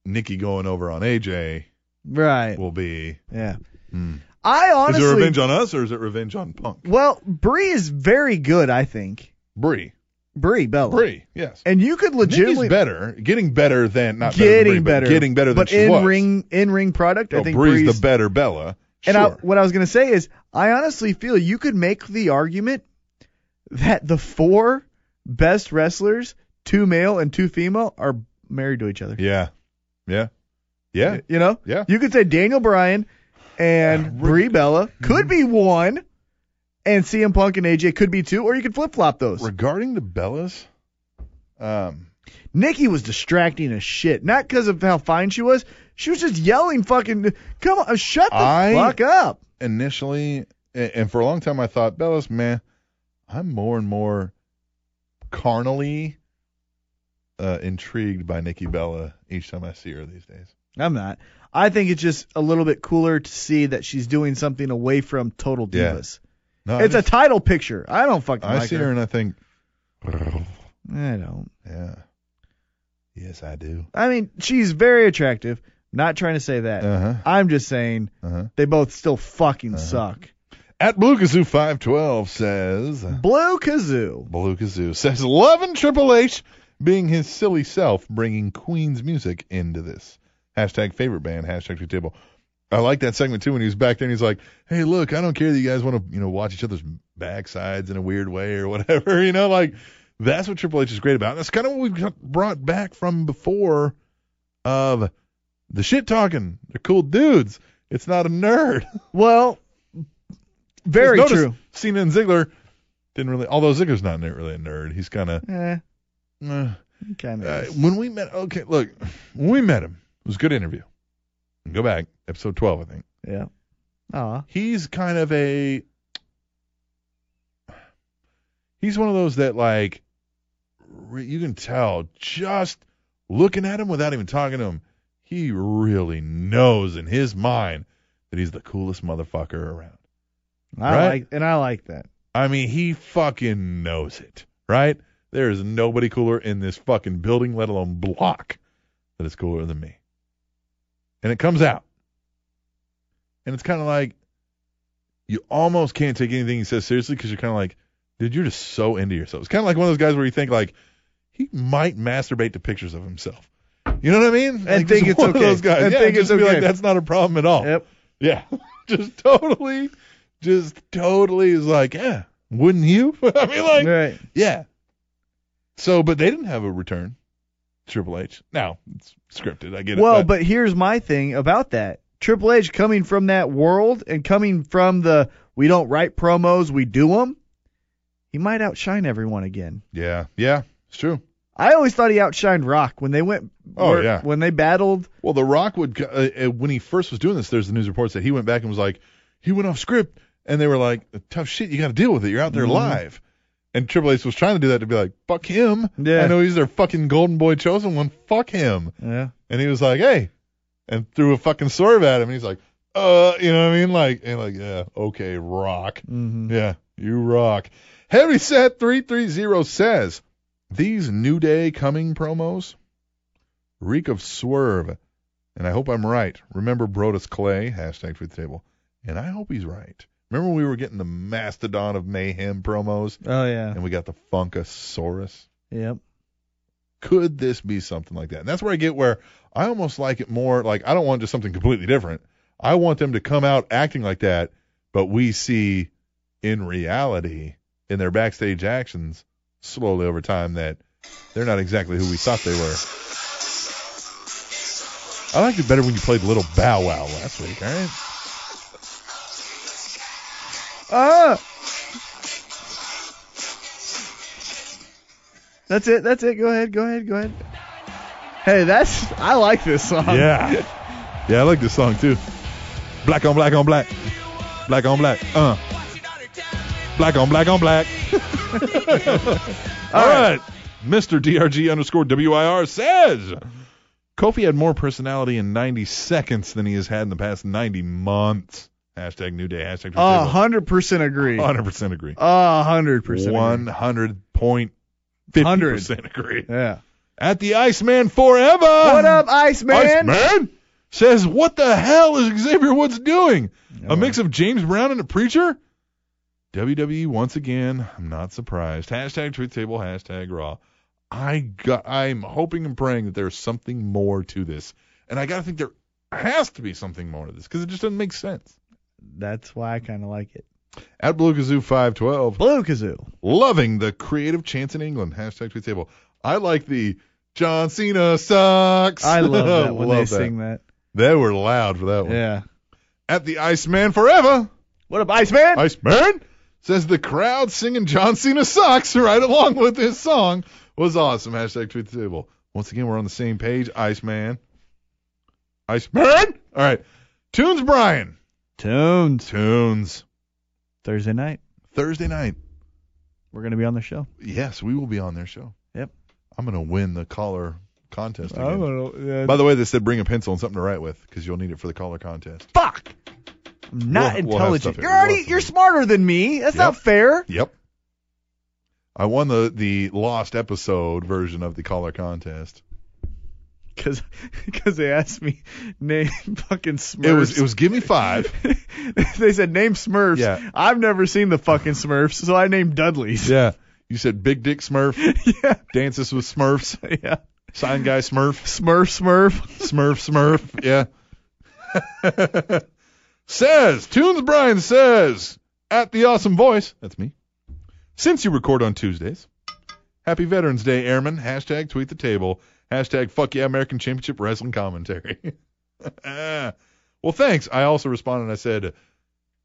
B: Nikki going over on AJ
A: Right.
B: will be.
A: Yeah.
B: Hmm.
A: I honestly
B: is it revenge on us or is it revenge on Punk?
A: Well, Bree is very good, I think.
B: Bree.
A: Bree Bella.
B: Bree, yes.
A: And you could legitimately
B: Nikki's better, getting better than not better than
A: getting
B: Brie, but
A: better,
B: getting better than
A: but
B: she
A: in
B: was.
A: ring in ring product,
B: Oh,
A: I think
B: Brie's
A: Bree's
B: the better Bella.
A: And I,
B: sure.
A: what I was gonna say is, I honestly feel you could make the argument that the four best wrestlers, two male and two female, are married to each other.
B: yeah, yeah, yeah.
A: You know?
B: Yeah.
A: You could say Daniel Bryan
B: *sighs*
A: and Bree Bella
B: Mm-hmm.
A: could be one, and CM Punk and AJ could be two, or you could flip flop those.
B: Regarding the Bellas, um,
A: Nikki was distracting as shit. Not because of how fine she was. She was just yelling fucking, come on, shut the
B: I-
A: fuck up.
B: initially and, and for a long time I thought Bellas, man, I'm more and more carnally uh, intrigued by Nikki Bella each time I see her these days.
A: I'm not. I think it's just a little bit cooler to see that she's doing something away from Total
B: Yeah.
A: Divas.
B: No,
A: It's
B: I,
A: a title picture. I don't fucking
B: I
A: like
B: see her. and I think,
A: I don't.
B: yeah, yes I do.
A: I mean, she's very attractive. Not trying to say that.
B: Uh huh.
A: I'm just saying
B: Uh huh.
A: they both still fucking
B: Uh-huh.
A: suck.
B: At Blue Kazoo 512 says.
A: Blue Kazoo.
B: Blue Kazoo *laughs* says, loving Triple H being his silly self, bringing Queen's music into this. Hashtag favorite band, hashtag Two table. I like that segment too when he was back there and he's like, hey, look, I don't care that you guys want to, you know, watch each other's backsides in a weird way or *laughs* whatever. You know, like that's what Triple H is great about. And that's kind of what we got brought back from before of the shit talking. They're cool dudes. It's not a nerd. *laughs*
A: Well, very
B: Just
A: true.
B: notice Cena and Ziggler didn't really, although Ziggler's not really a nerd. He's kind of,
A: Eh,
B: uh,
A: kind
B: uh,
A: of.
B: when we met, okay, look, when we met him, it was a good interview. Go back, episode 12, I think.
A: yeah. Aw.
B: He's kind of a, he's one of those that like, re- you can tell just looking at him without even talking to him, he really knows in his mind that he's the coolest motherfucker around.
A: I
B: Right?
A: like and I like that.
B: I mean, he fucking knows it, right? There is nobody cooler in this fucking building, let alone block, that is cooler than me. And it comes out. And it's kind of like you almost can't take anything he says seriously because you're kind of like, dude, you're just so into yourself. It's kind of like one of those guys where you think like he might masturbate to pictures of himself. You know what I mean? And
A: think it's
B: one
A: okay.
B: Of those guys.
A: And
B: yeah,
A: think
B: just
A: it's
B: be like,
A: okay.
B: that's not a problem at all.
A: Yep.
B: Yeah. *laughs* just totally, just totally is like, yeah, wouldn't you? *laughs* I mean, like, yeah.
A: Right.
B: So, but they didn't have a return, Triple H. Now, it's scripted. I get it.
A: Well, but here's my thing about that. Triple H coming from that world and coming from the we don't write promos, we do them. He might outshine everyone again.
B: yeah, yeah, it's true.
A: I always thought he outshined Rock when they went.
B: Oh,
A: were-
B: yeah.
A: When they battled.
B: Well, The Rock would, uh, uh, when he first was doing this, there's the news reports that he went back and was like, he went off script. And they were like, tough shit. You got to deal with it. You're out there
A: Mhm.
B: live. And Triple H was trying to do that to be like, fuck him.
A: Yeah.
B: I know he's their fucking golden boy chosen one. Fuck him.
A: Yeah.
B: And he was like, hey, and threw a fucking swerve at him. And he's like, uh, you know what I mean? Like, and like, yeah, okay, rock.
A: Mm-hmm.
B: Yeah, you rock. Heavy set 330 says, these New Day coming promos reek of swerve. And I hope I'm right. Remember Brodus Clay, hashtag food table. And I hope he's right. Remember when we were getting the Mastodon of Mayhem promos
A: Oh yeah.
B: and we got the Funkasaurus?
A: Yep.
B: could this be something like that? And that's where I get where I almost like it more like I don't want just something completely different. I want them to come out acting like that, but we see in reality in their backstage actions slowly over time that they're not exactly who we thought they were. I liked it better when you played Little Bow Wow last week, all right?
A: Ah. That's it. That's it. Go ahead. Go ahead. Go ahead. Hey, that's I like this song.
B: Yeah. Yeah, I like this song too. Black on black on black. Black on black. Uh. Black on black
A: *laughs*
B: on black. All right. Mr. DRG underscore WIR says Kofi had more personality in 90 seconds than he has had in the past 90 months. Hashtag new day. Hashtag
A: A
B: Roundtable.
A: hundred percent agree.
B: 100% agree.
A: A hundred percent. agree.
B: 100.50% agree.
A: Yeah.
B: At the Iceman forever. What
A: What up, Iceman?
B: Iceman says, "What the hell is Xavier Woods doing? A mix of James Brown and a preacher?" WWE once again. I'm not surprised. Hashtag Truth Table. Hashtag Raw. I got. I'm hoping and praying that there's something more to this, and I gotta think there has to be something more to this because it just doesn't make sense.
A: That's why I kind of like it.
B: At Blue Kazoo 512,
A: Blue Kazoo.
B: loving the creative chance in England. Hashtag Truth Table. I like the John Cena sucks.
A: I
B: *laughs*
A: love that when they
B: Love that.
A: sing that.
B: They were loud for that one.
A: Yeah.
B: At the Iceman Forever,
A: What up, Iceman?
B: Iceman says the crowd singing John Cena sucks *laughs* right along with his song was awesome. Hashtag tweet the table. Once again, we're on the same page, Iceman. Iceman? All right. Tunes Brian.
A: Tunes.
B: Tunes.
A: Thursday night.
B: Thursday night.
A: We're gonna be on the show.
B: Yes, we will be on their show.
A: Yep.
B: I'm gonna win the collar contest
A: I
B: again.
A: don't know.
B: By the way, they said bring a pencil and something to write with because you'll need it for the collar contest.
A: fuck. I'm not
B: We'll- we'll have
A: intelligent.
B: stuff here.
A: you're already
B: We'll have
A: you're
B: stuff.
A: smarter than me. That's not
B: Yep.
A: fair. *laughs*
B: Yep. I won the the lost episode version of the collar contest.
A: Cause, cause they asked me name *laughs* fucking Smurfs.
B: It was it
A: *laughs*
B: was give me five.
A: they said name Smurfs.
B: Yeah.
A: I've never seen the fucking Smurfs, so I named Dudleys.
B: yeah. You said big dick Smurf,
A: *laughs* yeah,
B: dances with Smurfs,
A: yeah.
B: sign guy Smurf.
A: Smurf,
B: *laughs*
A: Smurf.
B: Smurf, Smurf, yeah. *laughs* says, Tunes Brian says, at the awesome voice, that's me, since you record on Tuesdays, happy Veterans Day, airmen, hashtag tweet the table, hashtag fuck yeah American Championship Wrestling commentary. *laughs* well, thanks. I also responded, I said,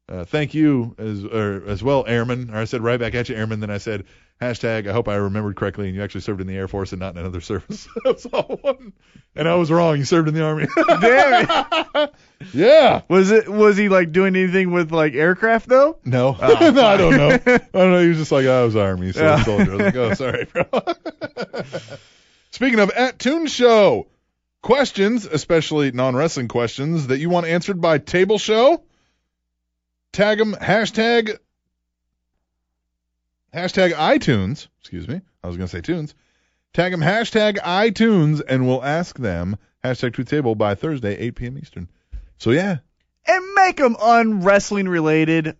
B: uh, thank you as or, as well, airman. Or I said right back at you, airman. Then I said, hashtag, I hope I remembered correctly and you actually served in the Air Force and not in another service. *laughs* that was all one. And I was wrong. You served in the Army. *laughs*
A: Damn it.
B: yeah.
A: Was it? Was he like doing anything with like aircraft though?
B: *laughs* No. no, I don't know. I don't know. He was just like, I was Army, so
A: Yeah.
B: a soldier. I was like, oh, sorry, bro. *laughs* Speaking of at Toon Show, questions, especially non wrestling questions that you want answered by Table Show, tag them hashtag hashtag iTunes. Excuse me, I was gonna say tunes. Tag them hashtag iTunes, and we'll ask them hashtag Truth Table by Thursday, 8 p.m. Eastern. So yeah,
A: and make them unwrestling related.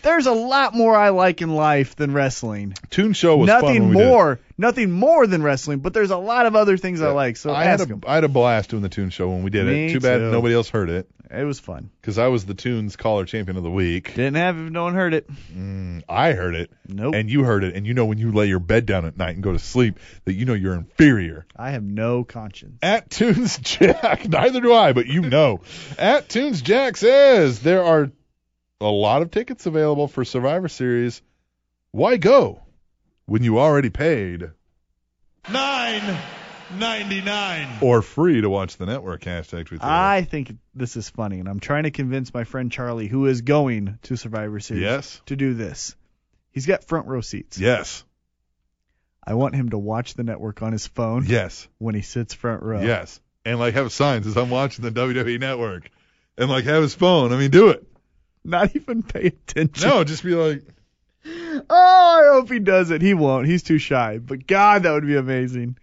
A: There's a lot more I like in life than wrestling.
B: Toon Show was fun
A: Nothing
B: when we did it.
A: more, nothing more than wrestling, but there's a lot of other things I like. So
B: I
A: ask
B: had a,
A: 'em.
B: I had a blast doing the Tune Show when we did
A: Me
B: it. Too bad
A: too.
B: nobody else heard it
A: It was fun.
B: because I was the Tunes Caller Champion of the Week.
A: Didn't have it if no one heard it.
B: Mm, I heard it,
A: Nope.
B: and you heard it, and you know when you lay your bed down at night and go to sleep that you know you're inferior.
A: I have no conscience.
B: At Tunes *laughs* Jack, neither do I, but you know. At Tunes Jack says there are a lot of tickets available for Survivor Series. Why go when you already paid
E: Nine ninety nine.
B: or free to watch the network? Hashtag tweet. the
A: I think this is funny, and I'm trying to convince my friend Charlie, who is going to Survivor Series,
B: Yes.
A: to do this. He's got front row seats.
B: Yes.
A: I want him to watch the network on his phone
B: Yes.
A: when he sits front row.
B: Yes. And like have signs as I'm watching the WWE network. And like have his phone. I mean,
A: *laughs*
B: do it.
A: Not even pay attention.
B: No, just be like,
A: *laughs* Oh, I hope he does it. He won't. He's too shy. But God, that would be amazing.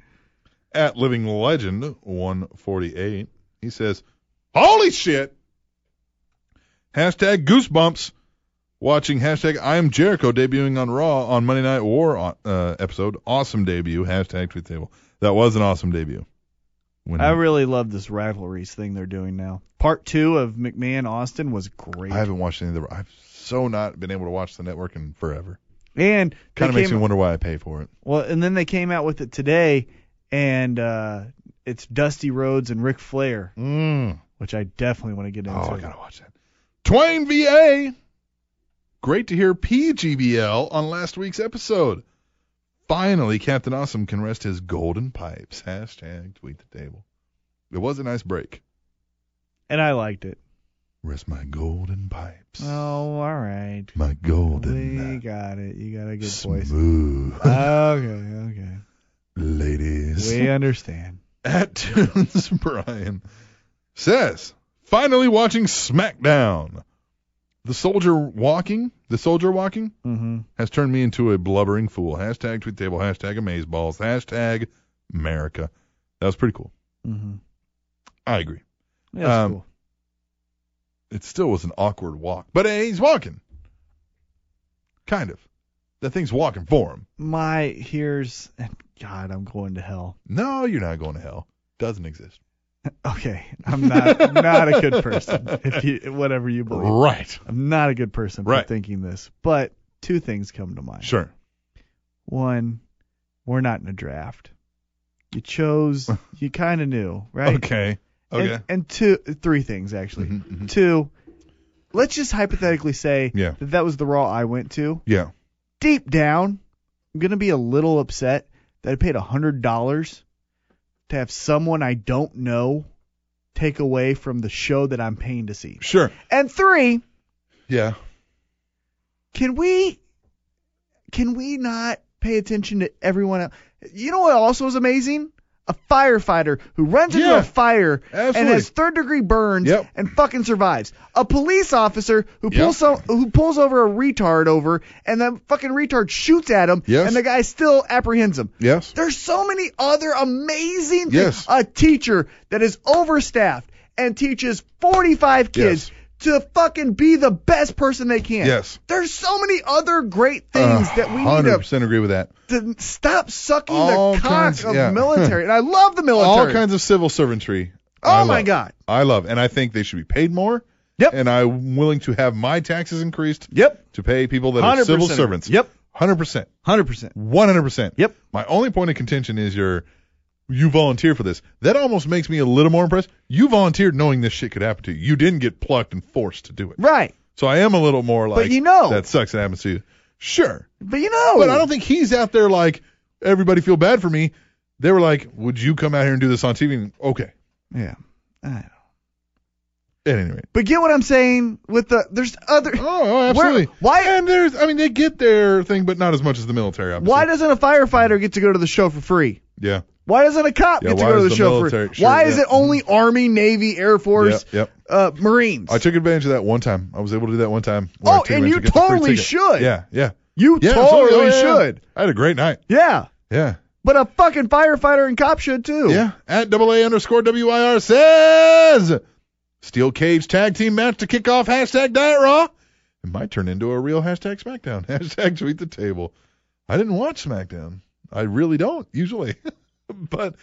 B: at Living Legend 148. He says, Holy shit. Hashtag goosebumps. Watching hashtag I am Jericho debuting on Raw on Monday Night War uh, episode. Awesome debut. Hashtag tweet table. That was an awesome debut. When
A: I really love this rivalries thing they're doing now. Part two of McMahon Austin was great.
B: I haven't watched any of the. I've so not been able to watch the network in forever.
A: and they
B: Kind of makes
A: came-
B: me wonder why I pay for it.
A: Well, and then they came out with it today, and uh, it's Dusty Rhodes and Ric Flair,
B: Mm.
A: which I definitely want to get into.
B: Oh, I gotta watch that. Twain VA. Great to hear PGBL on last week's episode. Finally, Captain Awesome can rest his golden pipes. Hashtag tweet the table. It was a nice break.
A: and I liked it.
B: Rest my golden pipes.
A: Oh, all right.
B: My
A: We
B: golden,
A: got it. You got a good voice.
B: *laughs* smooth
A: okay, okay.
B: ladies.
A: We understand.
B: *laughs* at Tunes *laughs* Brian says, finally watching SmackDown. The soldier walking, the soldier walking
A: Mm-hmm.
B: has turned me into a blubbering fool. Hashtag tweet table, hashtag amazeballs, hashtag America. That was pretty cool.
A: Mm-hmm.
B: I agree.
A: Yeah, that's
B: Um,
A: cool.
B: It still was an awkward walk, but hey, he's walking. Kind of. That thing's walking for him.
A: my here's God, I'm going to hell.
B: No, you're not going to hell. Doesn't exist.
A: Okay, I'm not I'm not a good person. If you whatever you believe,
B: Right.
A: I'm not a good person for
B: Right.
A: thinking this. But two things come to mind.
B: Sure.
A: One, we're not in a draft. You chose. You kind of knew, right?
B: Okay.
A: And-
B: Okay.
A: And, two, three things actually.
B: Mhm, mhm.
A: Two. Let's just hypothetically say
B: Yeah.
A: that that was the raw I went to.
B: Yeah.
A: deep down, I'm gonna be a little upset that I paid a hundred dollars to have someone I don't know take away from the show that I'm paying to see.
B: Sure.
A: And three,
B: Yeah.
A: can we can we not pay attention to everyone else. You know what also is amazing? A firefighter who runs into
B: Yeah.
A: a fire and
B: Absolutely.
A: has third degree burns
B: Yep.
A: and fucking survives. A police officer who
B: Yep.
A: pulls some, who pulls over a retard over and the fucking retard shoots at him
B: Yes.
A: and the guy still apprehends him.
B: Yes.
A: There's so many other amazing things.
B: Yes.
A: A teacher that is overstaffed and teaches 45 kids to fucking be the best person they can.
B: Yes. Uh,
A: There's so many other great things that we need to
B: 100% agree with that.
A: to stop sucking
B: All
A: the cock
B: kinds-
A: of
B: yeah.
A: military.
B: *laughs*
A: and I love the military.
B: All kinds of civil servantry.
A: Oh
B: I
A: my
B: love.
A: God.
B: I love, and I think they should be paid more.
A: Yep.
B: And I'm willing to have my taxes increased
A: Yep.
B: to pay people that are civil
A: 100%.
B: servants.
A: Yep.
B: 100%.
A: 100%.
B: 100%.
A: Yep.
B: My only point of contention is your you volunteer for this. That almost makes me a little more impressed. You volunteered knowing this shit could happen to you. You didn't get plucked and forced to do it.
A: Right.
B: So I am a little more like
A: you know-
B: that sucks it happens to you. Sure.
A: But you know.
B: But I don't think he's out there like everybody feel bad for me. They were like, "Would you come out here and do this on TV?" And, okay.
A: Yeah. I don't know.
B: At any rate.
A: But get what I'm saying with the there's other
B: Oh,
A: *laughs*
B: oh,
A: Where-
B: absolutely.
A: why-
B: And there's, I mean, they get their thing, but not as much as the military. Obviously.
A: why doesn't a firefighter get to go to the show for free?
B: Yeah.
A: Why doesn't a cop
B: Yeah,
A: get to
B: why
A: go to
B: is
A: the,
B: the
A: show for
B: military-
A: free?
B: sure,
A: why is
B: yeah.
A: it only Army, Navy, Air Force,
B: Yep, yep.
A: Uh, Marines?
B: I took advantage of that one time. I was able to do that one time.
A: Oh,
B: I took
A: and
B: advantage
A: you
B: to get the free
A: totally
B: ticket.
A: should.
B: Yeah, yeah.
A: you
B: Yeah, absolutely.
A: totally
B: Oh, yeah, yeah.
A: should.
B: I had a great night.
A: Yeah.
B: Yeah.
A: But a fucking firefighter and cop should too.
B: Yeah. At double A underscore WIR says Steel Cage tag team match to kick off hashtag Diet Raw. It might turn into a real hashtag SmackDown. *laughs* Hashtag tweet the table. I didn't watch SmackDown. I really don't usually. *laughs* but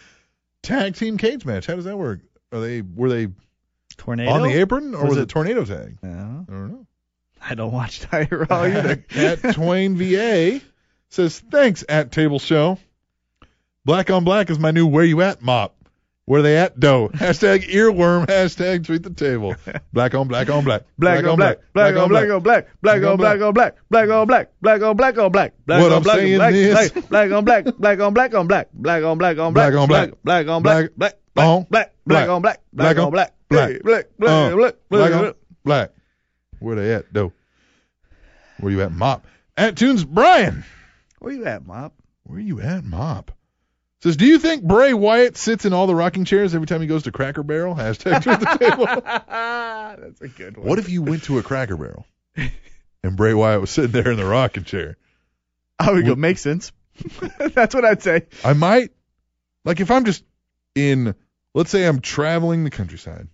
B: tag team cage match. How does that work? Are they were they
A: Tornado.
B: on the apron or
A: Was
B: was,
A: it-
B: it tornado tag?
A: No,
B: I don't know.
A: I don't watch *laughs* Tyrell
B: *laughs* Oh,
A: either.
B: at Twain VA says, Thanks at Table Show. Black on black is my new where you at mop. Where they at dough. Hashtag earworm. Hashtag tweet the table. Black on black on black.
A: Black on black, black on black on black, black on black on black, black on black, black on black on black, black
B: What
A: on
B: I'm
A: black on
B: saying
A: black,
B: is-
A: black- black on black, black on black on black, black on black on black,
B: Black on black,
A: black on black, black, black
B: on
A: black, black on black, black
B: black
A: on
B: on
A: black,
B: black,
A: Hey, black, black,
B: Uh,
A: black,
B: black on
A: black.
B: black. Where they at dough. Where you at mop. At Tunes Brian.
A: Where you at, *laughs* mop?
B: Where you at mop? Says, do you think Bray Wyatt sits in all the rocking chairs every time he goes to Cracker Barrel? Hashtag
A: *laughs*
B: tweet the table.
A: That's a good one. *laughs*
B: What if you went to a Cracker Barrel and Bray Wyatt was sitting there in the rocking chair?
A: I would go make sense. *laughs* That's what I'd say.
B: I might, like, if I'm just in, let's say I'm traveling the countryside,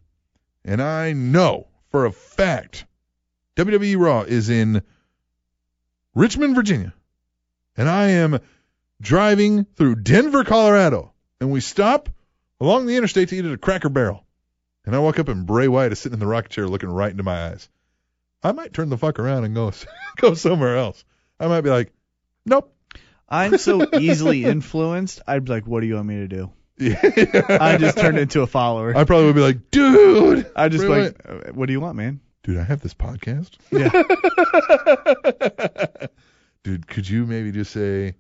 B: and I know for a fact WWE Raw is in Richmond, Virginia, and I am driving through Denver, Colorado, and we stop along the interstate to eat at a Cracker Barrel, and I walk up and Bray Wyatt is sitting in the rocking chair looking right into my eyes. I might turn the fuck around and go *laughs* go somewhere else. I might be like, *laughs* nope.
A: I'm so *laughs* easily influenced. I'd be like, what do you want me to do? I just turned into a follower.
B: I probably would be like, dude.
A: I just
B: Wait,
A: like,
B: wait.
A: uh, what do you want, man?
B: dude, I have this podcast.
A: Yeah.
B: *laughs* dude, could you maybe just say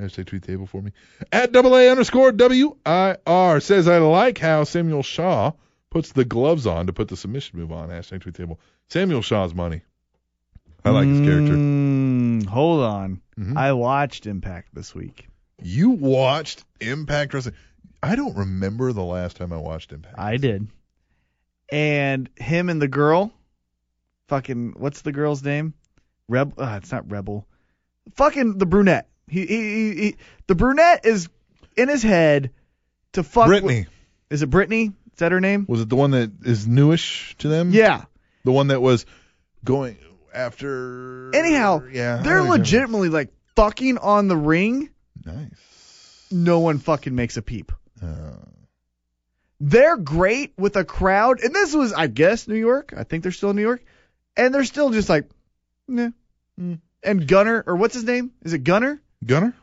B: hashtag tweet table for me? At double A underscore W I R says I like how Samuel Shaw puts the gloves on to put the submission move on. Hashtag tweet table. Samuel Shaw's money. I like his character.
A: Mm, hold on.
B: Mhm.
A: I watched Impact this week.
B: You watched Impact Wrestling. I don't remember the last time I watched Impact.
A: I did. And him and the girl, fucking, what's the girl's name? Reb, uh, it's not Rebel. Fucking the brunette. He, he, he, he, the brunette is in his head to fuck. with-
B: Brittany.
A: is it Brittany? Is that her name?
B: Was it the one that is newish to them?
A: Yeah.
B: The one that was going after.
A: Anyhow,
B: yeah, I
A: They're
B: remember.
A: legitimately like fucking on the ring.
B: Nice.
A: No one fucking makes a peep.
B: Uh,
A: they're great with a crowd. And this was, I guess, New York. I think they're still in New York. And they're still just like, nah.
B: Mm.
A: And Gunner, or what's his name? Is it Gunner?
B: Gunner?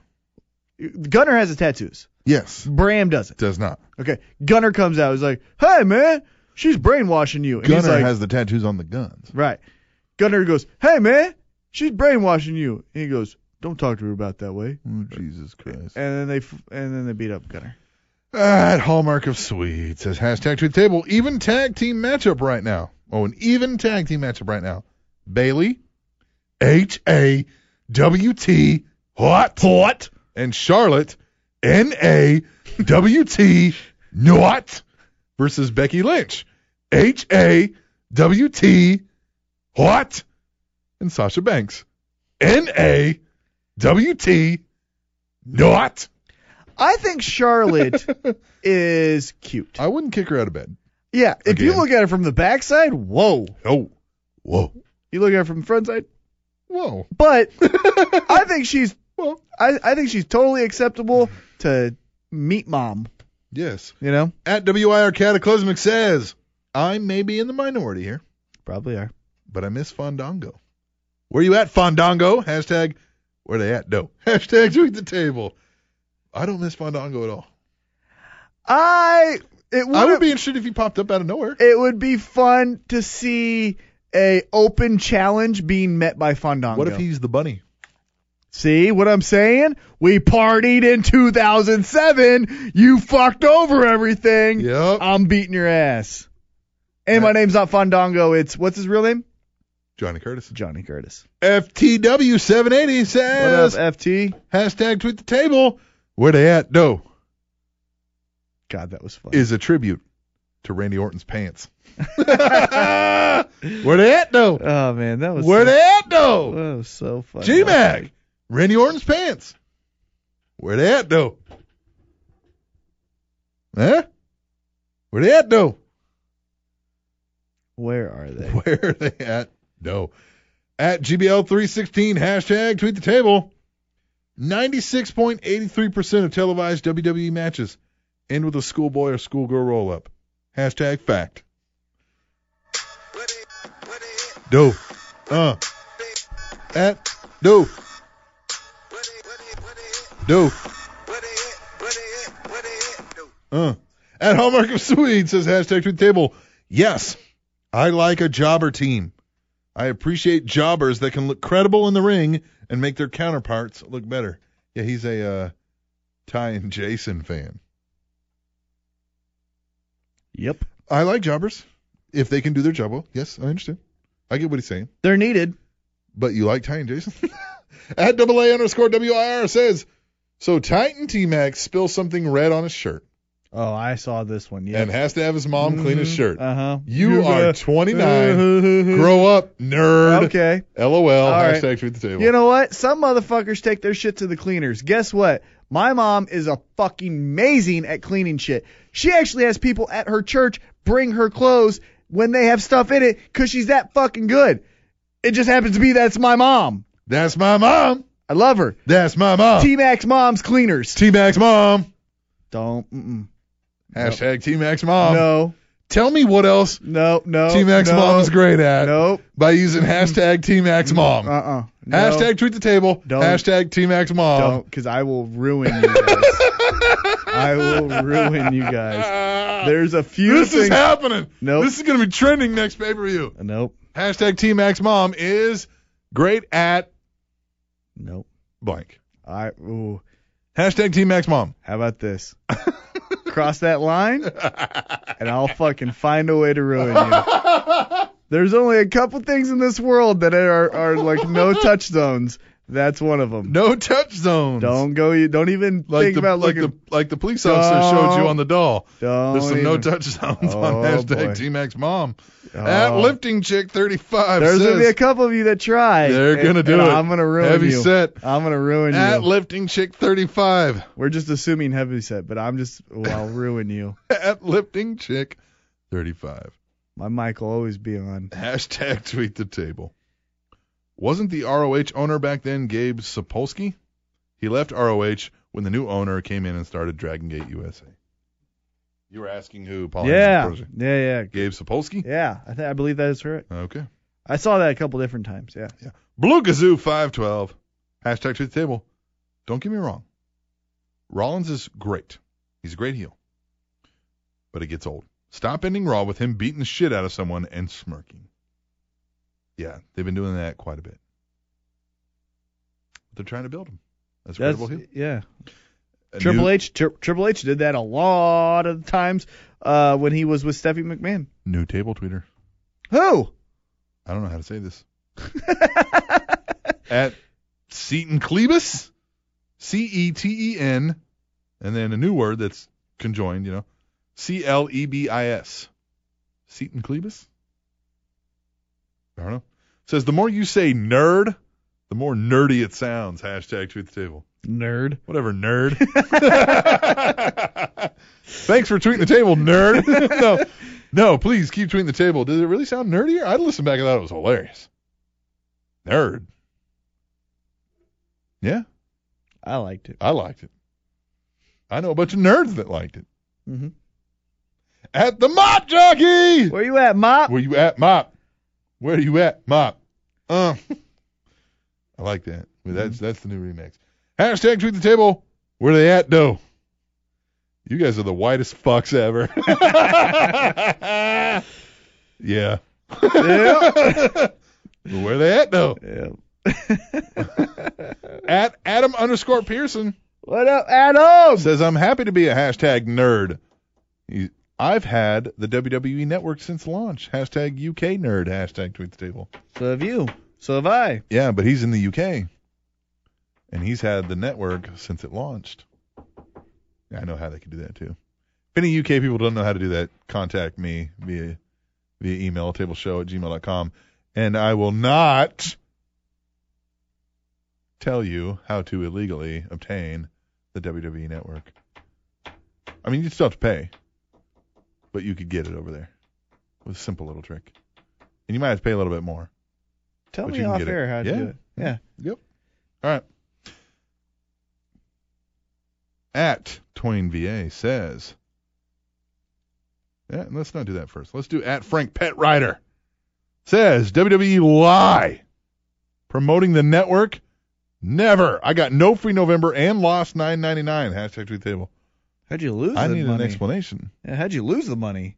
A: Gunner has his tattoos.
B: Yes.
A: Bram doesn't.
B: Does not.
A: Okay. Gunner comes out. He's like, hey, man, she's brainwashing you. And he's
B: Gunner
A: like,
B: has the tattoos on the guns.
A: right. Gunner goes, hey, man, she's brainwashing you. And he goes, don't talk to her about that way.
B: Oh, Jesus Christ.
A: And then they f- and then they beat up Gunner.
B: At Hallmark of Sweet says hashtag to the table. Even tag team matchup right now. Oh, an even tag team matchup right now. Bailey, H A W T What?
A: What?
B: and Charlotte, N A W T Not versus Becky Lynch, H A W T What? And Sasha Banks, N A W T Not.
A: I think
B: *laughs*
A: Charlotte is cute.
B: I wouldn't kick her out of bed.
A: Yeah, if you
B: Uh, Again.
A: look at it from the backside, whoa.
B: Oh, whoa,
A: You look at it from the front side,
B: whoa. *laughs*
A: but I think she's
B: Well,
A: I, I think she's totally acceptable to meet mom.
B: yes.
A: You know,
B: At WIR Cataclysmic says, I may be in the minority here.
A: probably are.
B: but I miss Fandango. Where you at, Fandango? Hashtag where they at, no. *laughs* Hashtag tweet the table. I don't miss Fandango at all.
A: I it would,
B: I would be interested if he popped up out of nowhere.
A: it would be fun to see a open challenge being met by Fandango.
B: What if he's
A: *laughs*
B: the bunny?
A: see what I'm saying? We partied in 2007. You fucked over everything.
B: Yep.
A: I'm beating your ass. And my name's not Fandango. It's what's his real name?
B: Johnny Curtis.
A: Johnny Curtis.
B: FTW780
A: What up,
B: says
A: FT?
B: hashtag tweet the table. Where they at, no
A: God, that was fun.
B: is a tribute to Randy Orton's pants. where they at, no?
A: oh man, that was
B: Where
A: so,
B: they at, no?
A: that was so fun.
B: G Mac, Randy Orton's pants. Where they at though? Huh? Where they at though? *laughs*
A: Where are they?
B: Where they at? No. At GBL316 hashtag tweet the table. 96.83% of televised WWE matches end with a schoolboy or schoolgirl roll up. Hashtag fact. Do. Uh. At. Do. Do. Uh. At Hallmark of Sweden says hashtag tweet the table. Yes. I like a jobber team. I appreciate jobbers that can look credible in the ring and make their counterparts look better. Yeah, he's a uh, Ty and Jason fan.
A: Yep.
B: I like jobbers if they can do their job well. Yes, I understand. I get what he's saying.
A: They're needed.
B: But you like Ty and Jason? *laughs* At double A underscore WIR says, so Titan T Max spills something red on his shirt
A: Oh, I saw this one. Yeah.
B: and has to have his mom clean his shirt.
A: Uh huh.
B: you are 29. Grow up, nerd.
A: Mm-hmm. Okay.
B: LOL.
A: right.
B: hashtag tweet the table.
A: You know what? Some motherfuckers take their shit to the cleaners. Guess what? My mom is a fucking amazing at cleaning shit. She actually has people at her church bring her clothes when they have stuff in it because she's that fucking good. It just happens to be that's my mom.
B: That's my mom.
A: I love her.
B: That's my mom.
A: T Max mom's cleaners.
B: T Max mom.
A: Don't. Mm-mm.
B: Hashtag T Max mom.
A: no.
B: Tell me what else
A: No. No.
B: T Max
A: no,
B: mom is great at
A: Nope.
B: by using hashtag T Max mom.
A: Uh uh
B: Hashtag tweet the table.
A: Don't.
B: Hashtag T Max mom.
A: Don't, because I will ruin you guys. I will ruin you
B: *laughs*
A: guys. There's a few
B: this is
A: things.
B: happening.
A: Nope.
B: This is going to be trending next pay per view.
A: nope.
B: Hashtag T Max mom is great at
A: Nope.
B: blank.
A: I. Ooh.
B: Hashtag T Max mom. *laughs*
A: How about this? Cross that line, and I'll fucking find a way to ruin you. There's only a couple things in this world that are are like no touch zones. That's one of them.
B: No touch zones.
A: Don't go. you Don't even
B: Like
A: think
B: the,
A: about
B: like
A: looking.
B: the like the police officer showed you
A: Don't.
B: on the doll.
A: don't
B: There's some
A: even,
B: no touch zones on
A: Oh, boy.
B: hashtag T Max mom.
A: Oh.
B: At lifting chick 35
A: There's gonna be a
B: says,
A: couple of you that try.
B: They're
A: and-
B: gonna do
A: and
B: it.
A: I'm gonna ruin
B: heavy
A: you.
B: set.
A: I'm gonna ruin you.
B: At lifting chick 35.
A: We're just assuming heavy set, but I'm just well, I'll ruin you.
B: *laughs* At lifting chick 35.
A: My mic will always be on.
B: Hashtag tweet the table. Wasn't the ROH owner back then Gabe Sapolsky? He left ROH when the new owner came in and started Dragon Gate USA. You were asking who? Paul
A: yeah.
B: Anderson's protege.
A: yeah, yeah,
B: Gabe Sapolsky?
A: yeah. I think I believe that is correct.
B: Okay.
A: I saw that a couple different times. Yeah.
B: Blue Gazoo 512. Hashtag to the table. Don't get me wrong. Rollins is great. He's a great heel. But it gets old. Stop ending Raw with him beating the shit out of someone and smirking. Yeah, they've been doing that quite a bit. They're trying to build him. That's a
A: That's,
B: credible heel.
A: yeah.
B: A
A: Triple
B: new-
A: H tri- Triple H did that a lot of times uh, when he was with Stephanie McMahon.
B: New table tweeter.
A: Who?
B: I don't know how to say this. At Seton Clevis C E T E N, and then a new word that's conjoined, you know, C L E B I S. Seton Clebus? I don't know. Says the more you say nerd, the more nerdy it sounds. Hashtag truth table.
A: Nerd.
B: Whatever, nerd. *laughs* Thanks for tweeting the table, nerd. *laughs* no, no, please keep tweeting the table. Does it really sound nerdier? I listened back and thought it was hilarious. Nerd. Yeah,
A: I liked it.
B: I liked it. I know a bunch of nerds that liked it.
A: Mm-hmm.
B: At the Mop Jockey!
A: Where you at, Mop?
B: Where you at, Mop? Where you at, Mop? Uh, I like that. Well, That's that's the new remix. Hashtag tweet the table. Where they at, though? You guys are the whitest fucks ever. *laughs* yeah. *laughs* But Where they at, though?
A: Yeah.
B: At Adam underscore Pearson.
A: what up, Adam?
B: says I'm happy to be a hashtag nerd. He- I've had the WWE Network since launch. Hashtag UK nerd. Hashtag tweet the table.
A: So have you. So have I.
B: Yeah, but he's in the UK, and he's had the network since it launched. Yeah, I know how they can do that too. If any UK people don't know how to do that, contact me via via email tableshow at gmail.com, and I will not tell you how to illegally obtain the WWE network. I mean, you still have to pay, but you could get it over there with a simple little trick, and you might have to pay a little bit more.
A: Tell
B: But
A: me
B: you can
A: off
B: get it.
A: air how to
B: Yeah.
A: do it. Yeah.
B: All right. At Twain VA says. Yeah, let's not do that first. Let's do at Frank Pet Rider says WWE lie promoting the network. Never. I got no free November and lost 9.99. Hashtag tweet table.
A: How'd you lose
B: I
A: the
B: need an
A: money?
B: explanation.
A: Yeah, How'd you lose the money?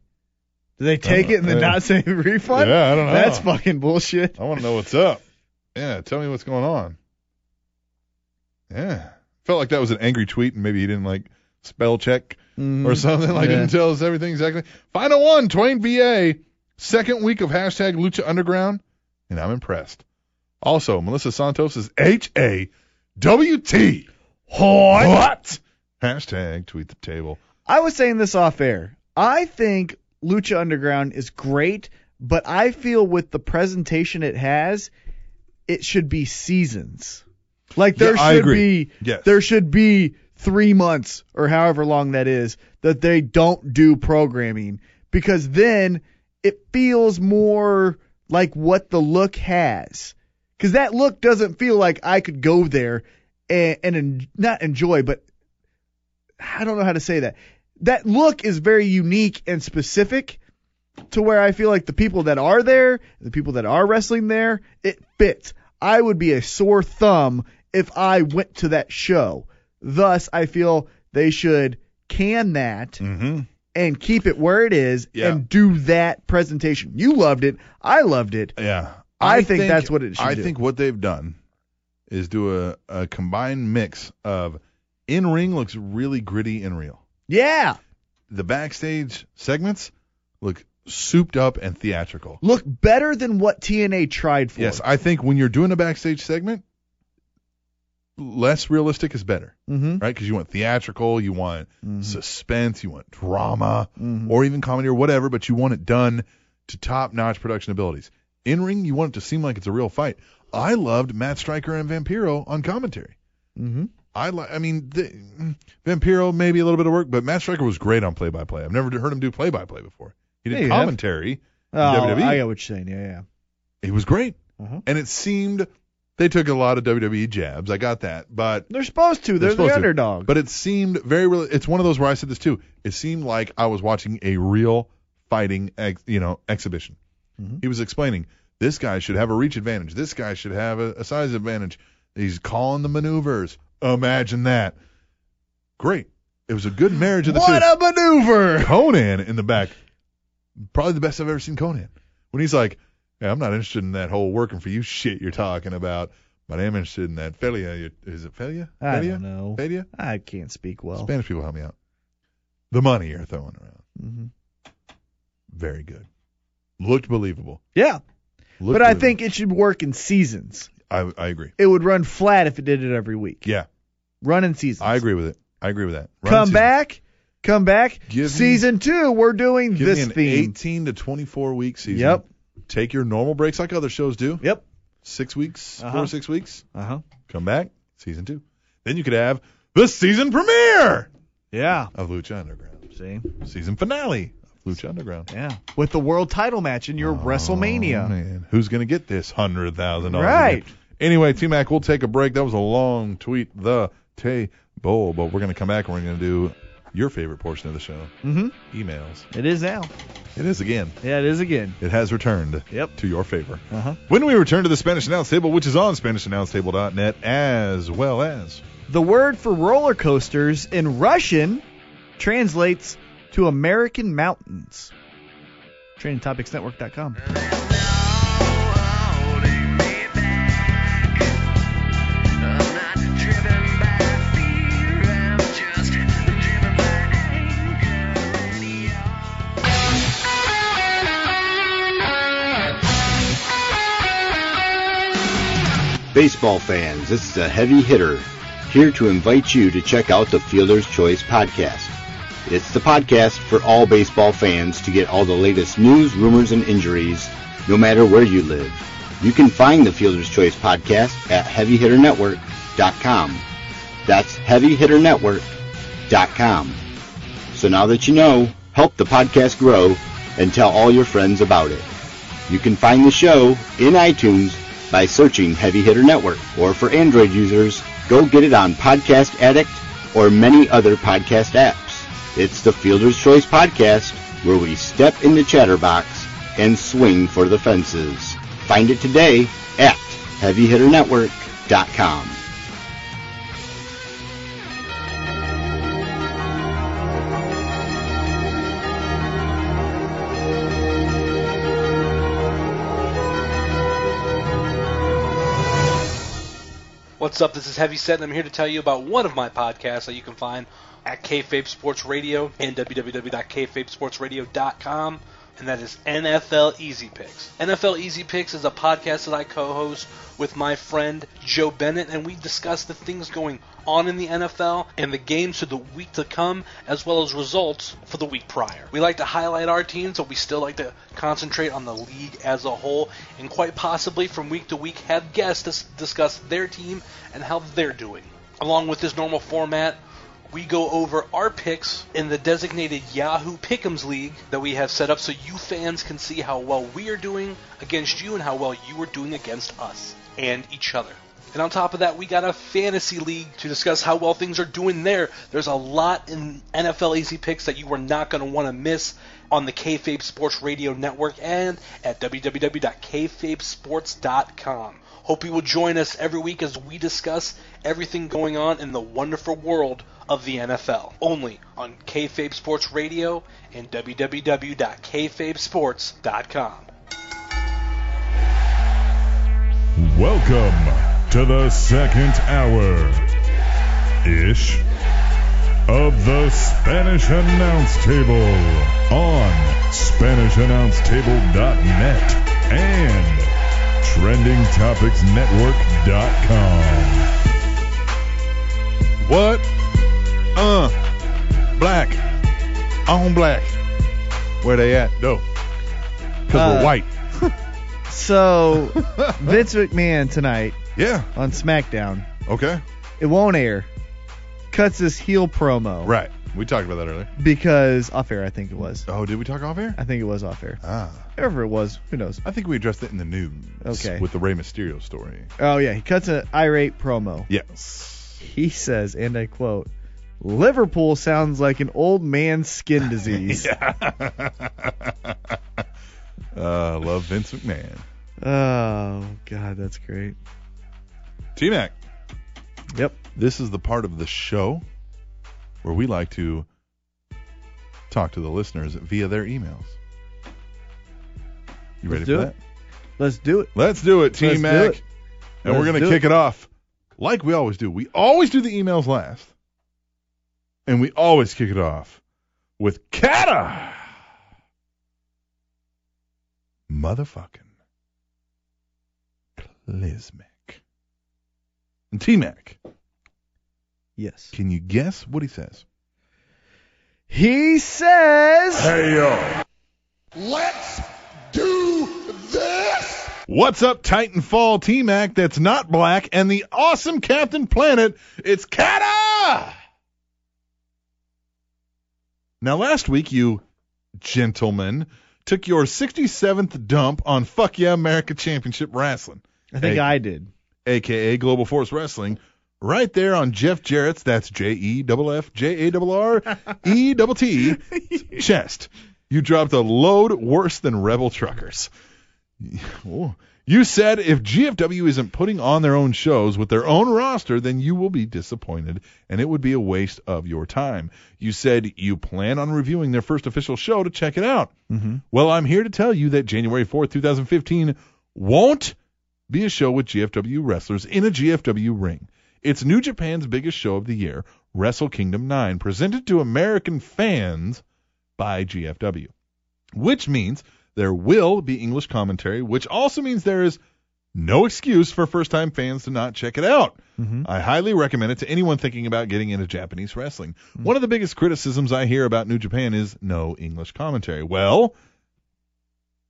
A: Did they take
B: Uh,
A: it and then
B: yeah.
A: not say *laughs* refund?
B: Yeah, I don't know.
A: That's fucking bullshit.
B: I want to know what's up. Yeah, tell me what's going on. Yeah. Felt like that was an angry tweet and maybe he didn't like spell check
A: Mhm.
B: or something. Like
A: Yeah.
B: didn't tell us everything exactly. Final one, Twain VA. Second week of hashtag Lucha Underground, and I'm impressed. Also, Melissa Santos is H A W T. What? Hashtag tweet the table.
A: I was saying this off air. I think Lucha Underground is great, but I feel with the presentation it has, it should be seasons. Like there
B: Yeah, I
A: should
B: agree.
A: be
B: Yes.
A: there should be three months or however long that is that they don't do programming because then it feels more like what the look has. Because that look doesn't feel like I could go there and, and en- not enjoy, but I don't know how to say that. That look is very unique and specific to where I feel like the people that are there, the people that are wrestling there, it fits. I would be a sore thumb if I went to that show. Thus, I feel they should can that
B: Mm-hmm.
A: and keep it where it is
B: Yeah.
A: and do that presentation. You loved it. I loved it.
B: Yeah.
A: I think that's what it should
B: I
A: do.
B: think what they've done is do a, a combined mix of in ring looks really gritty and real.
A: Yeah.
B: The backstage segments look souped up and theatrical.
A: Look better than what TNA tried for.
B: Yes, I think when you're doing a backstage segment, less realistic is better,
A: mm-hmm.
B: right? Because you want theatrical, you want suspense, you want drama,
A: Mhm.
B: or even comedy or whatever, but you want it done to top notch production abilities. In ring, you want it to seem like it's a real fight. I loved Matt Stryker and Vampiro on commentary.
A: Mm-hmm.
B: I like. I mean, the, mm, Vampiro maybe a little bit of work, but Matt Stryker was great on play by play. I've never heard him do play by play before. He
A: Yeah,
B: did
A: you have.
B: commentary.
A: Oh,
B: WWE.
A: I get what you're saying. Yeah, yeah.
B: He was great.
A: Uh-huh.
B: And it seemed they took a lot of WWE jabs. I got that, but
A: They're supposed to. They're,
B: They're supposed
A: the
B: to.
A: underdog.
B: but it seemed very real. It's one of those where I said this too. It seemed like I was watching a real fighting, ex, you know, exhibition.
A: Mhm.
B: He was explaining this guy should have a reach advantage. This guy should have a, a size advantage. He's calling the maneuvers. Imagine that. Great. It was a good marriage of the two.
A: what a maneuver!
B: Conan in the back. Probably the best I've ever seen Conan. When he's like, yeah, I'm not interested in that whole working for you shit you're talking about, but I am interested in that failure. you- Is it failure?
A: I
B: Failure?
A: don't know.
B: Failure?
A: I can't speak well.
B: Spanish people help me out. The money you're throwing around.
A: hmm
B: Very good. Looked believable.
A: Yeah,
B: Looked
A: but I
B: believable.
A: think it should work in seasons.
B: I, I agree.
A: It would run flat if it did it every week.
B: Yeah.
A: running seasons.
B: I agree with it. I agree with that. Run
A: come
B: season.
A: back, come back.
B: Give me-
A: season two, we're doing
B: Give
A: this
B: me an
A: theme.
B: 18 to 24 week season.
A: Yep.
B: Take your normal breaks like other shows do.
A: Yep.
B: Six weeks,
A: Uh-huh.
B: four or six weeks.
A: Uh huh.
B: Come back, season two. Then you could have the season premiere
A: Yeah.
B: of Lucha Underground,
A: See.
B: season finale of Lucha Underground.
A: Yeah. With the world title match in your
B: Oh,
A: WrestleMania.
B: man. Who's going to get this $100,000?
A: Right.
B: Anyway, T Mac, we'll take a break. That was a long tweet, the table, but we're going to come back and we're going to do your favorite portion of the show
A: Mm-hmm.
B: emails.
A: It is now.
B: It is again.
A: Yeah, it is again.
B: It has returned
A: Yep.
B: to your favor.
A: Uh huh.
B: When we return to the Spanish Announce Table, which is on SpanishAnnounceTable.net as well as.
A: The word for roller coasters in Russian translates to American mountains. TrainingTopicsNetwork.com.
F: Baseball fans, this is a heavy hitter here to invite you to check out the Fielder's Choice podcast. It's the podcast for all baseball fans to get all the latest news, rumors, and injuries, no matter where you live. You can find the Fielder's Choice podcast at heavyhitternetwork.com. That's heavyhitternetwork.com. So now that you know, help the podcast grow and tell all your friends about it. You can find the show in iTunes by searching Heavy Hitter Network, or for Android users, go get it on Podcast Addict or many other podcast apps. It's the Fielder's Choice Podcast, where we step in the chatterbox and swing for the fences. Find it today at HeavyHitterNetwork.com.
G: What's up? This is Heavy Set, and I'm here to tell you about one of my podcasts that you can find at KFABE Sports Radio and www.kfabesportsradio.com, and that is NFL Easy Picks. NFL Easy Picks is a podcast that I co-host with my friend Joe Bennett, and we discuss the things going on in the NFL and the games for the week to come, as well as results for the week prior. We like to highlight our teams, but we still like to concentrate on the league as a whole, and quite possibly from week to week have guests dis- discuss their team and how they're doing. Along with this normal format, we go over our picks in the designated Yahoo Pick'ems League that we have set up so you fans can see how well we are doing against you and how well you are doing against us and each other. And on top of that, we got a fantasy league to discuss how well things are doing there. There's a lot in NFL Easy Picks that you are not going to want to miss on the KFABE Sports Radio Network and at www.kfabesports.com. Hope you will join us every week as we discuss everything going on in the wonderful world of the NFL. Only on KFABE Sports Radio and www.kfabesports.com.
H: Welcome to the second hour ish of the Spanish Announce Table on SpanishAnnounceTable.net and TrendingTopicsNetwork.com.
B: What? Uh, black. On black. Where they at? No. Because
A: Uh,
B: we're *laughs* white. *laughs*
A: So, Vince McMahon tonight
B: Yeah.
A: on SmackDown,
B: Okay.
A: it won't air, cuts his heel promo.
B: Right. We talked about that earlier.
A: Because, off air, I think it was.
B: Oh, did we talk off air?
A: I think it was off air.
B: Ah.
A: Whoever it was, who knows?
B: I think we addressed it in the news.
A: Okay.
B: With the Rey Mysterio story.
A: Oh, yeah, he cuts an irate promo.
B: Yes.
A: He says, and I quote, Liverpool sounds like an old man's
B: *laughs*
A: skin disease.
B: Yeah. uh, love Vince McMahon.
A: Oh, God, that's great.
B: T Mac.
A: Yep.
B: This is the part of the show where we like to talk to the listeners via their emails. You
A: Let's
B: ready for
A: do
B: that?
A: it. Let's do it.
B: Let's do it, T
A: Let's do
B: Mac.
A: it.
B: And we're
A: Let's
B: going to
A: do
B: kick it. off like we always do. We always do the emails last. And we always kick it off with Kata. Motherfucking Clismic. And T Mac,
A: Yes.
B: Can you guess what he says?
A: He says.
E: Let's do this.
B: What's up, Titanfall Team Act that's not black and the awesome Captain Planet? It's Kata! Now, last week, you gentlemen took your 67th dump on Fuck Yeah America Championship Wrestling,
A: I think
B: Hey.
A: I did.
B: aka Global Force Wrestling, right there on Jeff Jarrett's, that's J E F F J A R R E T T chest. You dropped a load worse than rebel truckers. Oh. You said if GFW isn't putting on their own shows with their own roster, then you will be disappointed and it would be a waste of your time. You said you plan on reviewing their first official show to check it out.
A: Mhm.
B: Well, I'm here to tell you that January 4th, 2015 won't be a show with GFW wrestlers in a GFW ring. It's New Japan's biggest show of the year, Wrestle Kingdom 9, presented to American fans by GFW, which means there will be English commentary, which also means there is no excuse for first time fans to not check it out.
A: Mhm.
B: I highly recommend it to anyone thinking about getting into Japanese wrestling. One of the biggest criticisms I hear about New Japan is no English commentary. Well,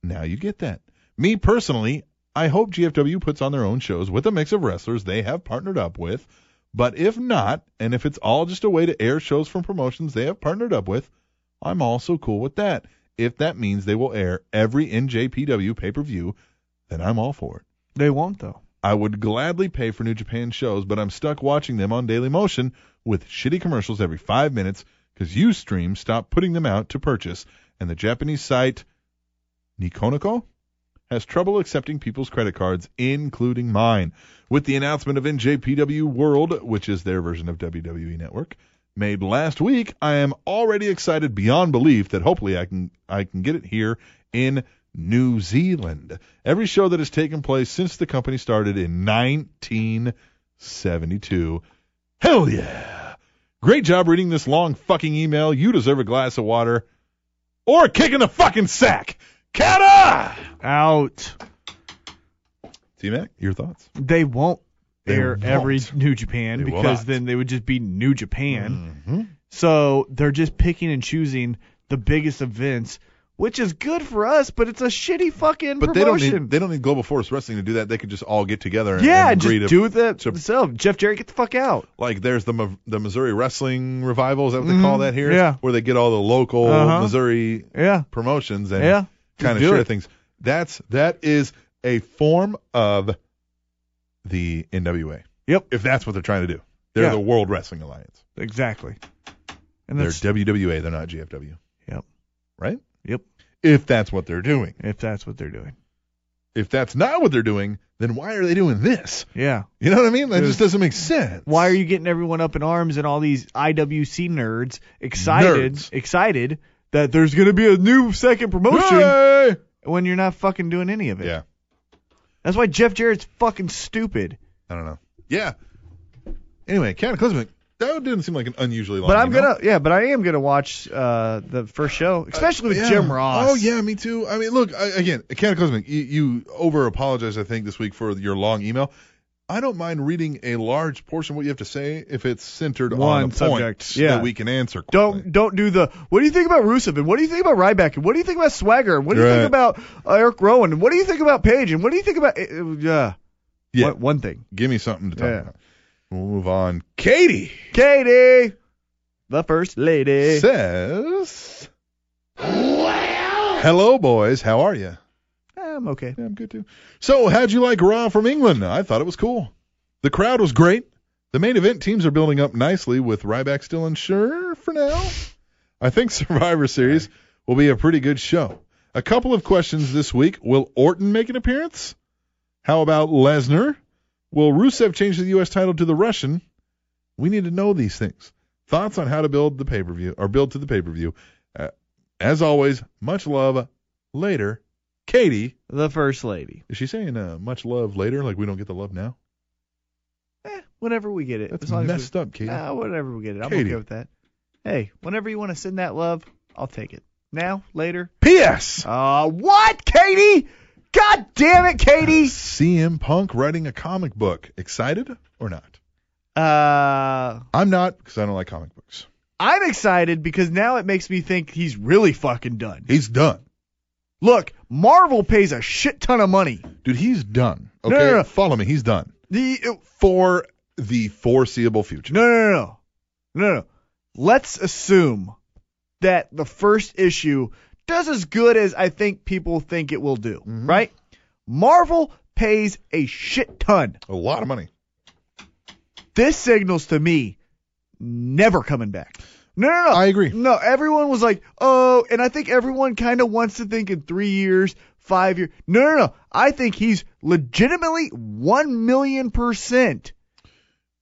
B: now you get that. Me personally, I hope GFW puts on their own shows with a mix of wrestlers they have partnered up with. But if not, and if it's all just a way to air shows from promotions they have partnered up with, I'm also cool with that. If that means they will air every NJPW pay per view, then I'm all for it.
A: They won't though.
B: I would gladly pay for New Japan shows, but I'm stuck watching them on Daily Motion with shitty commercials every five minutes because Ustream stopped putting them out to purchase, and the Japanese site Nikoniko has trouble accepting people's credit cards, including mine. With the announcement of NJPW World, which is their version of WWE Network, made last week, I am already excited beyond belief that hopefully I can I can get it here in New Zealand. Every show that has taken place since the company started in 1972. Hell yeah! Great job reading this long fucking email. You deserve a glass of water or a kick in the fucking sack. Kata!
A: Out.
B: T Mac, your thoughts?
A: They won't
B: They
A: air
B: won't.
A: every New Japan
B: They will
A: because
B: not.
A: then they would just be New Japan.
B: Mm-hmm.
A: So they're just picking and choosing the biggest events, which is good for us, but it's a shitty fucking
B: But they don't
A: promotion.
B: need they don't need Global Force Wrestling to do that. They could just all get together and,
A: yeah,
B: and
A: just
B: agree to
A: do that
B: to-
A: themselves. Jeff Jarrett, get the fuck out.
B: like there's the Mi- the Missouri Wrestling Revival is that what they call
A: Mhm,
B: that here?
A: yeah.
B: Where they get all the local
A: Uh-huh.
B: Missouri
A: Yeah,
B: promotions and
A: yeah.
B: kind of
A: do
B: share
A: it.
B: things. That's that is a form of the NWA.
A: Yep.
B: If that's what they're trying to do, they're
A: Yeah.
B: the World Wrestling Alliance.
A: Exactly. And
B: They're
A: that's
B: WWA. They're not GFW.
A: Yep.
B: Right.
A: Yep.
B: If that's what they're doing.
A: if that's what they're doing.
B: If that's not what they're doing, then why are they doing this?
A: Yeah.
B: You know what I mean? That
A: Dude.
B: just doesn't make sense.
A: Why are you getting everyone up in arms and all these IWC nerds excited
B: Nerds.
A: excited that there's gonna be a new second promotion
B: Hey!
A: when you're not fucking doing any of it?
B: Yeah.
A: That's why Jeff Jarrett's fucking stupid.
B: I don't know. Yeah. Anyway, Cataclysmic. That didn't seem like an unusually long.
A: But I'm
B: email.
A: gonna, yeah, but I am gonna watch uh, the first show, especially with
B: Yeah.
A: Jim Ross.
B: Oh yeah, me too. I mean, look I, again, Cataclysmic. You, you over apologize, I think, this week for your long email. I don't mind reading a large portion of what you have to say if it's centered
A: One
B: on a
A: subject,
B: point
A: yeah.
B: that we can answer. quickly.
A: Don't don't do the. What do you think about Rusev? And what do you think about Ryback? And what do you think about Swagger? And what do you
B: Right.
A: think about uh, Eric Rowan? And what do you think about Paige? And what do you think about? uh, Uh, yeah.
B: Yeah.
A: One, one thing.
B: give me something to talk
A: Yeah.
B: about. We'll move on. Katie
A: Katie, the first lady.
B: says, "Hello, boys. How are you?"
A: I'm okay.
B: Yeah, I'm good too. So, how'd you like Raw from England? I thought it was cool. The crowd was great. The main event teams are building up nicely with Ryback still unsure for now. I think *laughs* Survivor Series will be a pretty good show. A couple of questions this week. Will Orton make an appearance? How about Lesnar? Will Rusev change the U.S. title to the Russian? We need to know these things. Thoughts on how to build the pay per view or build to the pay per view. Uh, as always, much love. Later, Katie.
A: The first lady.
B: Is she saying uh, much love later? Like we don't get the love now?
A: Eh, whenever we get it.
B: That's
A: as long
B: messed
A: as
B: up,
A: we,
B: Katie.
A: Ah, whenever we get it, I'm
B: Katie.
A: okay with that. Hey, whenever you want to send that love, I'll take it. Now, later.
B: P.S.
A: Uh, what, Katie? God damn it, Katie!
B: CM Punk writing a comic book. Excited or not?
A: Uh,
B: I'm not because I don't like comic books.
A: I'm excited because now it makes me think he's really fucking done.
B: He's done.
A: Look, Marvel pays a shit ton of money.
B: Dude, he's done.
A: no,
B: Okay.
A: no.
B: Follow me. He's done.
A: The uh,
B: For the foreseeable future.
A: no, no, no, no, no, no. Let's assume that the first issue does as good as I think people think it will do, right? Marvel pays a shit ton.
B: A lot of money.
A: This signals to me never coming back. No, no, no.
B: I agree.
A: No, everyone was like, oh, and I think everyone kind of wants to think in three years, five years. No, no, no. I think he's legitimately 1 million percent,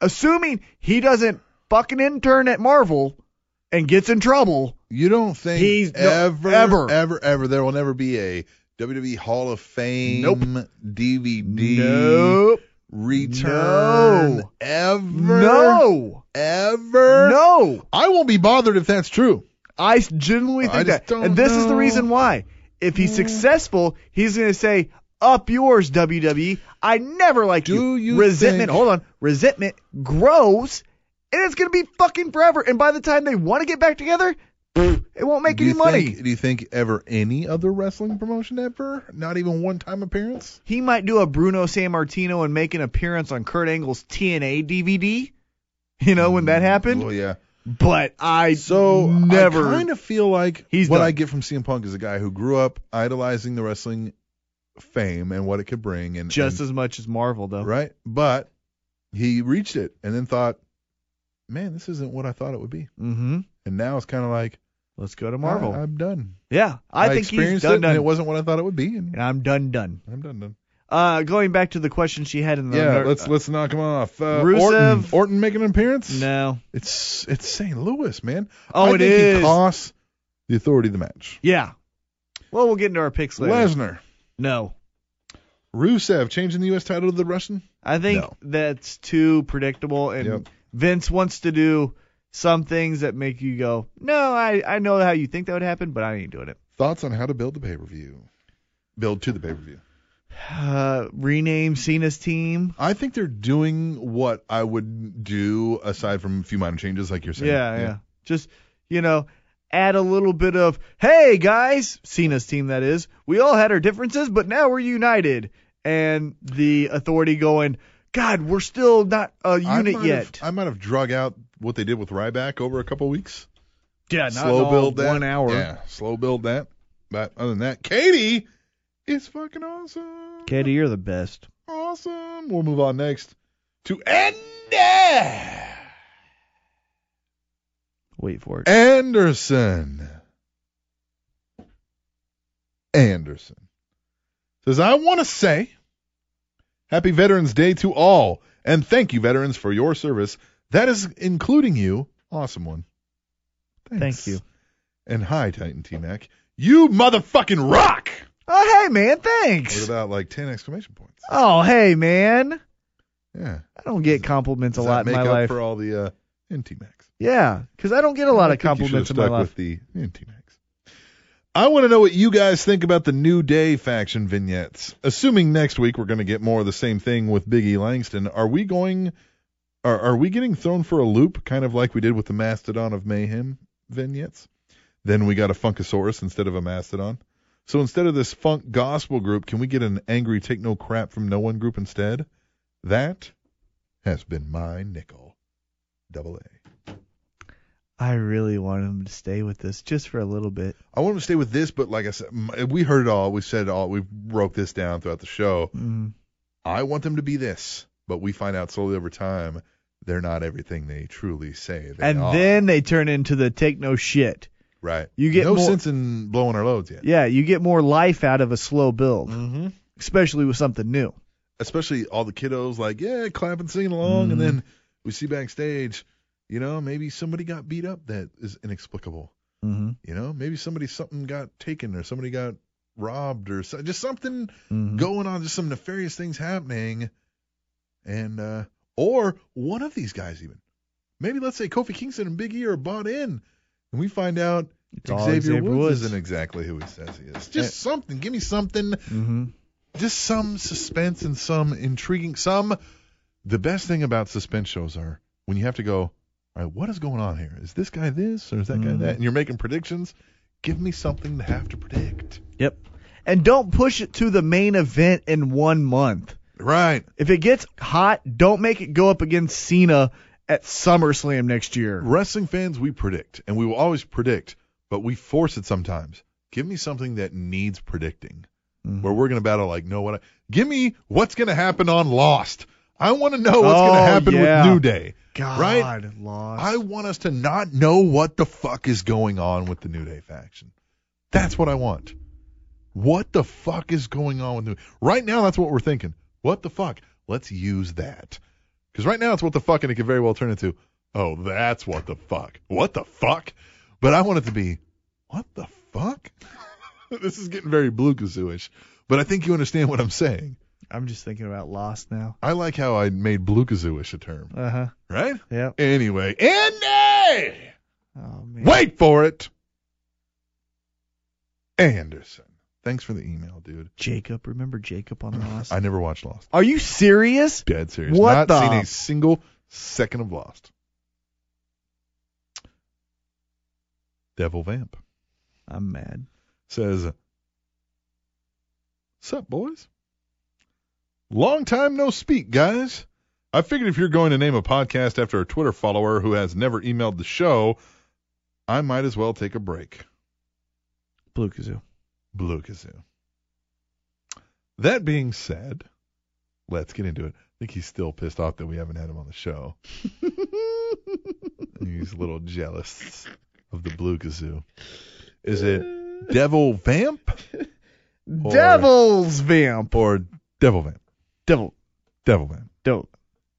A: assuming he doesn't fucking intern at Marvel and gets in trouble.
B: You don't think
A: He's- no,
B: ever,
A: ever.
B: ever, ever, there will never be a WWE Hall of Fame
A: Nope.
B: DVD
A: Nope.
B: return
A: No.
B: ever?
A: No.
B: Ever?
A: No.
B: I won't be bothered if that's true.
A: I genuinely
B: I
A: think
B: just
A: that.
B: don't
A: And this is the
B: know.
A: reason why. If he's successful, he's going to say, up yours, WWE. I never liked
B: Do
A: you.
B: you
A: Resentment,
B: think-
A: hold on. Resentment grows, and it's going to be fucking forever. And by the time they want to get back together, pff, it won't make
B: do
A: any
B: you
A: money.
B: Think, do you think ever any other wrestling promotion ever? Not even one time appearance?
A: He might do a Bruno San Martino and make an appearance on Kurt Angle's TNA DVD. You know, when that happened.
B: Oh, yeah.
A: But I
B: So
A: never.
B: I kind of feel like
A: He's
B: what
A: done.
B: I get from CM Punk is a guy who grew up idolizing the wrestling fame and what it could bring, and
A: just
B: and-
A: as much as Marvel, though.
B: right. But he reached it and then thought, man, this isn't what I thought it would be.
A: Mm-hmm.
B: And now it's kind of like
A: Let's go to
B: I-
A: Marvel.
B: I'm done.
A: Yeah, I, think he's
B: experienced
A: done.
B: it
A: done.
B: and it wasn't what I thought it would be, and
A: And I'm done. Done.
B: I'm done. Done.
A: Uh, going back to the question she had in the
B: yeah,
A: ner-
B: let's let's knock him off. Uh,
A: uh, Rusev-
B: Orton, Orton making an appearance.
A: no.
B: It's it's St. Louis, man.
A: Oh,
B: I
A: it
B: think
A: is.
B: He costs the authority the match.
A: yeah. Well, we'll get into our picks later.
B: Lesnar.
A: no,
B: Rusev changing the U.S. title to the Russian.
A: I think
B: No.
A: that's too predictable, and
B: Yep.
A: Vince wants to do some things that make you go, no, I I know how you think that would happen, but I ain't doing it.
B: Thoughts on how to build the pay per view? Build to the pay per view.
A: Uh, rename Cena's team.
B: I think they're doing what I would do aside from a few minor changes, like you're saying.
A: Yeah, yeah, Just you know, add a little bit of, hey guys, Cena's team that is. We all had our differences, but now we're united. And the authority going, God, we're still not a
B: I
A: unit
B: might
A: yet.
B: Have, I might have drug out what they did with Ryback over a couple weeks.
A: yeah, not
B: slow
A: all
B: build that.
A: one hour.
B: Yeah, slow build that. But other than that, Katie is fucking awesome.
A: Katie, you're the best.
B: Awesome. We'll move on next to Andy
A: Wait for it.
B: Anderson. Anderson says, I want to say happy Veterans Day to all, and thank you, veterans, for your service. That is including you. Awesome one. Thanks.
A: Thank you.
B: And hi, Titan T Mac. You
A: *laughs*
B: motherfucking rock!
A: Oh hey man,
B: What
A: thanks.
B: about like 10 exclamation points?
A: Oh hey man.
B: Yeah.
A: I don't get compliments a
B: Does
A: lot
B: that
A: in
B: make
A: my
B: up
A: life.
B: for all the uh, and T Macs?
A: Yeah, because I don't get a lot
B: I
A: of
B: think you should've
A: compliments in my
B: stuck
A: life.
B: With the anti-max. I want to know what you guys think about the New Day faction vignettes. Assuming next week we're going to get more of the same thing with Big E Langston, are we going? Are, are we getting thrown for a loop, kind of like we did with the Mastodon of Mayhem vignettes? Then we got a Funkasaurus instead of a Mastodon. So instead of this funk gospel group, can we get an angry take no crap from no one group instead? That has been my nickel. Double A.
A: I really want him to stay with this just for a little bit.
B: I want to stay with this, but like I said, m- we heard it all. We said it all. We broke this down throughout the show.
A: Mm.
B: I want them to be this, but we find out slowly over time they're not everything they truly say they
A: and
B: are.
A: then they turn into the take no shit.
B: right,
A: you get
B: no
A: more-
B: sense in blowing our loads yet.
A: Yeah, you get more life out of a slow build,
B: Mm-hmm.
A: especially with something new.
B: Especially all the kiddos, like yeah, clapping, singing along, and
A: Mhm.
B: then we see backstage, you know, maybe somebody got beat up that is inexplicable.
A: Mm-hmm.
B: You know, maybe somebody something got taken or somebody got robbed or so, just something
A: Mm-hmm.
B: going on, just some nefarious things happening, and uh, or one of these guys even, maybe let's say Kofi Kingston and Big E are bought in, and we find out
A: all
B: Xavier,
A: Xavier
B: Woods,
A: Woods. Eh.
B: isn't exactly who he says he is. Just something, give me something,
A: Mm-hmm.
B: just some suspense and some intriguing, some the best thing about suspense shows are when you have to go, all right, what is going on here? Is this guy this or is that guy
A: Mm-hmm.
B: that? And you're making predictions. Give me something to have to predict.
A: Yep. And don't push it to the main event in one month.
B: Right.
A: If it gets hot, don't make it go up against Cena at SummerSlam next year.
B: Wrestling fans, we predict, and we will always predict, but we force it sometimes. Give me something that needs predicting,
A: Mm-hmm.
B: where we're going to battle like, no, what? I, give me what's going to happen on Lost. I want to know what's going
A: Oh,
B: to happen
A: yeah.
B: with New Day.
A: God,
B: Right?
A: lost.
B: I want us to not know what the fuck is going on with the New Day faction. That's what I want. What the fuck is going on with New Right now, that's what we're thinking. What the fuck? Let's use that. Because right now, it's what the fuck, and it could very well turn into, oh, that's what the fuck. What the fuck? But I want it to be, what the fuck? *laughs* this is getting very Blue ish but I think you understand what I'm saying.
A: I'm just thinking about Lost now.
B: I like how I made Blue ish a term,
A: Uh huh.
B: right?
A: Yep.
B: Anyway, Andy!
A: Oh man.
B: Wait for it. Anderson. Thanks for the email, dude.
A: Jacob, remember Jacob on Lost?
B: I never watched Lost.
A: Are you serious?
B: Dead serious.
A: What
B: Not
A: the-
B: seen a single second of Lost. Devil Vamp
A: I'm mad.
B: says, Sup, boys? Long time no speak, guys. I figured if you're going to name a podcast after a Twitter follower who has never emailed the show, I might as well take a break.
A: Blue Kazoo.
B: Blue Kazoo. That being said, let's get into it. I think he's still pissed off that we haven't had him on the show. he's a little jealous of the Blue Kazoo. Is it Devil Vamp Or-
A: Devil's Vamp.
B: or Devil Vamp?
A: Devil.
B: Devil Vamp.
A: Devil.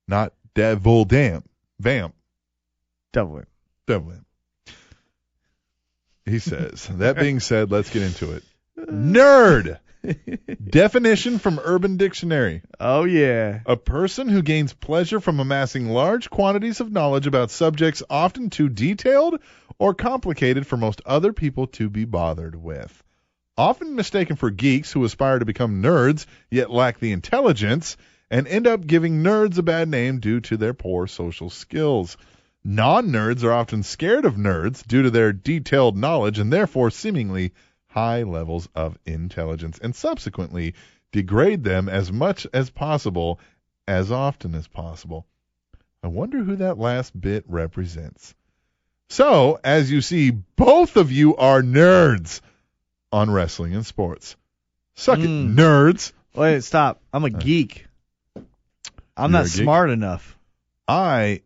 B: Not Devil Damp. Vamp.
A: Devil Vamp.
B: Devil Vamp. He says, that being said, let's get into it. Nerd! Definition from Urban Dictionary.
A: Oh yeah.
B: A person who gains pleasure from amassing large quantities of knowledge about subjects often too detailed or complicated for most other people to be bothered with. Often mistaken for geeks who aspire to become nerds yet lack the intelligence and end up giving nerds a bad name due to their poor social skills. Non nerds are often scared of nerds due to their detailed knowledge and therefore seemingly high levels of intelligence and subsequently degrade them as much as possible, as often as possible. I wonder who that last bit represents. So, as you see, both of you are nerds on wrestling and sports. Suck
A: Mm.
B: it, nerds.
A: Wait, stop. I'm a geek. I'm
B: Uh. You're
A: not
B: a geek?
A: smart enough.
B: I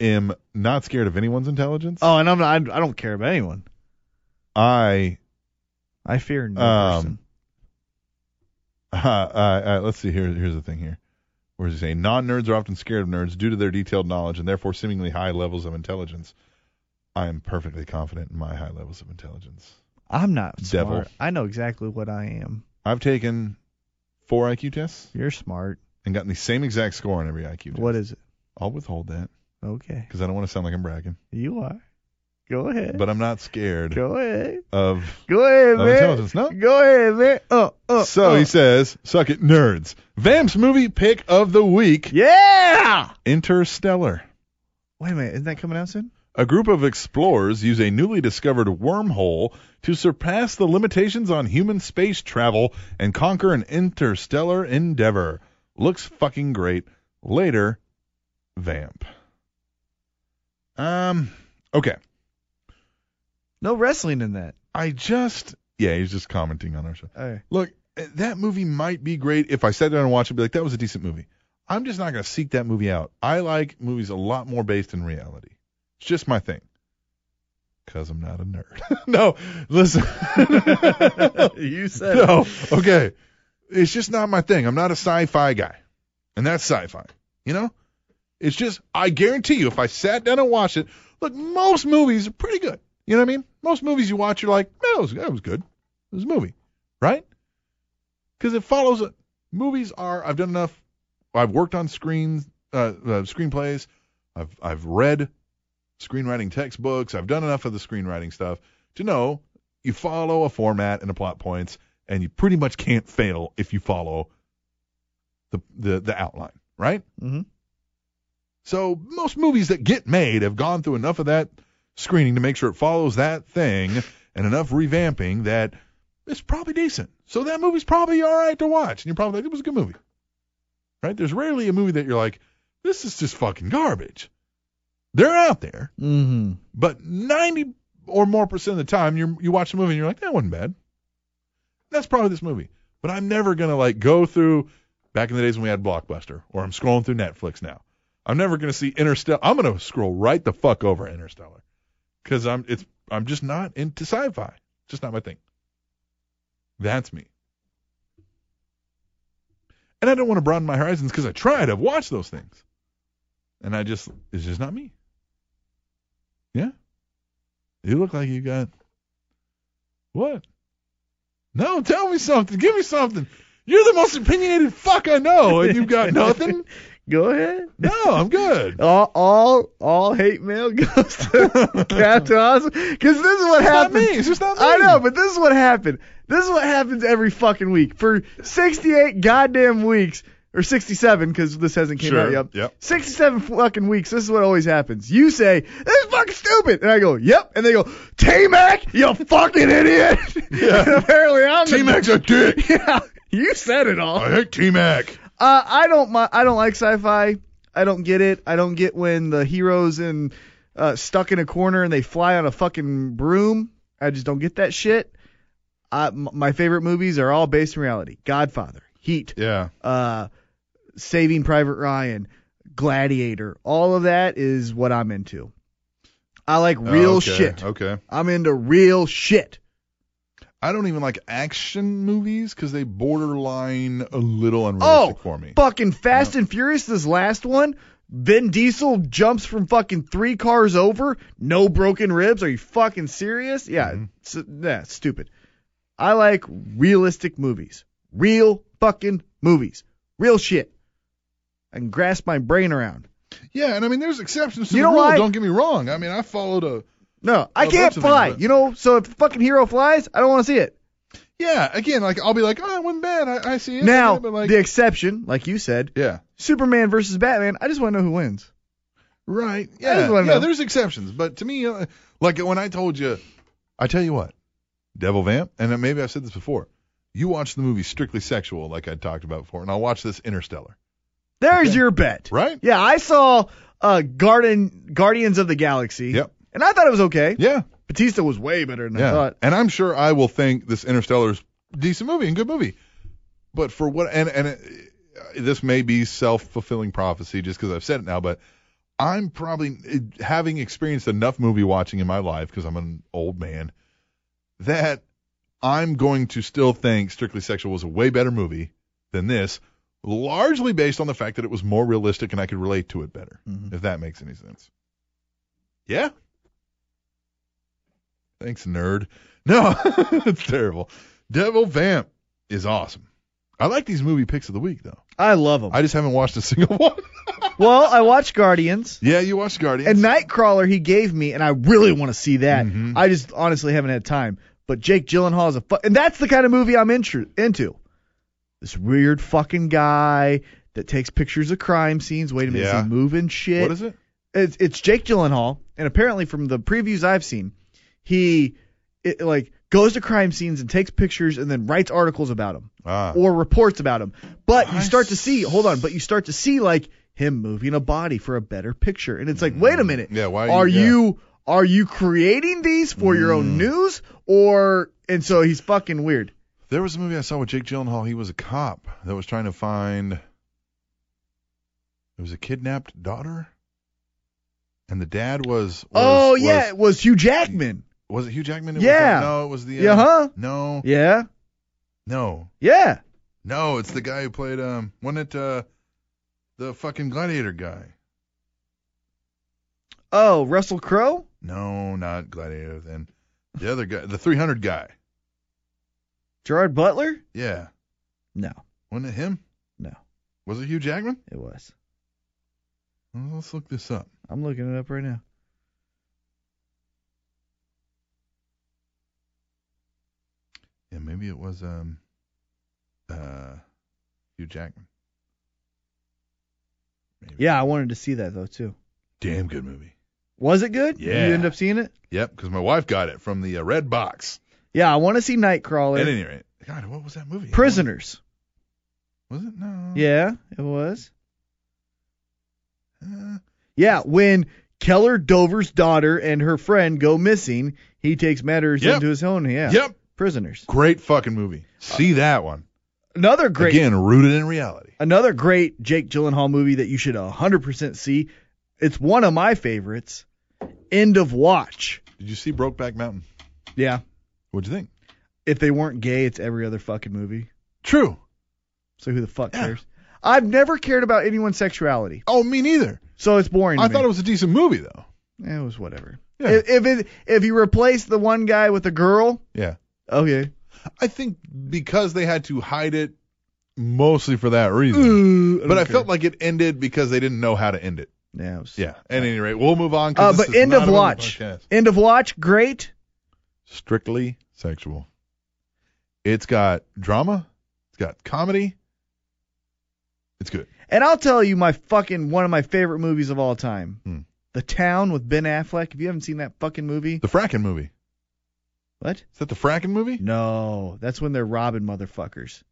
B: am not scared of anyone's intelligence.
A: Oh, and I'm not. I, I don't care about anyone.
B: I
A: I fear no
B: Um,
A: person.
B: *laughs* Uh, uh, uh, let's see here. Here's the thing here. Where does he say non nerds are often scared of nerds due to their detailed knowledge and therefore seemingly high levels of intelligence? I am perfectly confident in my high levels of intelligence.
A: I'm not
B: devil.
A: smart. I know exactly what I am.
B: I've taken four IQ tests
A: You're smart.
B: and gotten the same exact score on every IQ test.
A: What is it?
B: I'll withhold that
A: Okay.
B: because I don't want to sound like I'm bragging,
A: You are. Go ahead.
B: but I'm not scared
A: Go ahead.
B: of
A: Go ahead,
B: of
A: man.
B: intelligence. No,
A: Go ahead, man. Uh, uh,
B: so
A: uh.
B: he says, "Suck it, nerds." Vamp's movie pick of the week:
A: Yeah.
B: Interstellar.
A: Wait a minute. Isn't that coming out soon?
B: A group of explorers use a newly discovered wormhole to surpass the limitations on human space travel and conquer an interstellar endeavor. Looks fucking great. Later, Vamp. Um, okay.
A: No wrestling in that.
B: I just, yeah, he's just commenting on our show.
A: All right.
B: Look, eh, that movie might be great if I sat down and watched it and be like, that was a decent movie. I'm just not going to seek that movie out. I like movies a lot more based in reality. It's just my thing. Because I'm not a nerd. *laughs* no, listen.
A: *laughs*
B: *laughs*
A: you said
B: no, okay. It's just not my thing. I'm not a sci fi guy. And that's sci fi. You know? It's just, I guarantee you, if I sat down and watched it, look, most movies are pretty good. You know what I mean? Most movies you watch, you're like, no, that was, that was good. It was a movie, right? Because it follows. Movies are. I've done enough. I've worked on screens, uh, uh, screenplays. I've I've read screenwriting textbooks. I've done enough of the screenwriting stuff to know you follow a format and a plot points, and you pretty much can't fail if you follow the the the outline. right?
A: Mhm.
B: So most movies that get made have gone through enough of that screening to make sure it follows that thing and enough revamping that it's probably decent. So that movie's probably all right to watch, and you're probably like, it was a good movie, right? There's rarely a movie that you're like, this is just fucking garbage. They're out there,
A: Mm-hmm.
B: but 90 or more percent of the time, you you watch the movie and you're like, that wasn't bad. That's probably this movie. But I'm never gonna like go through back in the days when we had Blockbuster, or I'm scrolling through Netflix now. I'm never gonna see Interstellar. I'm gonna scroll right the fuck over Interstellar, cause I'm it's I'm just not into sci-fi. It's just not my thing. That's me. And I don't want to broaden my horizons because I tried. I've watched those things, and I just it's just not me. Yeah. You look like you got what? No, tell me something. Give me something. You're the most opinionated fuck I know, and you've
A: *laughs*
B: Oh, got nothing.
A: Go ahead.
B: No, I'm good.
A: All, all, all hate mail *laughs* goes to Captain Awesome. Because this is what
B: It's not
A: happens.
B: me. It's just not me.
A: I know, but this is what happened. This is what happens every fucking week for 68 goddamn weeks or 67 because this hasn't came out
B: Sure.
A: yet.
B: Yep.
A: 67 fucking weeks. This is what always happens. You say this is fucking stupid, and I go, yep, and they go, T Mac, you fucking idiot. *laughs* and apparently I'm the-
B: T Mac's a dick.
A: Yeah, *laughs* you said it all.
B: I hate T Mac.
A: Uh, I don't. mi- I don't like sci-fi. I don't get it. I don't get when the heroes in uh, stuck in a corner and they fly on a fucking broom. I just don't get that shit. I, m- my favorite movies are all based in reality. Godfather, Heat,
B: Yeah.
A: uh, Saving Private Ryan, Gladiator. All of that is what I'm into. I like *laughs* real
B: Okay,
A: shit.
B: Okay.
A: I'm into real shit.
B: I don't even like action movies because they borderline a little
A: Oh,
B: unrealistic for me.
A: fucking Fast and Furious, this last one. Vin Diesel jumps from fucking three cars over, no broken ribs. Are you fucking serious? Yeah,
B: Mhm.
A: it's, nah, it's stupid. I like realistic movies, real fucking movies, real shit. I can grasp my brain around.
B: yeah, and I mean, there's exceptions to
A: You
B: the
A: know
B: rule.
A: why?
B: Don't get me wrong. I mean, I followed a
A: No, I
B: Well,
A: can't
B: bunch of
A: fly.
B: things, but-
A: You know, so if the fucking hero flies, I don't want to see it.
B: yeah. Again, like I'll be like, oh, it wasn't bad. I, I see it.
A: now,
B: but like,
A: the exception, like you said,
B: yeah.
A: Superman versus Batman. I just want to know who wins.
B: Right.
A: just
B: Yeah.
A: wanna
B: Yeah.
A: know.
B: There's exceptions, but to me, uh, like when I told you, I tell you what, Devil Vamp, and then maybe I've said this before. You watch the movie strictly sexual, like I talked about before, and I'll watch this Interstellar.
A: There's
B: Okay.
A: your bet.
B: Right?
A: Yeah, I saw uh Garden Guardians of the Galaxy.
B: Yep.
A: And I thought it was okay.
B: Yeah.
A: Batista was way better than I
B: Yeah.
A: thought.
B: And I'm sure I will think this Interstellar is a decent movie and good movie. But for what and and it, this may be self-fulfilling prophecy just because I've said it now, but I'm probably it- having experienced enough movie watching in my life because I'm an old man that I'm going to still think Strictly Sexual was a way better movie than this, largely based on the fact that it was more realistic and I could relate to it better,
A: Mhm.
B: if that makes any sense. Yeah. Thanks, nerd. *laughs* No, it's terrible. Devil Vamp is awesome. I like these movie picks of the week though.
A: I love him.
B: I just haven't watched a *laughs* single one.
A: well, I watched Guardians
B: yeah, you watched Guardians.
A: and Nightcrawler he gave me and I really want to see that.
B: Mhm.
A: I just honestly haven't had time. But Jake Gyllenhaal is a fu- and that's the kind of movie I'm intru- into. This weird fucking guy that takes pictures of crime scenes. Wait a minute,
B: Yeah.
A: is he moving shit?
B: what is it?
A: it's, it's Jake Gyllenhaal, and apparently from the previews I've seen, he it, like goes to crime scenes and takes pictures and then writes articles about them
B: Ah,
A: or reports about them. But you
B: I
A: start to see, hold on, but you start to see like him moving a body for a better picture, and it's like, wait a minute,
B: Mm. Yeah, why
A: are
B: yeah. Mm.
A: you are you creating these for your own news or? And so he's fucking weird.
B: There was a movie I saw with Jake Gyllenhaal. He was a cop that was trying to find. It was a kidnapped daughter, and the dad was. was
A: oh yeah,
B: was,
A: it was Hugh Jackman.
B: was it Hugh Jackman? It
A: Yeah.
B: Was, no, it was the. uh,
A: Yeah, huh?
B: No,
A: Yeah,
B: no,
A: yeah.
B: no. It's the guy who played um, wasn't it uh, the fucking gladiator guy?
A: Oh, Russell Crowe.
B: No, not gladiator. Then the other guy, the 300 guy.
A: Gerard Butler?
B: Yeah,
A: No,
B: wasn't it him?
A: No.
B: Was it Hugh Jackman?
A: it was.
B: Well, Let's look this up.
A: I'm looking it up right now.
B: Yeah, maybe it was um uh Hugh Jackman. movie.
A: Yeah, I wanted to see that though too.
B: Damn good movie.
A: Was it good?
B: Yeah.
A: You end up seeing it?
B: Yep, because my wife got it from the uh, Red Box.
A: Yeah, I want to see
B: At
A: Nightcrawler.
B: any rate, God, what was that movie?
A: Prisoners.
B: Was it? No.
A: Yeah, it was.
B: Uh,
A: Yeah, when Keller Dover's daughter and her friend go missing, he takes matters
B: Yep.
A: into his own hands.
B: Yep.
A: Prisoners.
B: Great fucking movie. See that one.
A: Another Uh, great
B: Again, rooted in reality.
A: another great Jake Gyllenhaal movie that you should 100% see. It's one of my favorites. End of Watch.
B: Did you see Brokeback Mountain?
A: Yeah.
B: What'd you think?
A: If they weren't gay, it's every other fucking movie.
B: True.
A: So who the fuck
B: Yeah.
A: cares? I've never cared about anyone's sexuality,
B: Oh, me neither.
A: so it's boring. To
B: I
A: me.
B: thought it was a decent movie though.
A: Eh, it was whatever.
B: Yeah.
A: If if, it, if you replace the one guy with a girl,
B: Yeah.
A: okay.
B: I think because they had to hide it mostly for that reason.
A: Ooh,
B: But I felt like it ended because they didn't know how to end it.
A: yeah. it was-
B: Yeah. At any rate, we'll move on. 'cause
A: Uh,
B: this
A: but
B: is
A: end
B: not
A: of
B: a movie
A: watch.
B: podcast.
A: End of watch. Great.
B: Strictly sexual. It's got drama. It's got comedy. It's good.
A: And I'll tell you my fucking one of my favorite movies of all time.
B: Hmm.
A: The Town with Ben Affleck. If you haven't seen that fucking movie,
B: The fracking movie.
A: what?
B: Is that the fracking movie?
A: No, that's when they're robbing motherfuckers.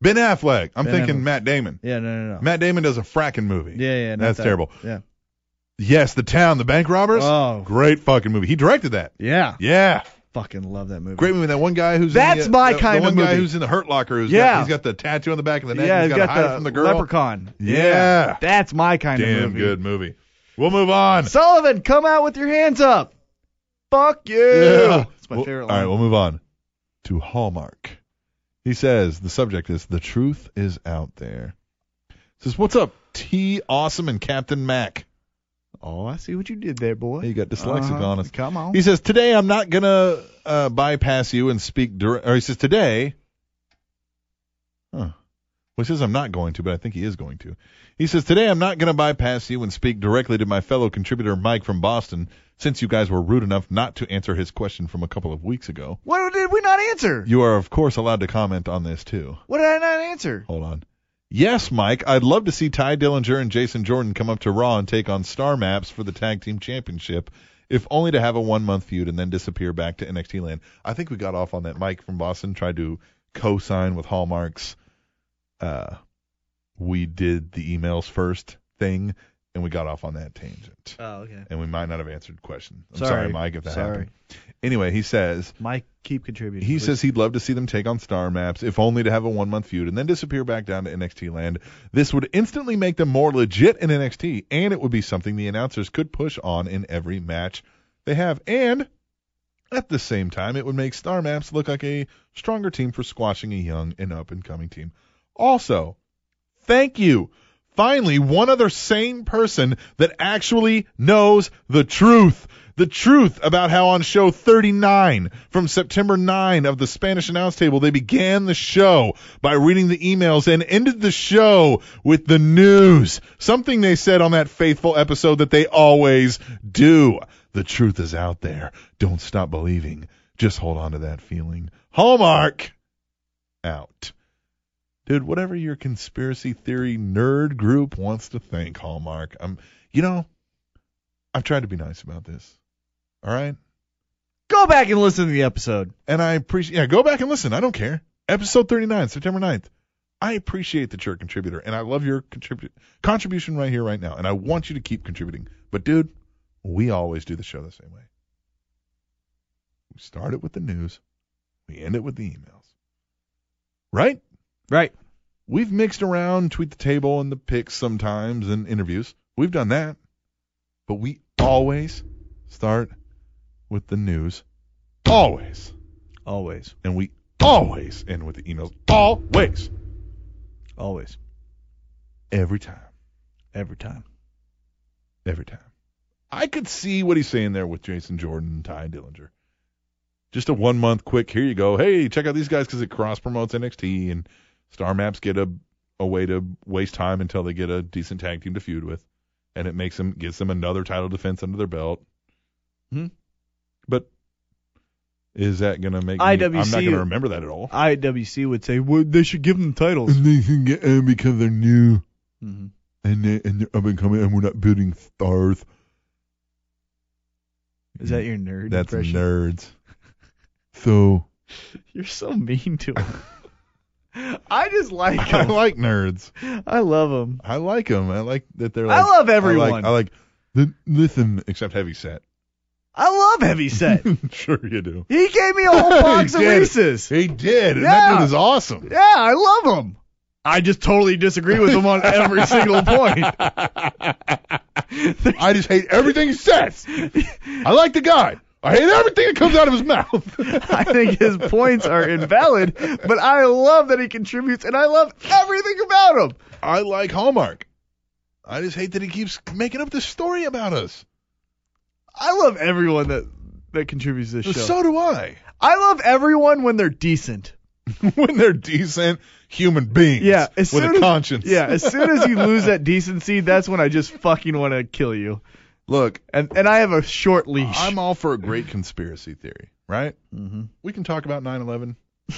B: Ben Affleck. I'm
A: Ben
B: thinking
A: Affleck.
B: Matt Damon.
A: Yeah, no, no, no.
B: Matt Damon does a fracking movie.
A: yeah, yeah. not
B: That's
A: that.
B: terrible.
A: Yeah.
B: Yes, The Town, The Bank Robbers.
A: Oh,
B: Great fucking movie. He directed that.
A: yeah.
B: Yeah.
A: Fucking love that movie.
B: Great movie. That one guy who's in
A: That's
B: the, uh,
A: my
B: the-
A: kind
B: the
A: of
B: one guy
A: movie.
B: who's in the Hurt Locker. who's
A: Yeah.
B: got, he's got the tattoo on the back of the neck.
A: Yeah,
B: he's
A: it's
B: got, to
A: got
B: hide
A: the
B: from the girl.
A: leprechaun.
B: Yeah.
A: That's my kind of
B: Damn
A: movie.
B: good movie. We'll move on.
A: Sullivan, come out with your hands up. Fuck you. That's my
B: Well,
A: favorite
B: All
A: line.
B: right, we'll move on to Hallmark. He says the subject is the truth is out there. Says what's up, T. Awesome and Captain Mac.
A: oh, I see what you did there, boy.
B: Hey, you got dyslexic
A: Uh-huh.
B: on us.
A: Come on.
B: He says today I'm not gonna uh, bypass you and speak direct. Or he says today. Huh. Well, he says I'm not going to, but I think he is going to. He says today I'm not gonna bypass you and speak directly to my fellow contributor Mike from Boston, since you guys were rude enough not to answer his question from a couple of weeks ago.
A: What did we not answer?
B: You are, of course, allowed to comment on this, too.
A: what did I not answer?
B: Hold on. Yes, Mike, I'd love to see Ty Dillinger and Jason Jordan come up to Raw and take on Star Maps for the Tag Team Championship, if only to have a one month feud and then disappear back to NXT land. I think we got off on that. Mike from Boston tried to co sign with Hallmark's uh, We Did the Emails First thing, and we got off on that tangent.
A: Oh, okay.
B: And we might not have answered the question. I'm sorry,
A: Sorry.
B: Mike, if that
A: Sorry.
B: happened. Anyway, he says.
A: Mike, keep contributing.
B: He
A: please.
B: says he'd love to see them take on Star Maps, if only to have a one month feud and then disappear back down to NXT land. This would instantly make them more legit in NXT, and it would be something the announcers could push on in every match they have. And at the same time, it would make Star Maps look like a stronger team for squashing a young and up and coming team. Also, thank you. Finally, one other sane person that actually knows the truth. The truth about how on show 39 from September 9 of the Spanish announce table, they began the show by reading the emails and ended the show with the news. Something they said on that faithful episode that they always do. The truth is out there. Don't stop believing. Just hold on to that feeling. Hallmark out. Dude, whatever your conspiracy theory nerd group wants to think, Hallmark. I'm, you know, I've tried to be nice about this. All right?
A: Go back and listen to the episode.
B: And I appreciate, yeah, go back and listen. I don't care. Episode 39, September 9th. I appreciate that you're a contributor, and I love your contribute contribution right here, right now, and I want you to keep contributing. But, dude, we always do the show the same way. We start it with the news, we end it with the emails. Right?
A: Right.
B: We've mixed around tweet the table and the picks sometimes and interviews. We've done that. But we always start with the news. Always.
A: Always.
B: And we always end with the emails. Always.
A: Always.
B: Every time.
A: Every time.
B: Every time. I could see what he's saying there with Jason Jordan and Ty Dillinger. Just a one month quick, here you go. Hey, check out these guys because it cross promotes NXT and Star Maps get a, a way to waste time until they get a decent tag team to feud with. And it makes them, gets them another title defense under their belt.
A: Hmm.
B: But is that going to make me, I'm not
A: IWC
B: going to remember that at all. *laughs*
A: IWC would say well, they should give them titles.
B: they can get because they're new.
A: Mhm.
B: and they and they're up and coming, and we're not building stars.
A: Is that your nerd?
B: That's
A: impression? *laughs*
B: nerds. So
A: You're so mean to him. *laughs* I just like
B: *laughs* I
A: him.
B: like nerds.
A: I love him.
B: I like them. I like that they're.
A: I
B: Like,
A: love
B: I like,
A: everyone.
B: I like the, listen, except heavy set.
A: I love *laughs*
B: *laughs*
A: Heavyset.
B: sure you do.
A: *laughs* he gave me a whole box of
B: did.
A: Reese's.
B: He did. And that
A: Yeah.
B: dude
A: *laughs*
B: is awesome.
A: Yeah, I love him. I just totally disagree with him on *laughs* every single point.
B: I just hate everything he says. I like the guy. I hate everything that comes out of his mouth.
A: *laughs* I think his points are invalid, but I love that he contributes and I love everything about him.
B: I like Hallmark. I just hate that he keeps making up this story about us.
A: I love everyone that that contributes to this show.
B: So do I. *laughs*
A: I love everyone when they're decent.
B: when they're decent human beings
A: Yeah, as
B: with a
A: soon as-
B: conscience.
A: Yeah, as soon as you lose that decency, that's when I just fucking want to kill you.
B: Look,
A: And and I have a short leash.
B: I'm all for a great conspiracy theory, right?
A: mm-hmm.
B: We can talk about 9/11.
A: *laughs*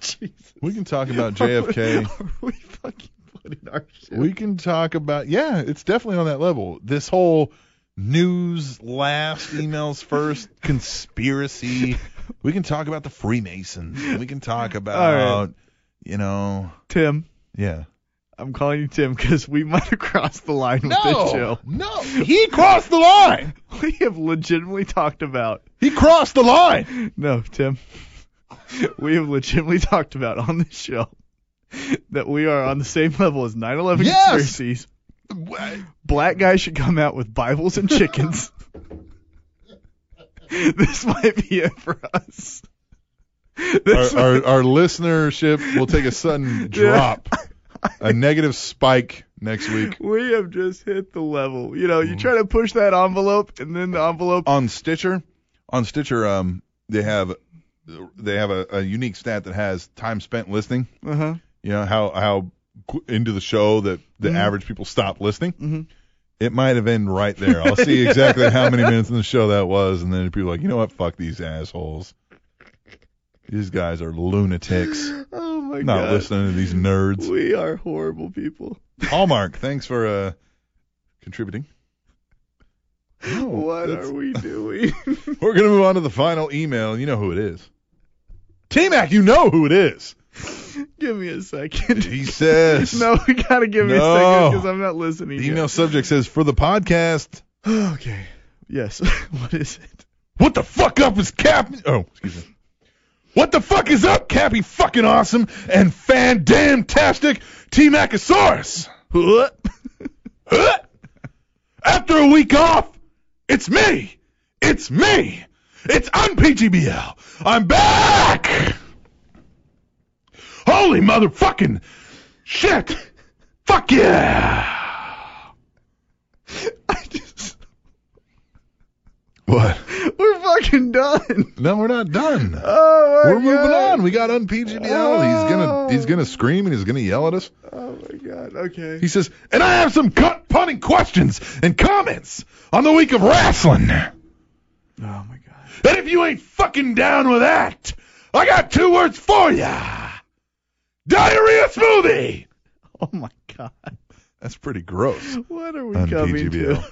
A: Jesus.
B: We can talk *laughs* about JFK.
A: Are we fucking putting our shit?
B: we can talk about yeah, it's definitely on that level. This whole news last, emails *laughs* first, conspiracy. We can talk about the Freemasons. We can talk about you know,
A: Tim,
B: yeah.
A: I'm calling you Tim because we *laughs* might have crossed the line with this show.
B: no, he crossed the line.
A: We have legitimately talked about.
B: He crossed the line.
A: No, Tim. *laughs* we have legitimately talked about on this show that we are on the same level as 9 11
B: Yes!
A: conspiracies. Black guys should come out with Bibles and *laughs* chickens. this might be it for us. This
B: our, our, our listenership will take a sudden drop, a negative spike next week
A: We have just hit the level. You know, you try to push that envelope, and then the envelope.
B: on Stitcher. On Stitcher, um, they have they have a, a unique stat that has time spent listening.
A: Uh huh.
B: You know how how qu- into the show that the
A: Mhm.
B: average people stop listening.
A: Mhm.
B: It might have been right there. I'll see exactly how many minutes in the show that was, and then people are like, you know what? Fuck these assholes. These guys
A: *gasps*
B: are lunatics.
A: Oh my
B: Not
A: god.
B: listening to these nerds.
A: We are horrible people.
B: Hallmark, thanks for uh, contributing.
A: What
B: that's-
A: are we doing? *laughs*
B: We're gonna move on to the final email. You know who it is. T Mac, you know who it is.
A: give me a second.
B: He says
A: *laughs* No, we gotta give me a
B: No.
A: second because I'm not listening.
B: the
A: yet.
B: email subject says for the podcast.
A: *gasps* Okay. Yes. *laughs* what is it?
B: What the fuck up is Cap Oh, excuse me. What the fuck is up, Cappy fucking awesome and fan damn tastic T Macosaurus?
A: What?
B: *laughs* After a week off, it's me. It's me. It's unPGBL. I'm back. Holy motherfucking shit. Fuck yeah.
A: *laughs* I just.
B: What?
A: We're fucking done. *laughs*
B: No, we're not done.
A: Oh my
B: we're moving
A: God.
B: on. We got unPGBL. He's gonna he's gonna scream and he's gonna yell at us.
A: Oh my god. Okay.
B: He says, and I have some cut punting questions and comments on the week of wrestling.
A: Oh my god.
B: And if you ain't fucking down with that, I got two words for ya. Diarrhea smoothie.
A: Oh my god. *laughs*
B: That's pretty gross.
A: What are we
B: On
A: coming
B: PGBL.
A: to?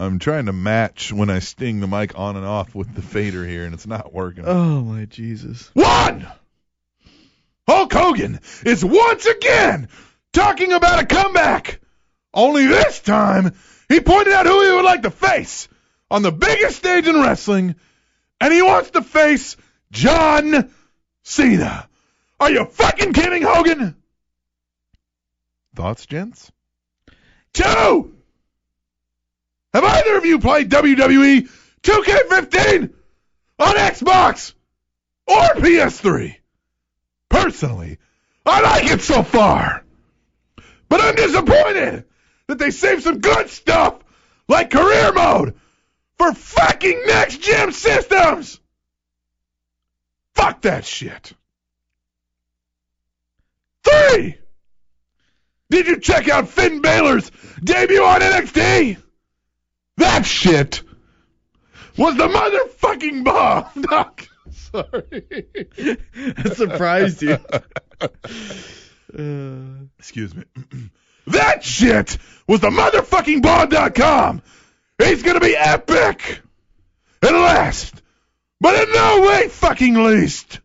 B: I'm trying to match when I sting the mic on and off with the fader here, and it's not working.
A: *laughs* Oh my Jesus.
B: One! Hulk Hogan is once again talking about a comeback. Only this time, he pointed out who he would like to face on the biggest stage in wrestling, and he wants to face John Cena. Are you fucking kidding, Hogan? Thoughts, gents? Two! Have either of you played E WWE 2K15 on Xbox? or PS3. Personally, I like it so far. But I'm disappointed that they saved some good stuff like career mode for fucking next gen systems. Fuck that shit. Three. Did you check out Finn Balor's debut on NXT? That shit was the motherfucking bomb. *laughs* Doc. Sorry.
A: *laughs* That surprised you. Uh,
B: Excuse me. *clears throat* that shit was the motherfucking Bond.com. He's gonna be epic at last, but in no way fucking least.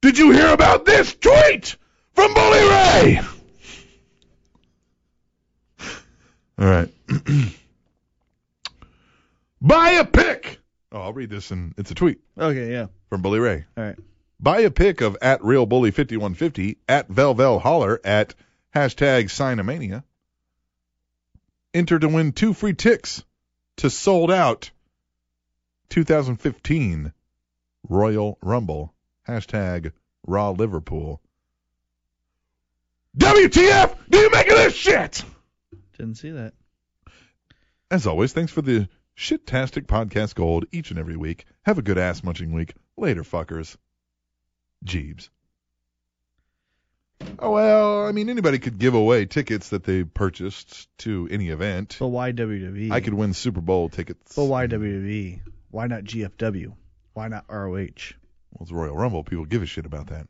B: Did you hear about this tweet from Bully Ray? All right. *clears throat* Buy a pick. Oh, I'll read this and it's a tweet
A: okay, yeah.
B: from Bully Ray.
A: All right.
B: Buy a pic of at real bully 5150 at velvel holler at hashtag signomania. Enter to win two free ticks to sold out 2015 Royal Rumble hashtag Raw Liverpool. WTF? Do you make of this shit?
A: Didn't see that.
B: As always, thanks for the shit-tastic podcast gold each and every week. Have a good ass munching week. Later, fuckers. Jeebs. Oh, well, I mean, anybody could give away tickets that they purchased to any event.
A: But why WWE?
B: I could win Super Bowl tickets.
A: But why WWE? Why not GFW? Why not ROH?
B: Well, it's Royal Rumble. People give a shit about that.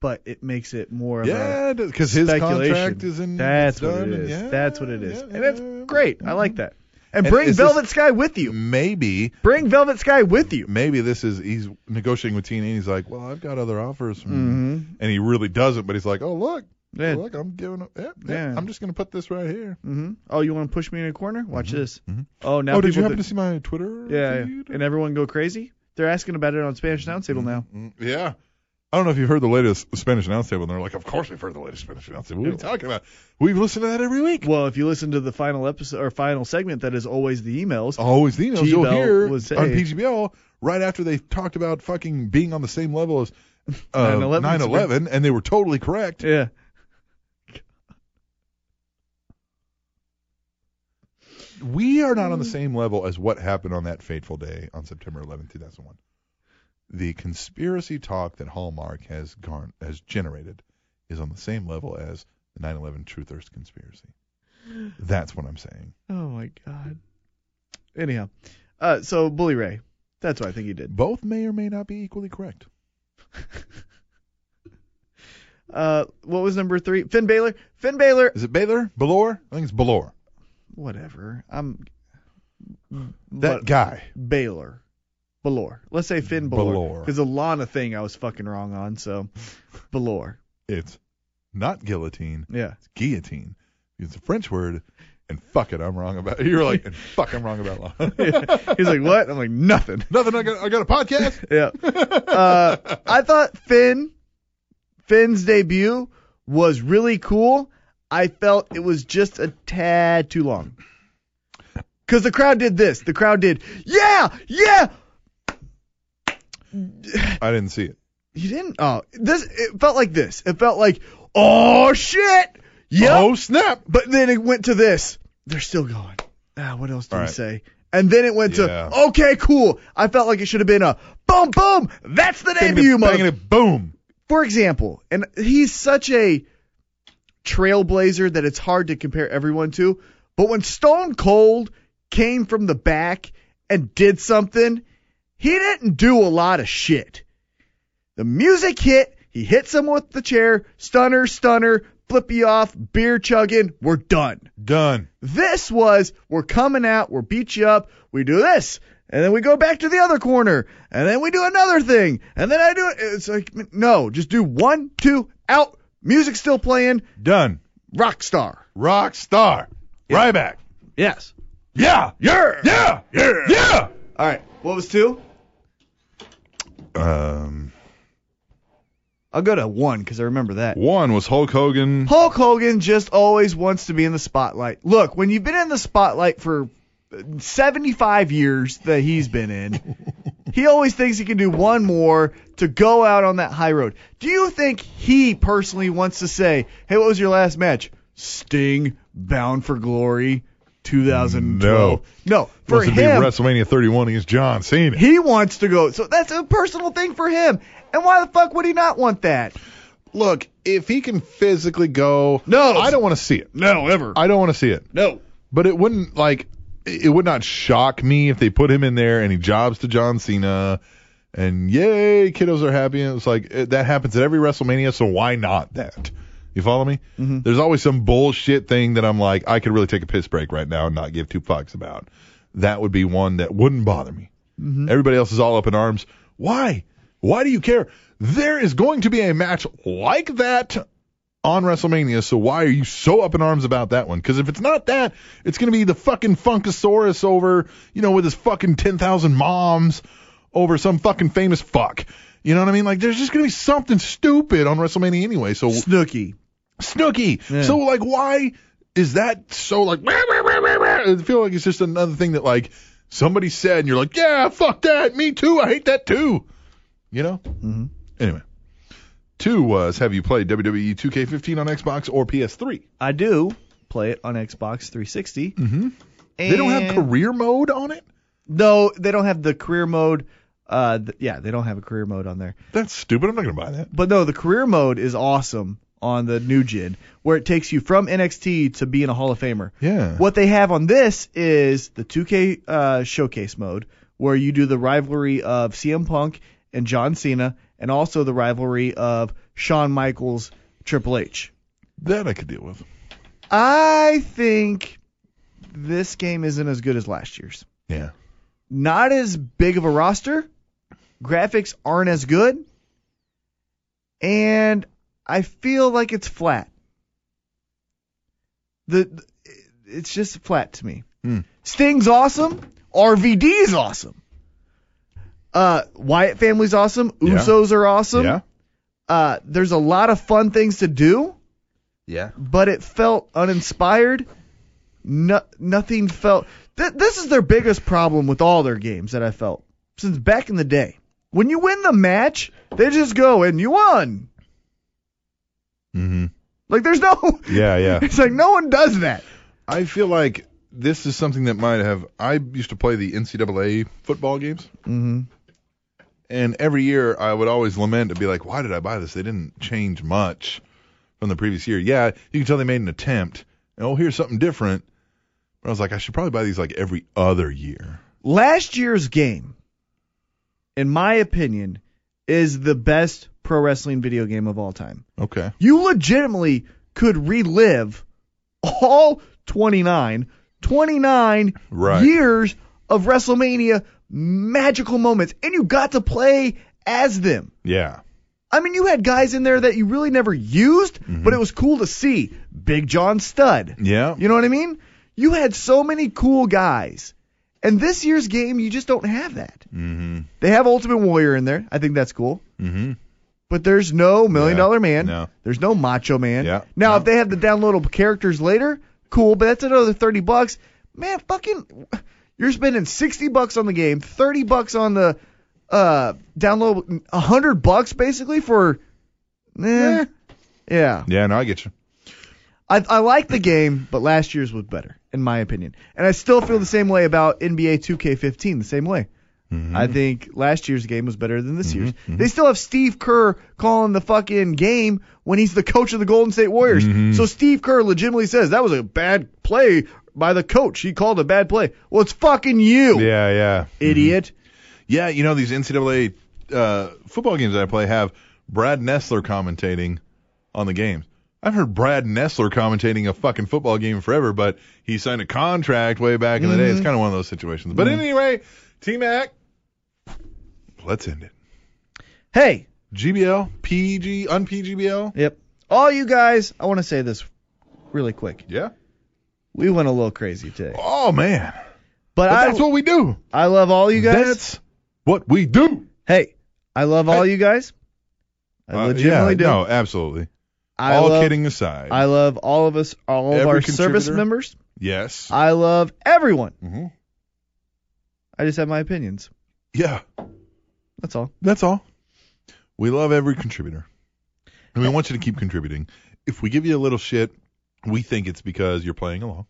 A: But it makes it more of a
B: Yeah, because his
A: speculation.
B: contract is in.
A: That's
B: it's
A: what it
B: done, and
A: is.
B: yeah,
A: That's what it is.
B: yeah,
A: and that's
B: yeah.
A: great. I like that. And,
B: And
A: bring
B: is this- Mm-hmm.
A: Velvet Sky with you.
B: Maybe,
A: Bring Velvet Sky with you.
B: maybe this is he's negotiating with TNA. And he's like, well, I've got other offers from
A: Mm-hmm.
B: and he really doesn't. But he's like, oh look,
A: Yeah.
B: look, I'm giving up. Yeah, yeah,
A: Yeah.
B: I'm just gonna put this right here.
A: Mm-hmm. Oh, you want to push me in a corner? Watch this.
B: mhm.
A: Oh, now
B: oh, did you
A: people
B: happen
A: thi-
B: to see my Twitter?
A: yeah, yeah.
B: feed?
A: and everyone go crazy. They're asking about it on Spanish Sound Table now.
B: Mm, yeah. I don't know if you heard the latest Spanish announce table, and they're like, "Of course we've heard the latest Spanish announce table. What are you talking about? We've listened to that every week.
A: Well, if you listen to the final episode or final segment, that is always the emails.
B: Always the emails you'll
A: T-Bell
B: hear on
A: was saying-
B: PGBL right after they talked about fucking being on the same
A: *laughs*
B: level as uh,
A: 9/11.
B: 9/11, and they were totally correct.
A: Yeah.
B: we are not on the same level as what happened on that fateful day on September 11, 2001. The conspiracy talk that Hallmark has garn has generated is on the same level as the 9/11 Truthers conspiracy. That's what I'm saying.
A: Oh my god. Anyhow, uh, so Bully Ray. That's what I think he did.
B: Both may or may not be equally correct.
A: Uh, what was number three? Finn Baylor. Finn Baylor.
B: Is it Baylor? Balor? I think it's Balor.
A: Whatever. I'm.
B: That
A: but-
B: guy.
A: Baylor. Balor. Let's say Finn Balor.
B: Balor.
A: Because the Lana thing I was fucking wrong on,
B: *laughs*
A: so Balor.
B: It's not guillotine. *laughs*
A: Yeah.
B: It's guillotine. It's a French word. And fuck it, I'm wrong about. You're like, and fuck, I'm wrong about law. *laughs*
A: He's like, what? I'm like, nothing.
B: Nothing. I got. I got a podcast.
A: Yeah. Uh, I thought Finn, Finn's debut was really cool. I felt it was just a tad too long. Because the crowd did this. The crowd did, yeah, yeah.
B: I didn't see it.
A: You didn't. Oh, this. It felt like this. It felt like, oh shit. Yep.
B: Oh snap!
A: But then it went to this. They're still going. Ah, what else did
B: All
A: he
B: right.
A: say? And then it went
B: Yeah.
A: to okay, cool. I felt like it should have been a boom, boom. That's the
B: Banging
A: debut,
B: it,
A: mother.
B: banging it, boom.
A: For example, and he's such a trailblazer that it's hard to compare everyone to. But when Stone Cold came from the back and did something, he didn't do a lot of shit. The music hit. He hit someone with the chair. Stunner, stunner, flippy off, beer chugging. We're done.
B: Done.
A: This was we're coming out, we're beat you up, we do this, and then we go back to the other corner, and then we do another thing, and then I do it. It's like no, just do one, two, out. Music still playing,
B: Done.
A: rock star.
B: Rock star. Ryback.
A: Yes.
B: Yeah. Yeah. Yeah. Yeah. Yeah.
A: All right. What was two?
B: Um,
A: I'll go to one because I remember that.
B: one was Hulk Hogan.
A: Hulk Hogan just always wants to be in the spotlight. Look, when you've been in the spotlight for 75 years that he's been *laughs* in, he always thinks he can do one more to go out on that high road. Do you think he personally wants to say, "Hey, what was your last match? Sting, Bound for Glory, 2012"? No, no. For
B: Supposed to be
A: him,
B: WrestleMania 31 against John Cena.
A: he wants to go. So that's a personal thing for him. And why the fuck would he not want that?
B: Look, if he can physically go,
A: No.
B: I don't want to see it.
A: No, ever.
B: I don't want to see it.
A: no.
B: But it wouldn't like it would not shock me if they put him in there and he jobs to John Cena and yay, kiddos are happy. And it's like eh, that happens at every WrestleMania, so why not that? You follow me? Mm-hmm. There's always some bullshit thing that I'm like, I could really take a piss break right now and not give two fucks about. That would be one that wouldn't bother me. Everybody else is all up in arms. Why? Why do you care? There is going to be a match like that on WrestleMania, so why are you so up in arms about that one? Because if it's not that, it's going to be the fucking Funkasaurus over, you know, with his fucking 10,000 moms over some fucking famous fuck. You know what I mean? Like, there's just going to be something stupid on WrestleMania anyway. So,
A: Snooky.
B: Snooky. So, like, why is that so, like, wah, wah, wah, wah, wah? I feel like it's just another thing that, like, somebody said, and you're like, yeah, fuck that. Me too. I hate that too. You know? Mm-hmm. Anyway. Two was, have you played E WWE 2K15 on Xbox or PS3?
A: I do play it on Xbox 360. Mm-hmm.
B: They don't have career mode on it?
A: No, they don't have the career mode. Uh, th- yeah, they don't have a career mode on there.
B: That's stupid. I'm not going to buy that.
A: But no, the career mode is awesome on the new gen, where it takes you from NXT to being a Hall of Famer.
B: Yeah.
A: What they have on this is the 2K uh, showcase mode, where you do the rivalry of CM Punk and John Cena, and also the rivalry of Shawn Michaels, Triple H.
B: That I could deal with.
A: I think this game isn't as good as last year's.
B: Yeah.
A: Not as big of a roster. Graphics aren't as good. And I feel like it's flat. The it's just flat to me.
B: Hmm.
A: Sting's awesome. RVD is awesome. Uh, Wyatt family's awesome.
B: Yeah.
A: Usos are awesome.
B: Yeah.
A: Uh, there's a lot of fun things to do,
I: Yeah.
A: but it felt uninspired. No, nothing felt. Th- this is their biggest problem with all their games that I felt since back in the day. When you win the match, they just go and you won.
B: Mm-hmm.
A: Like there's no.
B: Yeah, yeah.
A: *laughs* It's like no one does that.
B: *laughs* I feel like this is something that might have. I used to play the NCAA football games,
A: Mm-hmm.
B: and every year I would always lament and be like, "Why did I buy this? They didn't change much from the previous year." Yeah, you can tell they made an attempt. And, oh, here's something different. But I was like, I should probably buy these like every other year.
A: Last year's game, in my opinion, is the best pro wrestling video game of all time.
B: Okay.
A: You legitimately could relive all 29, 29
B: Right.
A: years of WrestleMania magical moments, and you got to play as them.
B: Yeah.
A: I mean, you had guys in there that you really never used, but it was cool to see. Big John Studd.
B: Mm-hmm. Yeah.
A: You know what I mean? You had so many cool guys. And this year's game, you just don't have that.
B: Mm-hmm.
A: They have Ultimate Warrior in there. I think that's cool.
B: Mm-hmm.
A: But there's no Million
B: Yeah,
A: Dollar Man.
B: no.
A: There's no Macho Man.
B: Yeah,
A: Now,
B: no.
A: if they have the downloadable characters later, cool, but that's another 30 bucks. Man, fucking, you're spending 60 bucks on the game, 30 bucks on the uh, download, 100 bucks basically for. Eh, yeah.
B: Yeah. No, I get you.
A: I, I like the game, but last year's was better, in my opinion. And I still feel the same way about NBA 2K15, the same way.
B: Mm-hmm.
A: I think last year's game was better than this year's. They still have Steve Kerr calling the fucking game when he's the coach of the Golden State Warriors.
B: Mm-hmm.
A: So Steve Kerr legitimately says that was a bad play by the coach. He called a bad play. Well, it's fucking you,
B: Yeah. Mm-hmm. Yeah.
A: idiot.
B: Yeah, you know these NCAA uh, football games that I play have Brad Nessler commentating on the games. I've heard Brad Nessler commentating a fucking football game forever, but he signed a contract way back in the
A: Mm-hmm.
B: day. It's kind of one of those situations. But anyway, T Mac, let's end it.
A: Hey,
B: GBL, PG, unPGBL.
A: yep. All you guys, I want to say this really quick.
B: Yeah.
A: We went a little crazy today,
B: Oh man,
A: but
B: But
A: I
B: that's what we do.
A: I love all you guys.
B: That's what we do.
A: Hey, I love all
B: Hey.
A: you guys. I
B: Uh,
A: legitimately
B: yeah,
A: do.
B: No, absolutely.
A: I
B: All
A: love,
B: kidding aside.
A: I love all of us, all of
B: Every
A: our service
B: contributor.
A: members.
B: yes.
A: I love everyone.
B: hmm
A: I just have my opinions.
B: Yeah.
A: That's all.
B: That's all. We love every contributor. And we want you to keep contributing. If we give you a little shit, we think it's because you're playing along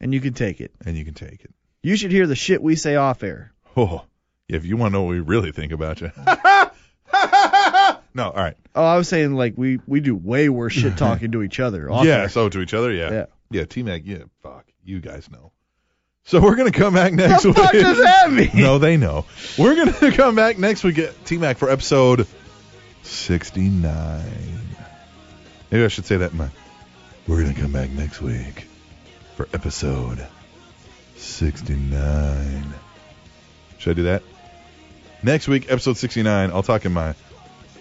A: And you can take it.
B: and you can take it.
A: You should hear the shit we say off air.
B: Oh, if you want to know what we really think about you. *laughs* no, all right.
A: Oh, I was saying like we we do way worse
B: *laughs*
A: shit talking to each other. Off *laughs*
B: yeah,
A: air.
B: so to each other, yeah.
A: Yeah.
B: Yeah, T Mac, yeah, fuck. You guys know. So we're gonna come back next
A: The
B: week.
A: fuck does that mean?
B: *laughs* No, they know. We're gonna *laughs* come back next week at T Mac for episode sixty nine. Maybe I should say that in my We're gonna come back next week for episode sixty nine. Should I do that? Next week, episode sixty nine, I'll talk in my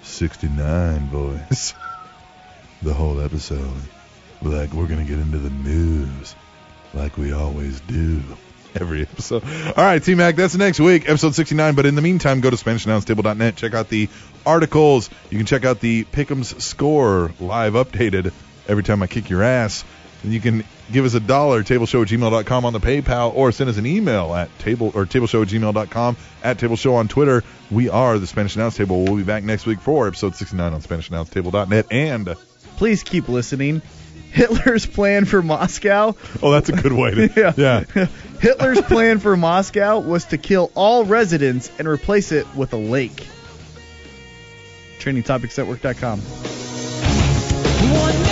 B: sixty nine voice. *laughs* the whole episode. Like we're gonna get into the news like we always do every episode. All right, T Mac, that's next week, episode 69. But in the meantime, go to SpanishAnnounceTable.net, check out the articles. You can check out the Pick'em's score live updated every time I kick your ass. And you can give us a dollar, tableshow at gmail.com on the PayPal, or send us an email at table or tableshow at gmail.com, at tableshow on Twitter. We are the Spanish Announce Table. We'll be back next week for episode 69 on SpanishAnnounceTable.net. And,
A: Please keep listening. Hitler's plan for Moscow.
B: oh, that's a good way to, yeah.
A: Hitler's plan for Moscow was to kill all residents and replace it with a lake. TrainingTopicsNetwork.com.
I: One